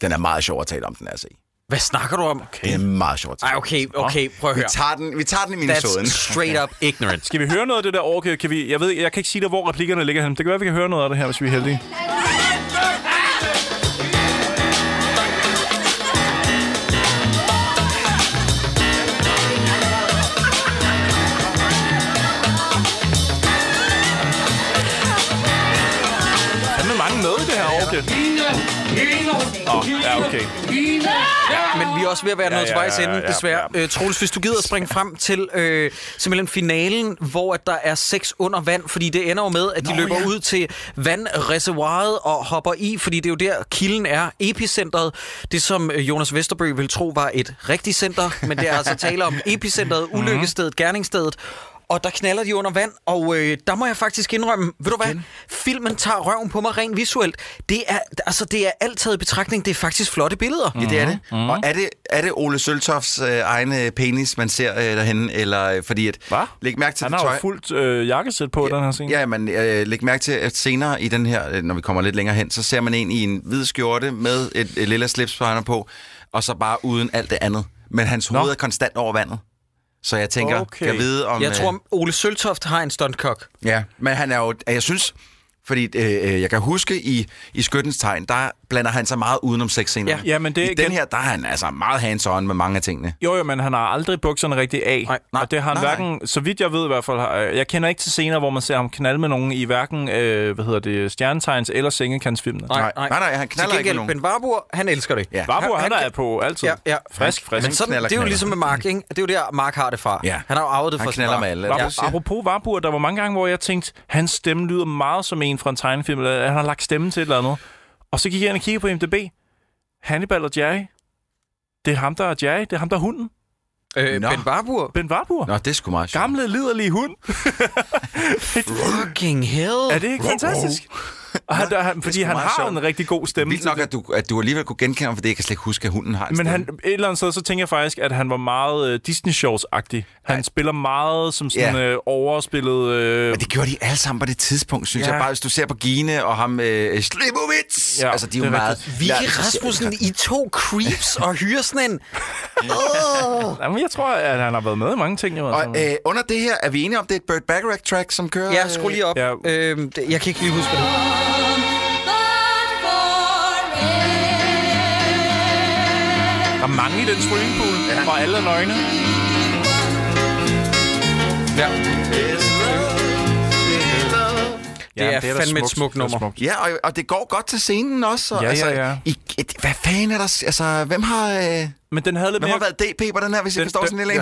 Den er meget sjov at tale om, den er at se.
Hvad snakker du om?
Den er meget sjov at tale
Ej,
om.
okay, okay, prøv at
Vi
høre.
tager den, vi tager den i Minnesotaen.
That's straight up ignorant.
skal vi høre noget af det der orke? Kan vi, jeg, ved, jeg kan ikke sige dig, hvor replikkerne ligger henne. Det kan være, vi kan høre noget af det her, hvis vi er heldige. Der er med mange med i det her orke. Åh, oh, ja, okay.
Men vi er også ved at være
Ja,
noget
ja,
til vejs
ja,
ende,
ja, ja.
desværre. Øh, Troels, hvis du gider at springe frem til øh, simpelthen finalen, hvor at der er sex under vand, fordi det ender jo med, at de Nå, løber ja. ud til vandreservoiret og hopper i, fordi det er jo der, kilden er, epicentret. Det, som øh, Jonas Vesterbø
(laughs) Mhm.
ville tro var et rigtigt center, men det er altså tale om epicentret, ulykkestedet, gerningsstedet. og der knaller de under vand, og øh, der må jeg faktisk indrømme, ved du hvad, filmen tager røven på mig rent visuelt. Det er, altså, det er alt taget i betragtning, det er faktisk flotte billeder.
Mhm.
Ja, det er det. Mm-hmm. Og er det, er det Ole Søltofs øh, egne penis, man ser øh, derhen eller øh, fordi at... Hva? Læg mærke til
Han
det
har
tøj.
jo fuldt øh, jakkesæt på, ja. den her scene.
Ja, men øh, læg mærke til, at senere i den her, øh, når vi kommer lidt længere hen, så ser man en i en hvid skjorte med et, et lille slips, han har på, og så bare uden alt det andet. Men hans hoved er konstant over vandet. Så jeg tænker, okay. kan jeg vide om...
Jeg
øh,
tror, Ole Søltoft har en stuntkok.
Ja, men han er jo... Jeg synes... Fordi øh, øh, jeg kan huske, i, i Skyttens Tegn, der blander han sig meget udenom sexscener.
Ja. Ja, men det er
I
igen-
den her, der er han altså meget hands-on med mange af tingene.
Jo, jo, men han har aldrig bukserne rigtig af. Nej, nej, og det har han
nej,
hverken, så vidt jeg ved i hvert fald, har- øh, jeg kender ikke til scener, hvor man ser ham knalde med nogen i hverken, øh, hvad hedder det, stjernetegns eller sengekantsfilmene.
Nej, nej. Nej, nej, han knaller Til ikke gengæld, med nogen. Ben Warburg, han elsker det.
Ja.
Han-
Warburg,
han
han, han, er
kan-
på altid.
Ja, ja.
Frisk, frisk.
Men sådan, det er jo ligesom med Mark, ikke? Det er jo der, Mark har det fra.
Ja.
Han har jo arvet det fra sin far.
Ja. Apropos Warburg, der var mange gange, hvor jeg tænkte, hans stemme lyder meget som en fra en tegnefilm, eller han har lagt stemme til et eller andet. Og så gik jeg ind og kiggede på IMDb. Hannibal og Jerry. Det er ham, der er Jerry. Det er ham, der er hunden.
Øh, Ben Warburg.
Ben Warburg.
Nå, det er sgu meget sjovt.
Gamle, liderlige hund.
Fucking hell.
Er det ikke fantastisk? Og han, der, han, fordi han har en rigtig god stemme.
Vildt nok, at du, at du alligevel kunne genkende ham, fordi jeg kan slet ikke huske, at hunden har en
Men
stemme.
han, et eller andet sted, så tænker jeg faktisk, at han var meget øh, Disney-shows-agtig. Han spiller meget som sådan
Ja.
øh, overspillet... Øh,
Men det gjorde de alle sammen på det tidspunkt, synes
Ja.
ja. jeg. Bare hvis du ser på Gine og ham, øh, Slimovic. Ja, altså, de er jo meget...
Vicky
Ja,
Rasmussen, I to creeps og hyrer sådan en... Åh!
Jamen, jeg tror, at han har været med i mange ting. Jo, altså.
Og øh, under det her, er vi enige om, det er et Burt Bacharach-track, som kører?
Ja, skru lige op. Ja. Øhm, det- jeg kan ikke lige huske det.
Der er mange i den swimmingpool, ja. og alle er nøgne.
Ja.
Ja,
det er,
da
fandme et smukt
det er
nummer.
smukt. Ja, og, og det går godt til scenen også. Og,
Ja, ja,
altså,
ja.
I, et, hvad fanden er der... s- Altså, hvem har... Øh,
Men den havde lidt
hvem
mere...
har været DP på den her, hvis den, jeg forstår sådan en lille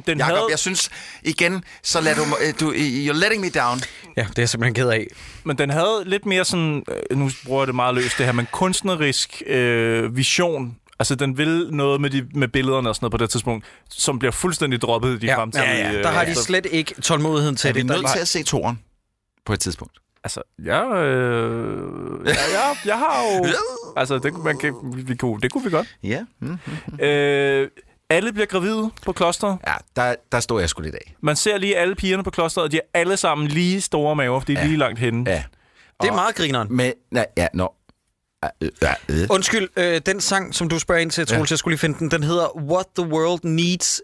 den, (laughs) den
Jacob,
havde...
jeg synes igen, så lad du, mig- øh, du... You're letting me down.
Ja, det er jeg simpelthen ked af.
Men den havde lidt mere sådan, øh, nu bruger jeg det meget løst det her, men kunstnerisk øh, vision. Altså, den vil noget med, de, med billederne og sådan noget på det tidspunkt, som bliver fuldstændig droppet i øh, de ja, fremtidige... altså,
Ja, ja, der har de slet ikke tålmodigheden til
Er vi
det. Der
nødt
var-
til at se toren på et tidspunkt?
Altså, jeg, øh, jeg, jeg, jeg har jo... altså, det, kunne- man kan, vi kunne, det kunne vi godt.
Ja. Mm.
Øh, alle bliver gravide på klosteret.
Ja, der, der stod jeg sgu lidt af.
Man ser lige alle pigerne på klosteret, og de har alle sammen lige store maver, for de er ja. lige langt henne.
Ja.
Det er meget grineren.
Men, nej, ja, nå. Ja, øh, ja, øh.
Undskyld, øh, den sang, som du spørger ind til, Troels, jeg skulle lige finde den, den hedder What the World Needs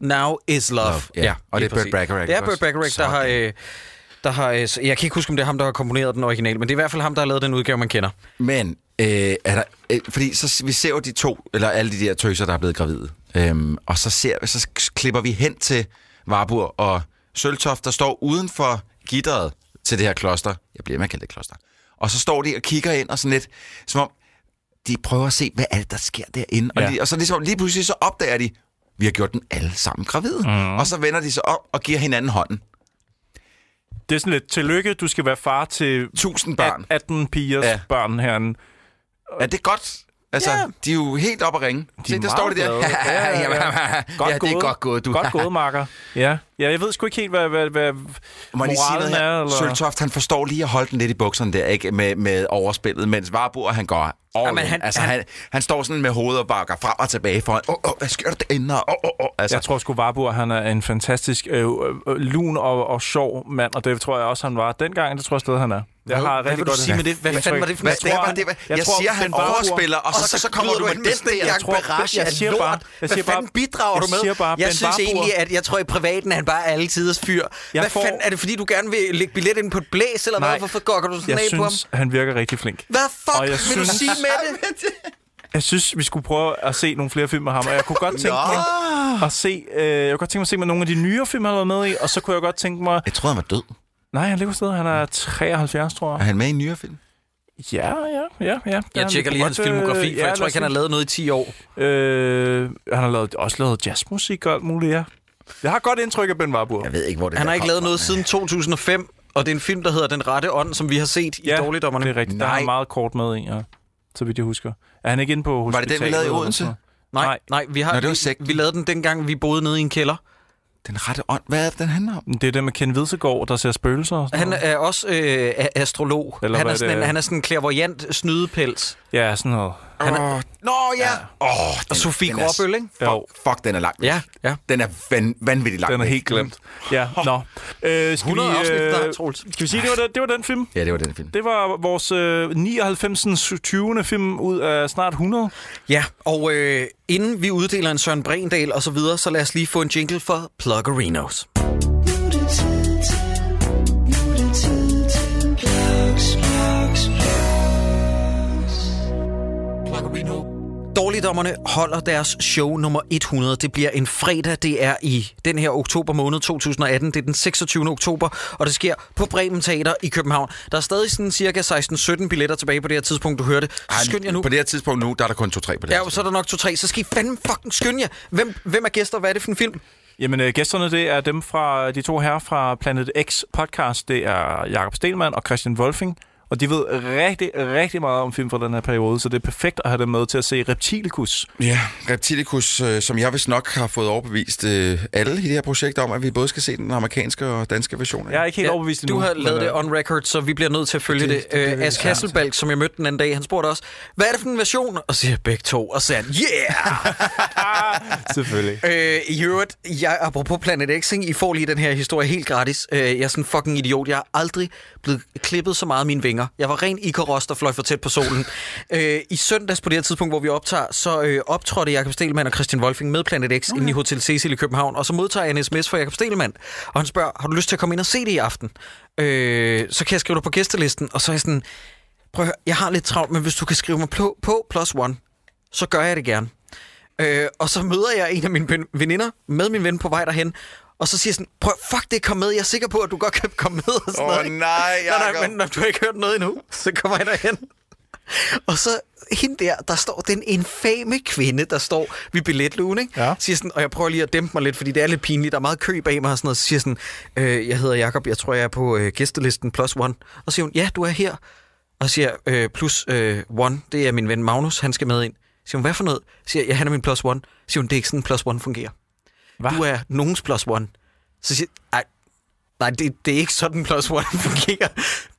Now Is Love.
Love, ja. Og
lige
det er Burt
præcis.
Bacharach
Det er
også.
Burt Bacharach, der har... Øh, der har, øh, s- jeg kan ikke huske, om det er ham, der har komponeret den originale, men det er i hvert fald ham, der har lavet den udgave, man kender.
Men, øh, er der, øh, fordi så, s- vi ser jo de to, eller alle de der tøser, der er blevet gravide. Øhm, og så, ser, så s- klipper vi hen til Varburg og Søltoft, der står uden for gitteret til det her kloster. Jeg bliver med at kalde det kloster. Og så står de og kigger ind og sådan lidt, som om de prøver at se, hvad er det, der sker derinde. Ja.
Ja.
Og, de, og så ligesom, lige pludselig så opdager de, vi har gjort dem alle sammen gravide. Mm. Og så vender de sig om og giver hinanden hånden.
Det er sådan lidt, tillykke, du skal være far til
1000 børn.
18 pigers ja. børn herinde.
Er det godt? Altså, yeah. de er jo helt op at ringe.
De
Se,
er
der står
meget
det der.
glade. (laughs)
(laughs)
Ja, ja, ja. Godt
ja, det er
gået.
godt gået, du.
Godt
(laughs)
gået, Marker. Ja. ja, jeg ved sgu ikke helt, hvad, hvad, hvad
Må jeg lige
moralen
sige noget
er.
her?
Eller...
Søltoft, han forstår lige at holde den lidt i bukserne der, ikke? Med, med overspillet, mens Warburg, han går all
Jamen,
in.
han-
altså,
han-
han, han, står sådan med hovedet og bakker frem og tilbage foran. Åh, oh, oh, hvad sker der derinde? Åh, oh, oh, oh. Altså,
Jeg tror sgu, Warburg, han er en fantastisk øh, øh, lun og, og sjov mand, og det tror jeg også, han var dengang. Det tror jeg stadig, han er. Jeg
Hvad-
har
hvad
rigtig
vil du
godt
sige med det? Hvad
indtryk.
fanden var det for en
Jeg tror,
stemmer?
han-
Det var-
jeg
jeg
tror,
siger, han
Ben Warburg-
overspiller, og så- så kommer du med den der
Jeg
jakke
tror,
barrage
jeg
af
siger
lort.
bare, jeg
Hvad
siger
fanden
bare,
bidrager
jeg
du med?
Siger bare,
Jeg
ben
synes
Warburg.
egentlig,
at jeg tror i privaten, er han bare alle tiders fyr. Jeg Hvad får... fanden, er det fordi, du gerne vil lægge billet ind på et blæs, eller Nej. hvad? Hvorfor gokker du sådan
jeg
af på ham?
synes, han virker rigtig flink.
Hvad fuck
Og
vil
jeg
du
synes-
sige (laughs) med det?
Jeg synes, vi skulle prøve at se nogle flere film med ham, og jeg kunne godt tænke
Nå.
mig at se, øh, jeg kunne godt tænke mig at se med nogle af de nyere film, han har været med i, og så kunne jeg godt tænke mig...
Jeg troede, han var død.
Nej, han lever stadig. Han er 73, tror jeg.
Er han med i en nyere film?
Ja, ja, ja. ja.
Jeg tjekker lige hans filmografi, for jeg tror ikke, han har lavet noget i 10 år.
Øh, han har lavet, også lavet jazzmusik og alt muligt, ja. Jeg har et godt indtryk af Ben Warburg.
Jeg ved ikke, hvor det
Han
der
har ikke
kom
lavet
fra,
noget siden
men-
2005, og det er en film, der hedder Den Rette Ånd, som vi har set i
Ja,
Dårligdommerne.
det er rigtigt. Der er
Nej.
han meget kort med i, ja. så vidt jeg husker. Er han ikke inde på
Var det den, vi
hospitalet
lavede i
eller
Odense?
sådan noget?
Nej, nej, vi har
Nå, det var
vi, vi lavede den dengang, vi boede nede i en kælder.
Den rette ånd. Hvad er det, den handler om?
Det er det med Ken Vedsegaard, der ser spøgelser. og sådan
Han er også øh, a- astrolog.
Eller
han,
hvad
er
er
sådan
det?
en, han er sådan en klærvoyant snydepels.
noget. Ja, sådan noget.
Han
er, Nå ja! Åh, oh,
og Sofie
den er-
Gråbøl, ikke?
Jo.
Fuck, fuck, den er langt væk.
Ja, ja.
Den er van, vanvittigt langt
Den er
væk.
helt glemt. Ja, nå. Øh, skal
100
vi,
afsnit, der er,
øh,
Troels.
Skal vi sige, det var den, det var den film?
Ja, det var den film.
Det var vores øh, 99. 20. film ud af snart 100.
Ja, og øh, inden vi uddeler en Søren Brendal og så videre, så lad os lige få en jingle for Pluggerinos. Dårligdommerne holder deres show nummer 100. Det bliver en fredag. Det er i den her oktober måned 2018. Det er den 26. oktober, og det sker på Bremen Teater i København. Der er stadig sådan cirka 16-17 billetter tilbage på det her tidspunkt, du hørte. Skynd jer nu.
På det her tidspunkt nu, der er der kun 2-3 på det
Ja, så er der nok to-tre. Så skal I fandme fucking skynde jer. Hvem, hvem er gæster? Hvad er det for en film?
Jamen, øh, gæsterne, det er dem fra de to herrer fra Planet X podcast. Det er Jakob Stelmann og Christian Wolfing. Og de ved rigtig, rigtig meget om film fra den her periode, så det er perfekt at have dem med til at se Reptilicus.
Ja, Reptilicus, øh, som jeg vist nok har fået overbevist øh, alle i det her projekt om, at vi både skal se den amerikanske og danske version. af
Jeg er ikke helt ja, overbevist
Du
endnu.
har
men,
lavet
øh, (laughs)
det on record, så vi bliver nødt til at følge det.
det-
det,
det-
det,
det-
Ask
ja.
Hasselbalg, som jeg mødte den anden dag, han spurgte også, hvad er det for en version? Og så siger jeg, begge to, og så sagde han,
Ah, Selvfølgelig.
yeah! øh, I øvrigt, jeg, apropos Planet X, ikke? I får lige den her historie helt gratis. Øh, jeg er sådan en fucking idiot. Jeg har aldrig blevet klippet så meget af mine vinger. Jeg var ren Icaros, der fløj for tæt på solen. øh, I søndags på det her tidspunkt, hvor vi optager, så øh, optrådte Jakob Stelmann og Christian Wolfing med Planet X okay. inde i Hotel Cecil i København, og så modtager jeg en sms fra Jakob Stelmann, og han spørger, har du lyst til at komme ind og se det i aften? Øh, så kan jeg skrive dig på gæstelisten, og så er jeg sådan, prøv at høre, jeg har lidt travlt, men hvis du kan skrive mig på, på plus one, så gør jeg det gerne. Øh, og så møder jeg en af mine ven- veninder med min ven på vej derhen, og så siger jeg sådan, prøv at- fuck det, kom med, jeg er sikker på, at du godt kan komme med. og sådan
Åh,
noget, ikke?
nej,
nej, nej,
Jacob.
men når du har ikke hørt noget endnu, så kommer jeg derhen. Og så hende der, der står den infame kvinde, der står ved billetlugen, ikke? Ja. Siger sådan, og jeg prøver lige at dæmpe mig lidt, fordi det er lidt pinligt, der er meget kø bag mig og sådan noget. Så siger sådan, øh, jeg hedder Jakob, jeg tror, jeg er på øh, gæstelisten plus one. Og så siger hun, ja, du er her. Og så siger jeg, øh, plus øh, one, det er min ven Magnus, han skal med ind. Så siger hun, hvad for noget? Så siger jeg, ja, han er min plus one. Så siger hun, det er ikke sådan, plus one fungerer. Hva? Du er nogens plus one. Så siger jeg, "Ej, Nej, det, det er ikke sådan, plus one (laughs) fungerer.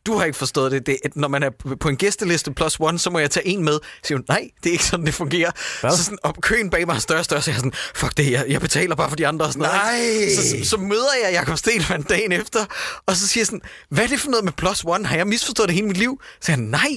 Du har ikke forstået det. det er, når man er på en gæsteliste plus one, så må jeg tage en med. Så siger hun, nej, det er ikke sådan, det fungerer. Hvad? Så sådan, og køen bag mig er større og større, så jeg er sådan, fuck det, jeg, jeg betaler bare for de andre. Og sådan Noget, ikke? så, så, så, møder jeg Jakob Stelman dagen efter, og så siger jeg sådan, hvad er det for noget med plus one? Har jeg misforstået det hele mit liv? Så siger han, nej,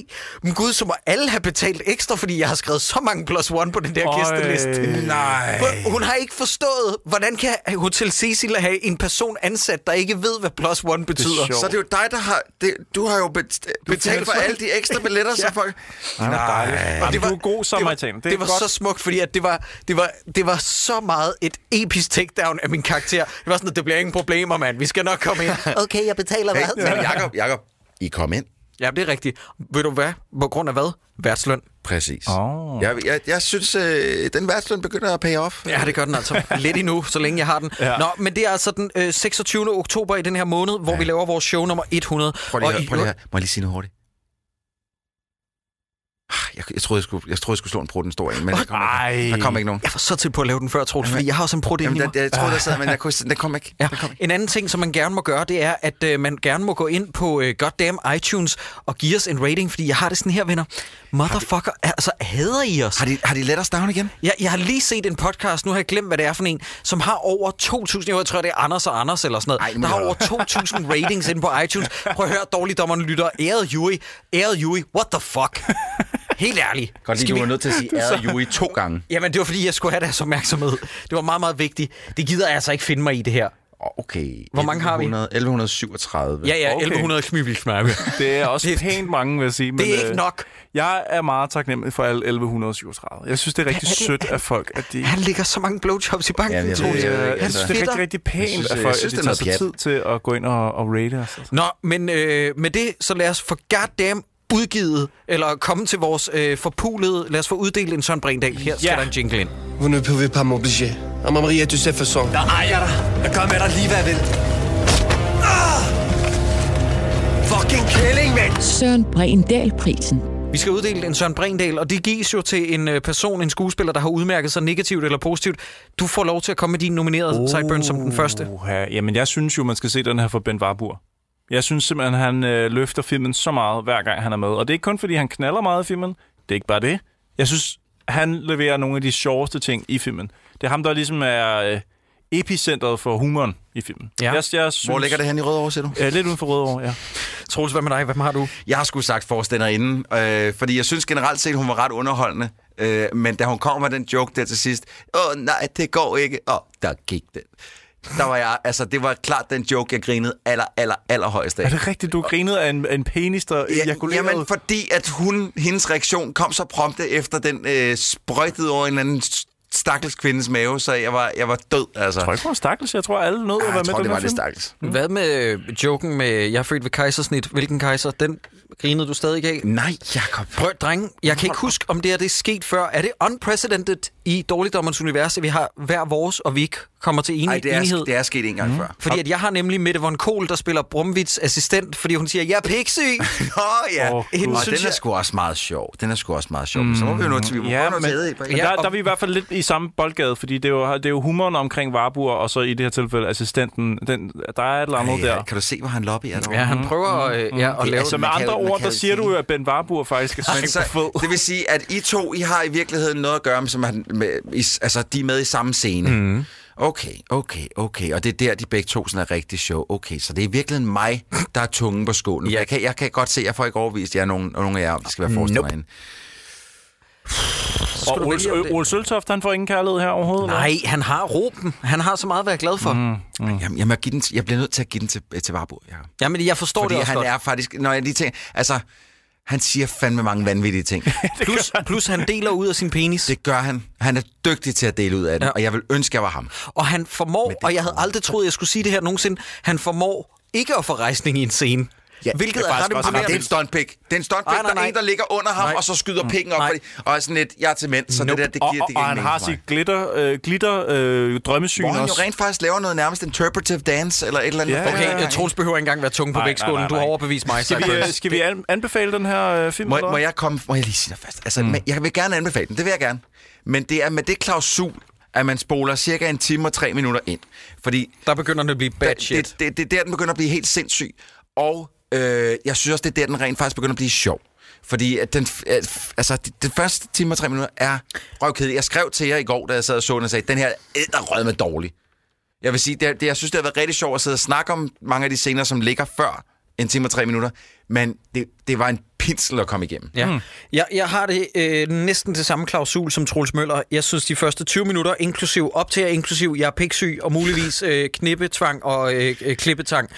men gud, så må alle have betalt ekstra, fordi jeg har skrevet så mange plus one på den der
Øj,
gæsteliste.
nej.
Hun, hun har ikke forstået, hvordan kan Hotel Cecil have en person ansat, der ikke ved, hvad plus one betyder.
Så det er jo dig, der har... Det, du har jo bet, betalt for alle de ekstra billetter, ja. så folk...
Nej, nej. Og det var, du er god samaritaner.
det, det var godt. så smukt, fordi at det, var, det, var, det var så meget et episk takedown af min karakter. Det var sådan, at det bliver ingen problemer, mand. Vi skal nok komme ind. Okay, jeg betaler
Hey, men Jacob, Jacob, I kom ind.
Ja, det er rigtigt. Ved du hvad? På grund af hvad? Værtsløn.
Præcis.
Oh.
Jeg, jeg, jeg synes, øh, den værtsløn begynder at pay off.
Ja, det gør den altså lidt endnu, så længe jeg har den. Ja.
Ja.
Nå, men det er altså den øh, 26. oktober i den her måned, hvor ja. vi laver vores show nummer 100.
Prøv lige,
Og
at
i
høre, prøv lige
øvrigt-
at høre. Må jeg lige sige noget hurtigt? Ah, Jeg, jeg, troede, jeg, skulle, jeg troede, jeg skulle slå en prut, den stor en, men der kom, ikke, der kom ikke nogen.
Jeg var så tæt på at lave den før, Troels, fordi jeg har også en protein
Jamen,
i
der,
mig.
jeg troede, der sad, men jeg kunne, den kom ikke.
Ja. En anden ting, som man gerne må gøre, det er, at øh, man gerne må gå ind på øh, goddamn iTunes og give os en rating, fordi jeg har det sådan her, venner. Motherfucker, altså hader I os?
Har de, har de let os down igen?
Jeg, jeg har lige set en podcast, nu har jeg glemt, hvad det er for en, som har over 2.000, jeg tror, det er Anders og Anders eller sådan noget, Ej, der har over
(laughs)
2.000 ratings inde på iTunes. Prøv at høre, dårligdommeren lytter, ærede Yui, ærede Yui, what the fuck? Helt ærligt.
(laughs) Godt lige,
Skal
du
vi-
var nødt til at sige æret Jui to gange.
Jamen, det var fordi, jeg skulle have deres opmærksomhed. Det var meget, meget vigtigt. Det gider jeg altså ikke finde mig i, det her.
Okay.
Hvor mange har vi?
1100 1137.
Ja, ja, okay.
Okay.
1100 knibelknappe.
Det er også pænt mange, vil jeg sige. Men,
er ikke
øh,
nok.
Jeg er meget taknemmelig for alle 1137. Jeg synes, det er rigtig
Hvad er det?
sødt af folk, at de...
Han ligger så mange blowjobs i
Ja,
banken,
jeg
ja,
ved
Troels.
ikke,
Jeg,
altså.
Jeg synes, det er rigtig, rigtig
Jeg
pænt
synes,
af
øh,
folk,
jeg
at
synes, det
de
er
tager
noget
sig
pjat.
tid til at gå ind og, og rate os. Altså.
Nå, men øh, med det, så lad os få goddamn udgivet, eller komme til vores øh, forpulede, lad os få uddelt en Søren Brindal. Her skal
Ja.
der en jingle ind.
Vous ne pouvez pas m'obliger. Ah, Maria, tu sais façon. Der ejer dig. Jeg gør med dig lige, hvad jeg vil. Ah! Fucking kælling, mand!
Søren Brindal prisen
Vi skal uddele en Søren Brindal, og det gives jo til en øh, person, en skuespiller, der har udmærket sig negativt eller positivt. Du får lov til at komme med din nominerede oh. sideburn som den første.
Uha, jamen jeg synes jo, man skal se den her for Ben Warburg. Jeg synes simpelthen, han øh, løfter filmen så meget, hver gang han er med. Og det er ikke kun, fordi han knaller meget i filmen. Det er ikke bare det. Jeg synes, han leverer nogle af de sjoveste ting i filmen. Det er ham, der ligesom er øh, epicentret for humoren i filmen.
Ja. Hvor ligger det hen i Rødovre, siger du?
Ja, lidt uden for Rødovre, ja.
Troels, hvad med dig? Hvem har du?
Jeg har sgu sagt forstænderinde, øh, fordi jeg synes generelt set, hun var ret underholdende. Øh, men da hun kom med den joke der til sidst, åh nej, det går ikke, og der gik den. Der var jeg, altså det var klart den joke, jeg grinede aller, aller, aller højst af.
Er det rigtigt, du grinede af en, en penis, der ja, ejakulerede?
Jamen, fordi at hun, hendes reaktion kom så prompte efter den øh, sprøjtede over en eller anden stakkels kvindes mave, så jeg var, jeg var død, altså.
Jeg tror ikke, hun var stakkels. Jeg tror, alle nød at
Ja,
være
jeg
med
tror,
den
det
her
var lidt
film.
stakkels.
Mm. Hvad med joken med, jeg er født ved kejsersnit, hvilken kejser? Den grinede du stadig af?
Nej, Jacob.
Prøv, drenge, jeg kan ikke huske, om det her det er sket før. Er det unprecedented i Dårligdommens Univers, at vi har hver vores, og vi ikke kommer til enig,
Ej, det er,
enighed?
det er sket en
Mhm.
gang mm. før.
Fordi at jeg har nemlig Mette von Kohl, der spiller Brumvits assistent, fordi hun siger, jeg er piksyg.
Nå ja,
Åh,
oh,
Gud.
og den
synes
er
jeg-
sgu også meget sjov. Den er sgu også meget sjov. Mm. Så må vi jo nå til, vi må
Ja,
prøve noget
men,
til at æde i på en
men
gang.
der, der er vi i hvert fald lidt i samme boldgade, fordi det er jo, det er jo humoren omkring Warburg, og så i det her tilfælde assistenten. Den, der er et eller andet
Ej,
der.
Kan du se, hvor han lobbyer?
Ja, han prøver, øh, ja, at lave-
Altså med
Man kan
andre
jo- man
ord,
kan
der
jo
siger du jo, at Ben Warburg faktisk er
Men
svensk
så,
på fod.
det vil sige, at I to, I har i virkeligheden noget at gøre med, som han, med i, altså, de er med i samme scene. Mm. Okay, okay, okay. Og det er der, de begge to sådan er rigtig sjov. Okay, så det er i virkeligheden mig, der er tungen på skålen. Ja. Jeg, kan, jeg kan godt se, at jeg får ikke overvist jer, nogen, nogen af jer, om det skal være forestillende. Nope.
Og Ole, Ole Søltoft, han får ingen kærlighed her overhovedet? eller?
Nej, han har råben. Han har så meget at være glad for. Mm.
Mm. Jamen, jeg, må give den, til- jeg bliver nødt til at give den til, til Varbo. Ja.
Jamen, jeg forstår
Fordi
det også
han
godt.
er faktisk... Når jeg lige tænker... Altså, han siger fandme mange vanvittige ting.
(laughs) plus, plus han deler ud af sin penis.
Det gør han. Han er dygtig til at dele ud af den, ja. og jeg vil ønske, jeg var ham.
Og han formår, og jeg havde aldrig troet, jeg skulle sige det her nogensinde, han formår ikke at få rejsning i en scene. Ja, hvilket er, ret
Jamen, det er en
imponerende.
stunt pick. Det er en stunt
Nej, nej,
pick, der er en,
nej.
der ligger under ham,
Nej.
nej. og så skyder
Mm.
pikken op,
Nej.
fordi, og er sådan lidt, jeg er til mænd, så
Nope.
det der, det
Og,
giver,
og,
det giver
og han
ikke mening
har
for mig.
sit glitter, øh, glitter øh, drømmesyn
Hvor han jo
også.
rent faktisk laver noget nærmest interpretive dance, eller et eller andet.
Ja,
fucking-
ja, ja.
Okay, Troels behøver ikke engang være tung på
Nej, nej, nej,
vægtskålen. Du
nej.
har overbevist mig.
Skal vi, øh,
Cyburns.
skal vi an- anbefale den her øh, film?
Må,
eller
må
hvad?
jeg komme, må jeg lige sige dig fast? Altså, mm. jeg vil gerne anbefale den, det vil jeg gerne. Men det er med det klausul, at man spoler cirka en time og tre minutter ind. Fordi
der begynder den at blive bad shit.
Det, det, det er der, den begynder at blive helt sindssyg. Og øh, jeg synes også, det er der, den rent faktisk begynder at blive sjov. Fordi at den, f- at f- altså, de- den første time og tre minutter er røvkedelig. Jeg skrev til jer i går, da jeg sad og så den og sagde, den her er med dårlig. Jeg vil sige, det, er- det, jeg synes, det har været rigtig sjovt at sidde og snakke om mange af de scener, som ligger før en time og tre minutter. Men det, det var en pinsel at komme igennem.
Ja. Mm. Jeg, jeg har det øh, næsten til samme klausul som Troels Møller. Jeg synes, de første 20 minutter, inklusiv op til, inklusiv jeg er piksyg, og muligvis øh, knippetvang og øh, øh, klippetang,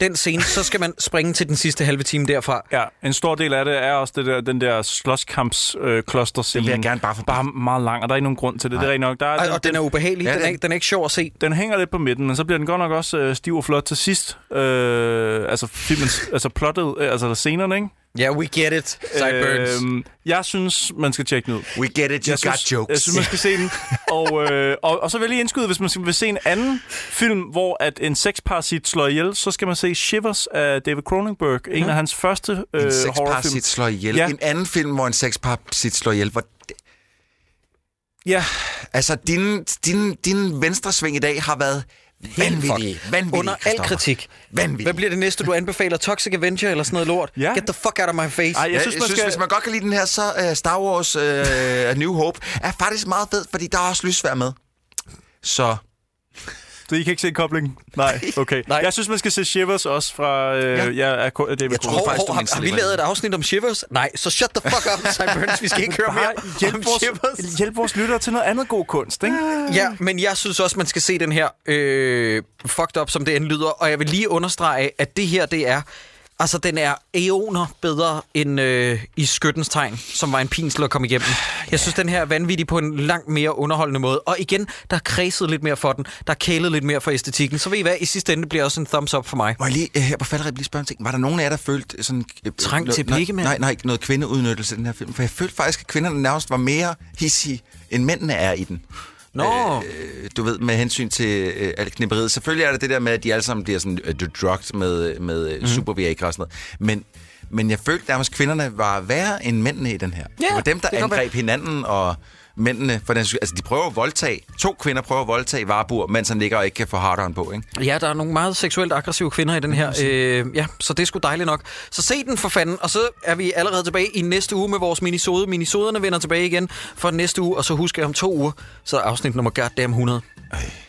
den scene, så skal man springe til den sidste halve time derfra.
Ja, en stor del af det er også det der, den der slåskamps øh, klosterscene.
Den vil jeg gerne bare forbi.
Bare meget lang, og der er ikke nogen grund til det. Det er rigtig nok. Der er,
Ej, og den er ubehagelig. Den er ikke- den er ikke sjov at se.
Den hænger lidt på midten, men så bliver den godt nok også øh, stiv og flot til sidst. Øh, altså filmens, altså plottet, øh, altså scenerne, ikke?
Ja, yeah, we get it, Cyburns.
Øhm, jeg synes, man skal tjekke den ud.
We get it, you
jeg
got
synes,
jokes.
Jeg synes, man skal se den. Og, øh, og, og så vil jeg lige indskyde, hvis man skal- vil se en anden film, hvor at en sexparasit slår ihjel, så skal man se Shivers af David Cronenberg. En
Mhm.
af hans første øh,
(laughs) en
horrorfilm.
sexparasit slår ihjel. Ja. En anden film, hvor en sexparasit slår ihjel. Hvor
Ja.
Altså, din, din, din venstre sving i dag har været vanvittig. vanvittig
Under al
Christoffer.
kritik.
Vanvittig.
Hvad bliver det næste, du anbefaler? Toxic Avenger eller sådan noget lort? Ja. Get the fuck out of my face.
Ej, jeg, ja, synes, jeg synes, hvis man godt kan lide den her, så uh, Star Wars uh, A New Hope er faktisk meget fed, fordi der er også lysvær med. Så...
Så I kan ikke se koblingen?
(laughs)
Nej, okay. Nej. Jeg synes, man skal se Shivers også fra øh, ja. ja, af K- David
Jeg tror faktisk, har, har vi lavet et afsnit om Shivers? Nej, så shut the fuck up, Cyburns. Vi skal ikke høre mere
Bare
om
hjælp
Shivers.
vores, hjælp vores lyttere til noget andet god kunst, ikke?
Ja, men jeg synes også, man skal se den her øh, fucked up, som det end lyder. Og jeg vil lige understrege, at det her, det er... Altså, den er æoner bedre end øh, i Skyttens Tegn, som var en pinsel at komme igennem. Jeg synes, den her er vanvittig på en langt mere underholdende måde. Og igen, der er kredset lidt mere for den. Der er kælet lidt mere for æstetikken. Så ved I hvad, i sidste ende bliver også en thumbs up for mig.
Må jeg lige øh, her på falderib lige spørge en ting? Var der nogen af jer, der følte sådan... øh,
Trang
noget-
til
nej,
pikke, mand?
Nej, nej, noget kvindeudnyttelse i den her film. For jeg følte faktisk, at kvinderne nærmest var mere hissige, end mændene er i den.
Nå.
Øh, du ved, med hensyn til øh, alt knipperiet. øh,
Mhm.
Selvfølgelig er det det der med, at de alle sammen bliver sådan øh, drugged med, med mm. super Viagra og sådan noget. Men, Men jeg følte nærmest, at kvinderne var værre end mændene i den her.
Ja,
det var dem, der
det kan godt
angreb hinanden, og mændene, for den, altså de prøver at voldtage, to kvinder prøver at voldtage varebur, mens han ligger og ikke kan få harderen på, ikke?
Ja, der er nogle meget seksuelt aggressive kvinder i den her. Øh, ja, så det er sgu dejligt nok. Så se den for fanden, og så er vi allerede tilbage i næste uge med vores minisode. Minisoderne vender tilbage igen for næste uge, og så husk at om to uger, så er afsnit nummer goddamn 100.